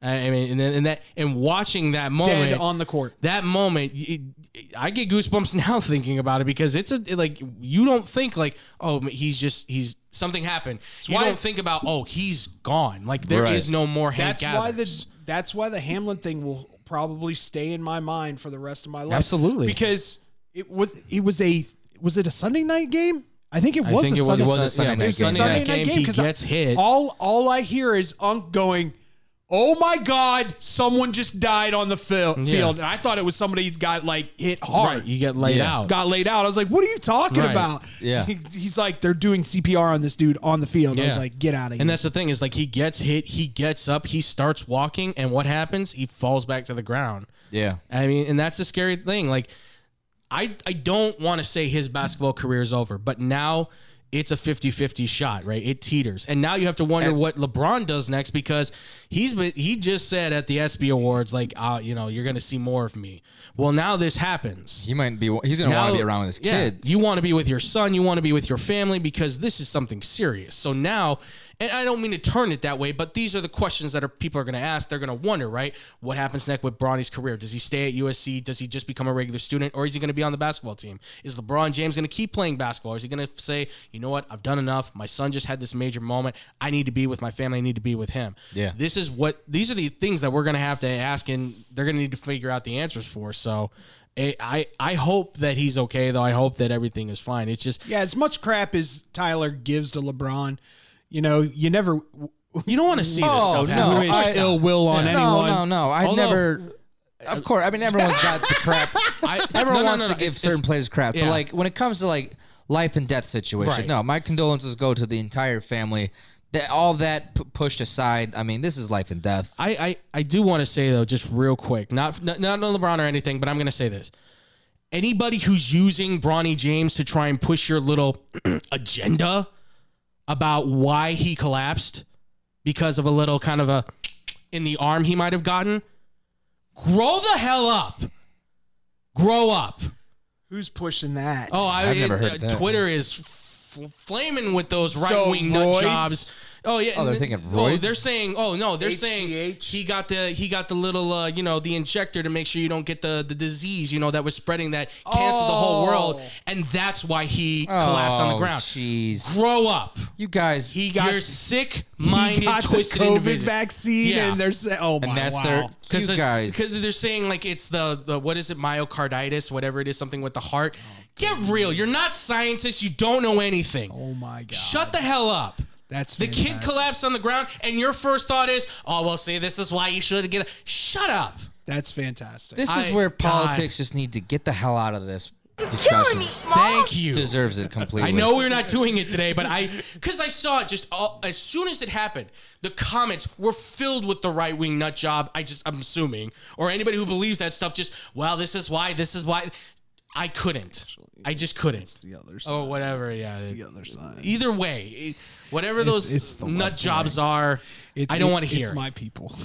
S4: I I mean, and then and that and watching that moment
S5: Dead on the court.
S4: that moment, y- y- I get goosebumps now thinking about it because it's a it, like you don't think like oh he's just he's something happened. you
S5: why-
S4: don't think about oh he's gone. Like there is
S8: Right.
S4: no more Hank
S5: That's why
S4: Gathers.
S5: the that's why the Hamlin thing will probably stay in my mind for the rest of my life.
S4: Absolutely.
S5: because it was it was a was it a Sunday night game? I think it was. a Sunday,
S3: was a Sunday night
S5: it was a
S3: game.
S5: Sunday
S4: night game.
S5: 'cause
S4: He
S5: I-
S4: gets hit.
S5: All all I hear is Unc going. Oh my God! Someone just died on the fil- field, and I thought it was somebody got like hit hard.
S4: Right, you get laid
S3: Yeah.
S4: out.
S5: got laid out. I was like, "What are you talking
S4: Right.
S5: about?"
S3: Yeah.
S5: He- he's like, "They're doing CPR on this dude on the field." I was
S4: Yeah.
S5: like, "Get out of here!"
S4: And that's the thing is like he gets hit, he gets up, he starts walking, and what happens? He falls back to the ground.
S3: Yeah.
S4: I mean, and that's the scary thing. Like, I I don't want to say his basketball career is over, but now it's a 50-50 shot, right? It teeters. And now you have to wonder what LeBron does next because he's been he just said at the ESPY Awards, like, uh, you know, you're gonna see more of me. Well, now this happens.
S3: He might be. He's gonna
S4: Now-
S3: want to be around with his
S4: yeah,
S3: kids.
S4: You want to be with your son. You want to be with your family because this is something serious. So now, and I don't mean to turn it that way, but these are the questions that are people are going to ask. They're going to wonder, right? What happens next with Bronny's career? Does he stay at USC? Does he just become a regular student, or is he going to be on the basketball team? Is LeBron James going to keep playing basketball? Or is he going to say, you know what, I've done enough. My son just had this major moment. I need to be with my family. I need to be with him.
S3: Yeah.
S4: This is what. These are the things that we're going to have to ask, and they're going to need to figure out the answers for. So. I- I I hope that he's okay though. I hope that everything is fine. It's just
S5: yeah. As much crap as Tyler gives to LeBron, you know, you never
S4: you don't want to see this
S3: Oh,
S4: stuff. happen.
S3: no,
S5: wish
S3: I-
S5: ill will on
S3: no,
S5: anyone.
S3: no, no. I
S4: Although- uh,
S3: never. Of course, I mean everyone's got the crap. Everyone
S4: no, no,
S3: wants
S4: no,
S3: to
S4: no,
S3: give
S4: it's-
S3: certain
S4: it's-
S3: players crap,
S4: yeah.
S3: but like when it comes to like life and death situation,
S4: Right.
S3: no. My condolences go to the entire family. That all that p- pushed aside. I mean, this is life and death.
S4: I, I I do want to say though, just real quick, not not not on LeBron or anything, but I'm gonna say this. Anybody who's using Bronny James to try and push your little agenda about why he collapsed because of a little kind of a in the arm he might have gotten, grow the hell up. Grow up.
S5: Who's pushing that?
S4: Oh, I,
S3: I've
S4: it-
S3: never heard
S4: uh,
S3: that.
S4: Twitter is f- flaming with those right
S5: So,
S4: wing nut
S5: roids?
S4: jobs. Oh yeah,
S3: Oh, they're thinking
S4: Oh,
S3: roids?
S4: they're saying. Oh no, they're saying
S5: HGH?
S4: he got the he got the little uh, you know the injector to make sure you don't get the the disease you know that was spreading that canceled the whole world,
S5: Oh.
S4: and that's why he collapsed on the
S3: Oh,
S4: ground.
S3: Jeez,
S4: Grow up.
S3: you guys.
S4: He
S3: you-
S4: got you're sick
S5: he
S4: minded,
S5: got the
S4: twisted
S5: COVID
S4: individual.
S5: vaccine,
S4: Yeah.
S5: and they're saying, "Oh my
S3: and that's
S5: wow."
S3: their
S4: Because
S3: you guys.
S4: because they're saying like it's the, the what is it myocarditis whatever it is something with the heart. Get real, you're not scientists. You don't know anything.
S5: Oh my god!
S4: Shut the hell up.
S5: That's
S4: the kid
S5: fantastic.
S4: collapsed on the ground, and your first thought is, "Oh well, see, this is why you should get." Shut up.
S5: That's fantastic.
S3: this
S4: I-
S3: is where
S4: God.
S3: politics just need to get the hell out of this. discussion.
S4: Thank you.
S3: Deserves it completely.
S4: I know we're not doing it today, but I because I saw it just all, as soon as it happened, the comments were filled with the right wing nut job. I just I'm assuming, or anybody who believes that stuff, just well, this is why, this is why. I couldn't. I just couldn't.
S5: the other side.
S4: Or whatever. Yeah.
S5: The other side.
S4: Either way, it- whatever those
S5: it's the
S4: nut
S5: left
S4: jobs are, I don't want to hear.
S5: It's
S4: it.
S5: my people.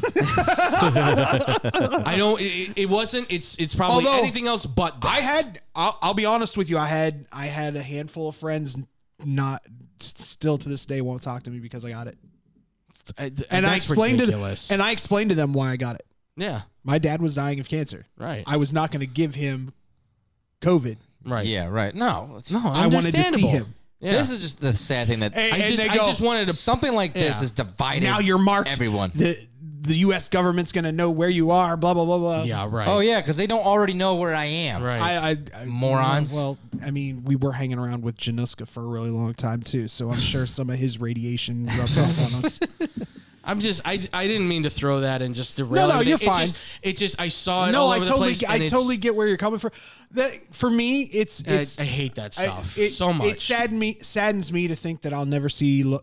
S4: I don't. It, it wasn't. It's it's probably
S5: Although-
S4: anything else but that.
S5: I had. I'll, I'll be honest with you. I had. I had a handful of friends. Not s- still to this day won't talk to me because I got it.
S4: and
S5: And I explained
S4: ridiculous.
S5: to them, and I explained to them why I got it.
S4: yeah,
S5: My dad was dying of cancer.
S4: right,
S5: I was not going to give him COVID.
S4: right.
S3: Yeah, right. No,
S4: no,
S5: I wanted to see
S4: understandable.
S5: him.
S4: Yeah.
S3: This is just the sad thing that
S5: And,
S4: I
S5: and
S4: just,
S5: they
S4: I
S5: go,
S4: just wanted to.
S3: something like this
S4: Yeah.
S3: is divided.
S5: now you're marked.
S3: Everyone.
S5: The the U.S. government's going to know where you are. Blah blah blah blah.
S4: Yeah, right.
S3: oh yeah, because they don't already know where I am.
S4: right.
S5: I, I, I
S3: Morons.
S5: Well, I mean, we were hanging around with Januska for a really long time too, so I'm sure some of his radiation rubbed off on us.
S4: I'm just. I, I didn't mean to throw that and just derail.
S5: No, no,
S4: everything.
S5: you're
S4: It
S5: fine.
S4: Just, it just. I saw it.
S5: no,
S4: all
S5: I
S4: over
S5: totally,
S4: The place,
S5: I
S4: and it's-
S5: totally get where you're coming from. That for me, it's
S4: I,
S5: it's
S4: I hate that
S5: I-
S4: stuff
S5: it-
S4: so much.
S5: It saddened me, saddens me to think that I'll never see. Le-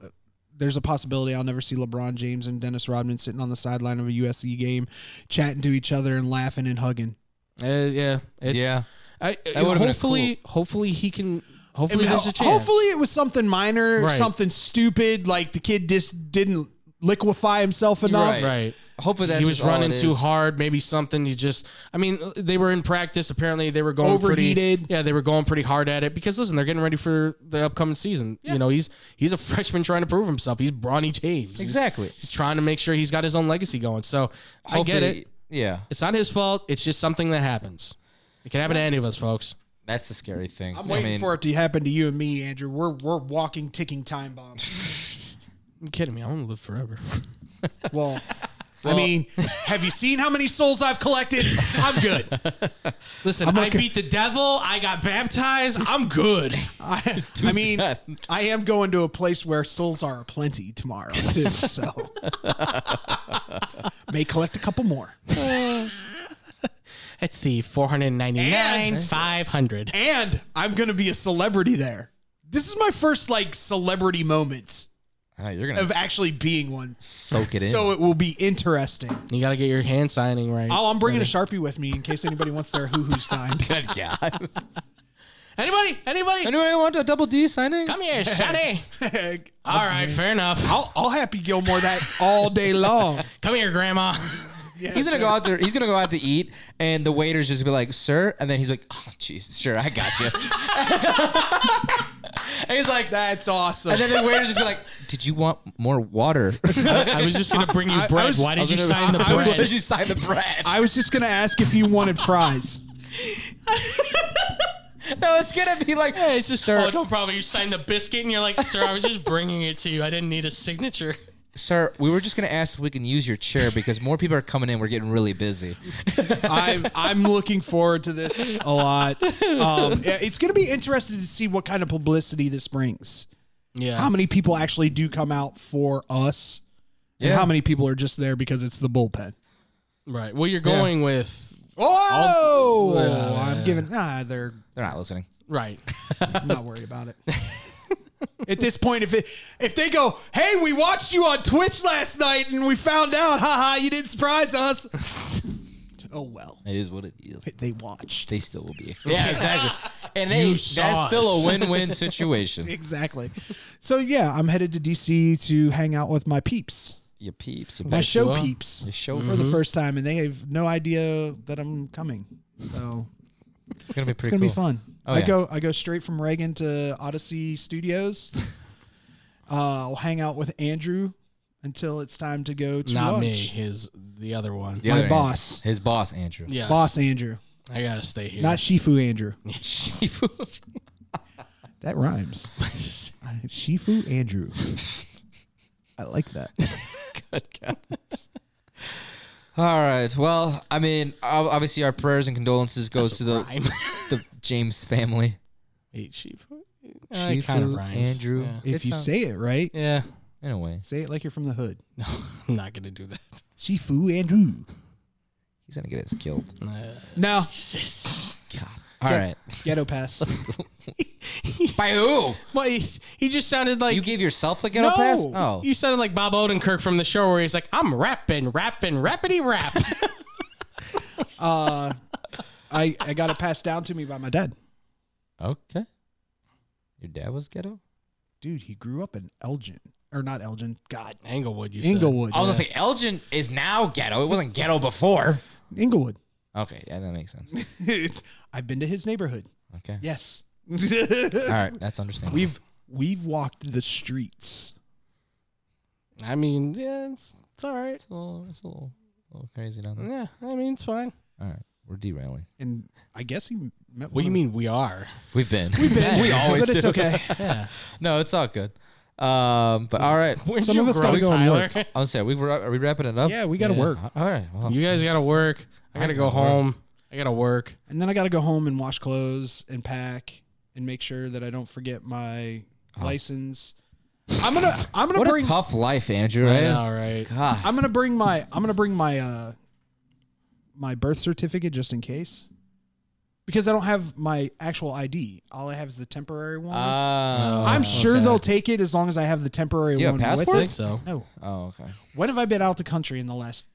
S5: there's a possibility I'll never see LeBron James and Dennis Rodman sitting on the sideline of a USC game, chatting to each other and laughing and hugging.
S4: Uh, yeah. It's,
S3: Yeah.
S4: I,
S3: would've been
S4: hopefully, hopefully he can. Hopefully,
S5: I mean,
S4: there's a chance.
S5: Hopefully, it was something minor,
S4: Right.
S5: something stupid, like the kid just didn't liquefy himself enough.
S3: Right.
S4: right.
S3: Hopefully that's
S4: he was
S3: just all
S4: running
S3: it
S4: too
S3: is.
S4: hard. Maybe something. He just. I mean, they were in practice. Apparently, they were going
S5: Overheated.
S4: Pretty, yeah, they were going pretty hard at it because listen, they're getting ready for the upcoming season. You know, he's he's a freshman trying to prove himself. He's Bronny James. He's-
S3: Exactly.
S4: He's, trying to make sure he's got his own legacy going. So I get
S3: Hopefully-
S4: it.
S3: Yeah,
S4: It's not his fault. It's just something that happens. It can happen to any of us, folks.
S3: that's the scary thing.
S5: I'm waiting
S3: I mean,
S5: for it to happen to you and me, Andrew. We're we're walking ticking time bombs.
S4: You kidding me? I want to live forever.
S5: Well, I mean, have you seen how many souls I've collected? I'm good.
S7: Listen, I beat the devil. I got baptized. I'm good.
S5: I, I mean, I am going to a place where souls are aplenty tomorrow, too, so may collect a couple more.
S4: Let's see, 499, 500.
S5: And I'm going to be a celebrity there. This is my first like celebrity moment
S3: ah, you're gonna
S5: of actually being one.
S3: soak it in.
S5: So it will be interesting.
S4: You got to get your hand signing right.
S5: Oh, I'm bringing a Sharpie with me in case anybody wants their hoo hoo signed.
S3: Good God.
S4: Anybody? Anybody?
S3: Anyone want a double D signing?
S4: Come here, Sonny.
S5: I'll,
S4: All right, fair enough.
S5: I'll happy Gilmore that all day long.
S4: Come here, Grandma.
S3: He's gonna go out there. He's gonna go out to eat, and the waiter's just gonna be like, "Sir," and then he's like, "Oh, jeez, sure, I got you." and he's like,
S5: That's awesome.
S3: and then the waiter's just be like, "Did you want more water?"
S4: I was just gonna bring you bread.
S5: was-
S4: Why
S5: I
S4: did
S5: was
S4: you
S5: gonna-
S4: sign the
S5: I- I was-
S4: bread?
S3: Did you sign the bread?
S5: I was just going to ask if you wanted fries.
S3: no, it's gonna be like,
S4: Hey, it's just
S3: sir,
S4: oh, no problem. You signed the biscuit, and you're like, "Sir, I was just bringing it to you. I didn't need a signature."
S3: sir, we were just gonna ask if we can use your chair because more people are coming in. We're getting really busy.
S5: I'm I'm looking forward to this a lot. Um, yeah, it's going to be interesting to see what kind of publicity this brings.
S4: Yeah.
S5: How many people actually do come out for us, and
S3: Yeah.
S5: how many people are just there because it's the bullpen?
S4: right. Well, you're going with
S5: Oh, I'm giving. Nah, they're
S3: They're not listening.
S4: right.
S5: I'm not worried about it. At this point, if it if they go, hey, we watched you on Twitch last night and we found out, haha, you didn't surprise us. oh well,
S3: It is what it is.
S5: they watched
S3: They still will be. Yeah, exactly. And they,
S4: You
S3: that's
S4: saw us.
S3: still a win-win situation.
S5: exactly. So yeah, I'm headed to DC to hang out with my peeps,
S3: you peeps. You
S5: my
S3: peeps.
S5: show
S4: are.
S5: peeps, Mm-hmm.
S3: You show
S5: for the first time, and they have no idea that I'm coming. So
S3: It's gonna be pretty
S5: it's gonna
S3: cool.
S5: be fun.
S3: Oh,
S5: I
S3: yeah.
S5: go I go straight from Reagan to Odyssey Studios. uh, I'll hang out with Andrew until it's time to go to
S4: Not
S5: lunch.
S4: me. His the other one.
S3: The
S5: My
S3: other
S5: boss.
S3: Andrew. His boss, Andrew.
S4: Yes.
S5: Boss Andrew,
S4: I gotta stay here.
S5: not Shifu Andrew.
S3: Shifu.
S5: That rhymes. Shifu Andrew. I like that.
S3: All right. Well, I mean, ob- obviously, our prayers and condolences goes to the, the James family.
S4: Wait, sheep. Uh, it kinda
S3: Shifu,
S4: rhymes.
S3: Andrew.
S4: Yeah.
S5: If
S3: It's
S5: you
S3: not-
S5: say it right,
S4: yeah.
S3: In a way,
S5: say it like you're from the hood.
S4: No, I'm not gonna do that.
S5: Shifu Andrew.
S3: he's gonna get us killed.
S5: No,
S3: God. All right.
S5: ghetto pass.
S3: By who?
S4: Well, he, he just sounded like
S3: You gave yourself the ghetto
S4: No.
S3: pass? Oh,
S4: You sounded like Bob Odenkirk from the show where he's like, I'm rapping, rapping, rappity rap.
S5: I, I got it passed down to me by my dad.
S3: okay. Your dad was ghetto.
S5: Dude, he grew up in Elgin. Or not Elgin. God.
S4: Englewood, you
S5: Inglewood.
S3: I was gonna say Elgin is now ghetto. It wasn't ghetto before.
S5: Inglewood.
S3: Okay, yeah, that makes sense.
S5: I've been to his neighborhood.
S3: Okay.
S5: Yes.
S3: All right, that's understandable.
S5: We've we've walked the streets.
S4: said. I mean, yeah, it's, it's all right.
S3: It's a little, it's a little, little crazy down there.
S4: Yeah, I mean, it's fine.
S3: All right, we're derailing.
S5: And I guess he met
S4: What do you mean we are?
S3: We've been. We've
S5: been,
S3: we always
S5: but it's
S3: do.
S5: okay.
S3: No, it's all good. Um, but all right.
S4: Where's
S5: Some
S4: your
S5: of us gotta
S4: growth,
S5: go and
S4: Tyler?
S3: I'm sorry. We wra- are we wrapping it up?
S5: Yeah, we gotta
S4: Yeah.
S5: work.
S3: All right. Well,
S4: you guys got to work. I got to go
S3: gotta work.
S4: home. I got to work.
S5: And then I got to go home and wash clothes and pack and make sure that I don't forget my license. I'm going to I'm going
S3: Uh-huh. what
S5: to bring
S3: a tough life, Andrew. Right?
S4: All right.
S3: God.
S5: I'm going to bring my I'm going to bring my uh my birth certificate just in case. Because I don't have my actual ID. All I have is the temporary one.
S3: Uh,
S5: I'm sure they'll take it as long as I have the temporary
S3: Do you have
S5: one
S3: a
S5: with it.
S3: passport?
S4: I think so.
S5: No.
S3: oh, okay.
S5: When have I been out the country in the last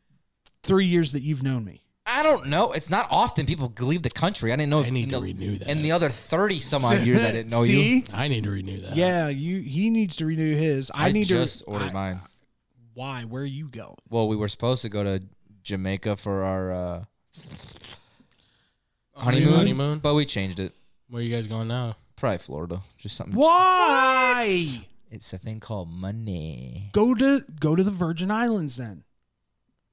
S5: 3 years that you've known me?
S3: I don't know. It's not often people leave the country. I didn't know.
S4: I need
S3: in
S4: to
S3: the,
S4: renew that.
S3: In the other thirty some odd years, I didn't know you.
S5: See?
S4: I need to renew that.
S5: Yeah, you he needs to renew his. I,
S3: I
S5: need
S3: just
S5: to
S3: ordered mine.
S5: Why? Where are you going?
S3: Well, we were supposed to go to Jamaica for our uh, honeymoon,
S4: Honeymoon?
S3: but we changed it.
S4: Where you guys going now?
S3: Probably Florida, just something.
S5: Why?
S3: It's a thing called money.
S5: Go to go to the Virgin Islands then.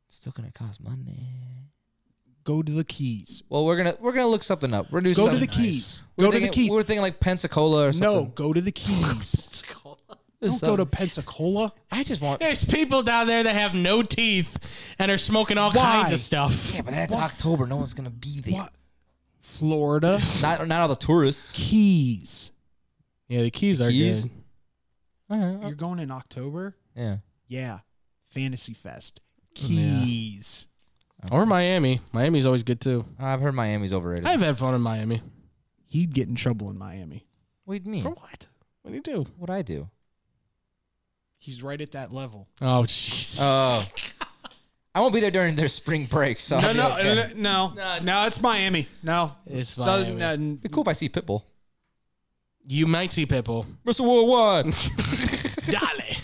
S3: It's still gonna cost money.
S5: Go to the Keys.
S3: Well, we're gonna we're gonna look something up. We're gonna do
S5: Go to
S3: something.
S5: the Keys.
S3: We
S5: Go
S3: were
S5: to the
S3: thinking-
S5: Keys.
S3: We were thinking like Pensacola or
S5: No,
S3: something.
S5: go to the Keys. Don't go to Pensacola.
S3: I just want.
S7: There's people down there that have no teeth and are smoking all kinds of stuff.
S3: Yeah, but that's October. No one's gonna be there.
S5: What? Florida
S3: Not not all the tourists.
S5: Keys.
S4: Yeah, the keys are
S3: Keys?
S4: good.
S5: You're going in October?
S3: Yeah.
S5: Yeah. Fantasy Fest. Keys.
S4: Or Miami. Miami's always good too.
S3: I've heard Miami's overrated.
S4: I've had fun in Miami.
S5: He'd get in trouble in Miami.
S3: what do you mean?
S4: what? What do you do?
S3: What I do?
S5: He's right at that level.
S4: Oh jeez.
S3: Oh. I won't be there during their spring break, so
S5: No,
S3: I'll be
S5: no,
S3: okay.
S5: no, no, no, it's Miami. No,
S4: it's
S5: Doesn't-
S4: Miami.
S5: no,
S3: Be cool if I see Pitbull.
S4: you might see Pitbull.
S3: Mr. Worldwide.
S7: Dolly.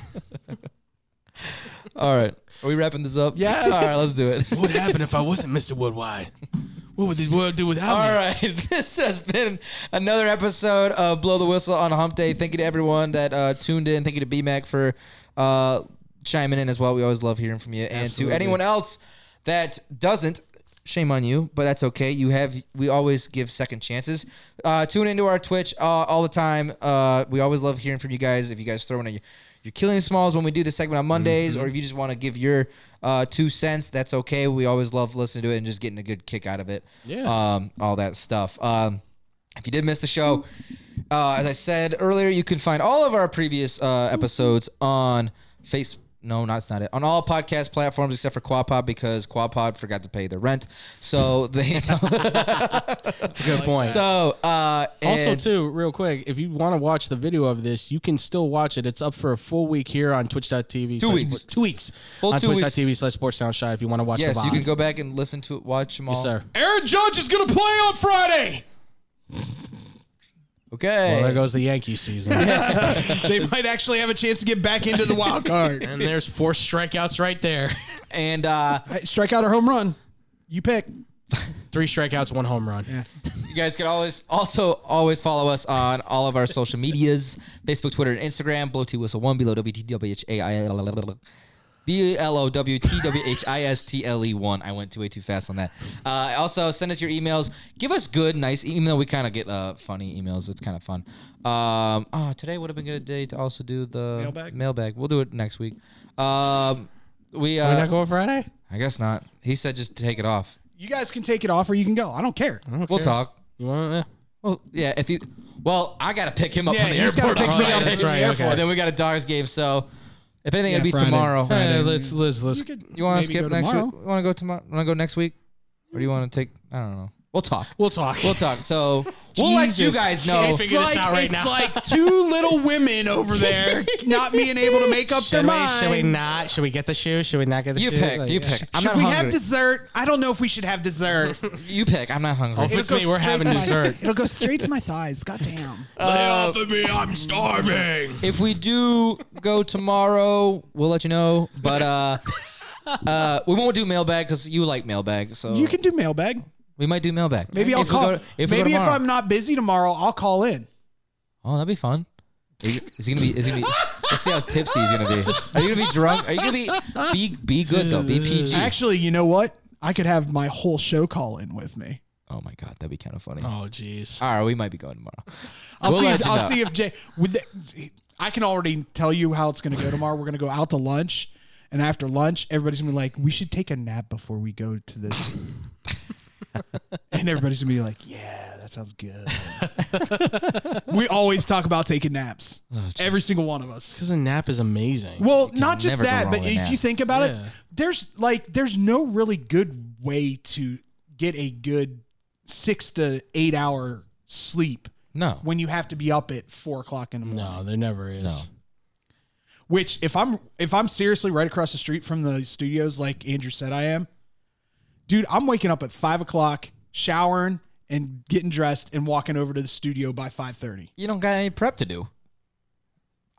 S3: All right. Are we wrapping this up?
S5: Yes.
S3: All right, let's do it.
S7: What would happen if I wasn't Mr. Worldwide? What would the world do without
S3: All
S7: me?
S3: right. This has been another episode of Blow the Whistle on Hump Day. Thank you to everyone that uh, tuned in. Thank you to BMAC for uh, chiming in as well. We always love hearing from you. And to anyone else that doesn't, shame on you, but that's okay. You have we always give second chances. Uh, tune into our Twitch uh, all the time. Uh, we always love hearing from you guys. If you guys throw in a you're killing smalls when we do this segment on Mondays, or if you just want to give your uh, two cents, that's okay. We always love listening to it and just getting a good kick out of it. Yeah. Um, all that stuff. Um, if you did miss the show, uh, as I said earlier, you can find all of our previous uh, episodes on Facebook. No, not, it's not it. On all podcast platforms except for Quadpod because Quadpod forgot to pay their rent. So they don't.
S4: Good point.
S3: so, uh,
S4: Also,
S3: and-
S4: too, real quick, if you want to watch the video of this, you can still watch it. It's up for a full week here on Twitch.tv.
S3: Two
S4: slash-
S3: weeks.
S4: Two weeks.
S3: Full
S4: on
S3: two weeks.
S4: Twitch.tv slash Sports Sound Shy if you want to watch the
S3: Yes, you
S4: VOD.
S3: can go back and listen to it, watch them all.
S4: Yes, sir.
S5: Aaron Judge is gonna play on Friday.
S3: Okay.
S4: Well, there goes the Yankee season.
S5: They might actually have a chance to get back into the wild card.
S4: and there's four strikeouts right there.
S3: and uh,
S5: Strike out or home run? You pick.
S4: Three strikeouts, one home run.
S3: You guys can always also always follow us on all of our social medias: Facebook, Twitter, and Instagram. Blow T Whistle One below W T W H A I L B L O W T W H I S T L E one. I went way too fast on that. Uh, also, send us your emails. Give us good, nice email. We kind of get uh, funny emails. It's kind of fun. Um, oh, today would have been a good day to also do the mailbag. We'll do it next week. Um, we
S4: We're not
S3: uh,
S4: going Friday?
S3: I guess not. He said just take it off.
S5: You guys can take it off or you can go. I don't care.
S3: We'll talk.
S4: You want yeah.
S3: Well, yeah. If you, well, I gotta pick him up
S5: Yeah,
S3: from the
S5: he's gotta
S3: airport.
S5: pick
S3: on
S5: me
S3: Friday.
S5: up
S4: That's from the right, airport. okay.
S3: And then we got a Dogs game, so if anything, it'll be
S5: Friday.
S3: tomorrow.
S4: Hey, Uh, let's, let's, let's.
S3: You want to
S5: Maybe
S3: skip
S5: go
S3: next
S5: tomorrow.
S3: week? Want to go tomorrow? Want to go next week? Or do you want to take? I don't know. We'll talk.
S4: We'll talk.
S3: We'll talk. So we'll let you
S4: Jesus.
S3: guys know.
S7: figure this out right
S5: it's
S7: now.
S5: like two little women over there not being able to make up their
S4: Should we,
S5: mind.
S4: should we not? Should we get the shoe? Should we not get the
S3: You
S4: shoe?
S3: pick.
S4: Like,
S3: You
S4: yeah.
S3: pick. I'm
S5: Should
S3: not
S5: we have
S3: hungry.
S5: dessert? I don't know if we should have dessert.
S3: You pick. I'm not hungry.
S4: Oh, if it's me, we're having dessert.
S5: It'll go straight to my thighs. Goddamn.
S3: Oh. if we do go tomorrow, we'll let you know. But uh, uh, we won't do mailbag because you like mailbag. So
S5: You can do mailbag.
S3: we might do mailbag.
S5: Maybe I'll
S3: If we
S5: call.
S3: go to- if we go
S5: maybe if
S3: tomorrow.
S5: I'm not busy tomorrow, I'll call in.
S3: Oh, that'd be fun. Are you- Is he gonna be? Is he gonna be? Let's see how tipsy he's gonna be. Are you gonna be drunk? Are you gonna be? Be be good though. Be PG.
S5: Actually, you know what? I could have my whole show call in with me.
S3: Oh my god, that'd be kind of funny.
S4: Oh, jeez.
S3: All right, we might be going tomorrow.
S5: I'll
S3: We'll
S5: see.
S3: let
S5: If,
S3: you
S5: I'll
S3: know.
S5: see if Jay. With the, I can already tell you how it's going to go tomorrow. We're going to go out to lunch, and after lunch, everybody's going to be like, "We should take a nap before we go to this." and everybody's going to be like, "Yeah, that sounds good." we always talk about taking naps.
S3: Oh,
S5: every single one of us.
S4: Because a nap is amazing.
S5: Well, not just
S3: never go
S5: that,
S3: wrong
S5: but
S3: with
S5: if
S3: that.
S5: you think about
S4: Yeah.
S5: it, there's like there's no really good way to get a good six to eight hour sleep
S3: No.
S5: when you have to be up at four o'clock in the morning.
S4: no, there never is.
S3: No.
S5: Which if I'm if I'm seriously right across the street from the studios, like Andrew said I am, dude, I'm waking up at five o'clock, showering and getting dressed and walking over to the studio by five thirty.
S3: You don't got any prep to do.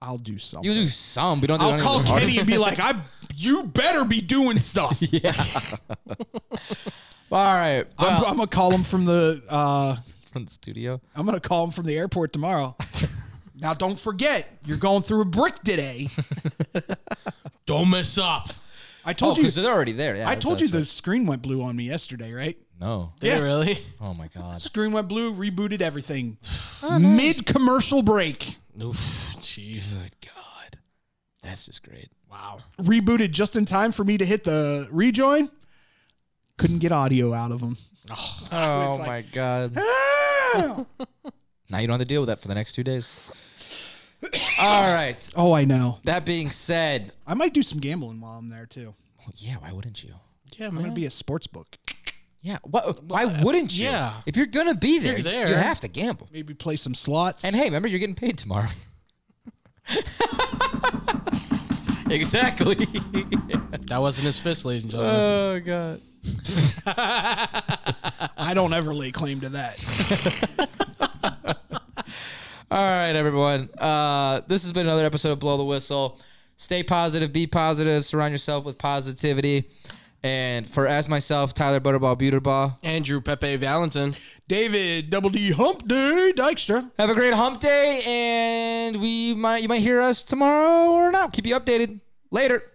S5: I'll do something.
S3: You do some, but don't do
S5: I'll
S3: anything
S5: call
S3: hard.
S5: Kenny and be like, I you better be doing stuff.
S3: All right,
S5: I'm,
S3: well,
S5: I'm gonna call him from the uh,
S3: from the studio.
S5: I'm gonna call him from the airport tomorrow. now don't forget, you're going through a brick today.
S7: Don't mess up.
S5: I
S3: Oh,
S5: told you
S3: because they're already there. Yeah,
S5: I told you the
S3: that's
S5: screen went blue on me yesterday, right?
S3: right. No.
S5: Yeah.
S4: Really?
S3: Oh my god.
S5: Screen went blue, rebooted everything. Mid commercial break.
S4: Oof, jeez.
S3: Good god. That's just great.
S4: Wow.
S5: Rebooted just in time for me to hit the rejoin. Couldn't get audio out of them.
S3: Oh my god. now you don't have to deal with that for the next two days. All right.
S5: Oh, I know.
S3: That being said,
S5: I might do some gambling while I'm there too.
S3: well, yeah. Why wouldn't you?
S4: Yeah,
S5: I'm
S4: man.
S5: gonna be a sports book.
S3: Yeah. What? Why wouldn't you?
S4: uh, yeah.
S3: If you're gonna be there,
S4: You're there.
S3: you have to gamble.
S5: Maybe play some slots.
S3: And hey, remember you're getting paid tomorrow. exactly.
S4: that wasn't his fist, ladies and gentlemen.
S3: Oh god.
S5: I don't ever lay claim to that.
S3: All right, everyone. Uh, this has been another episode of Blow the Whistle. Stay positive, be positive, surround yourself with positivity. And for as myself, Tyler Butterball Buterball,
S4: Andrew Pepe Valentin.
S5: David Double D Hump Day Dykstra.
S3: have a great hump day, and we might you might hear us tomorrow or not. Keep you updated. Later.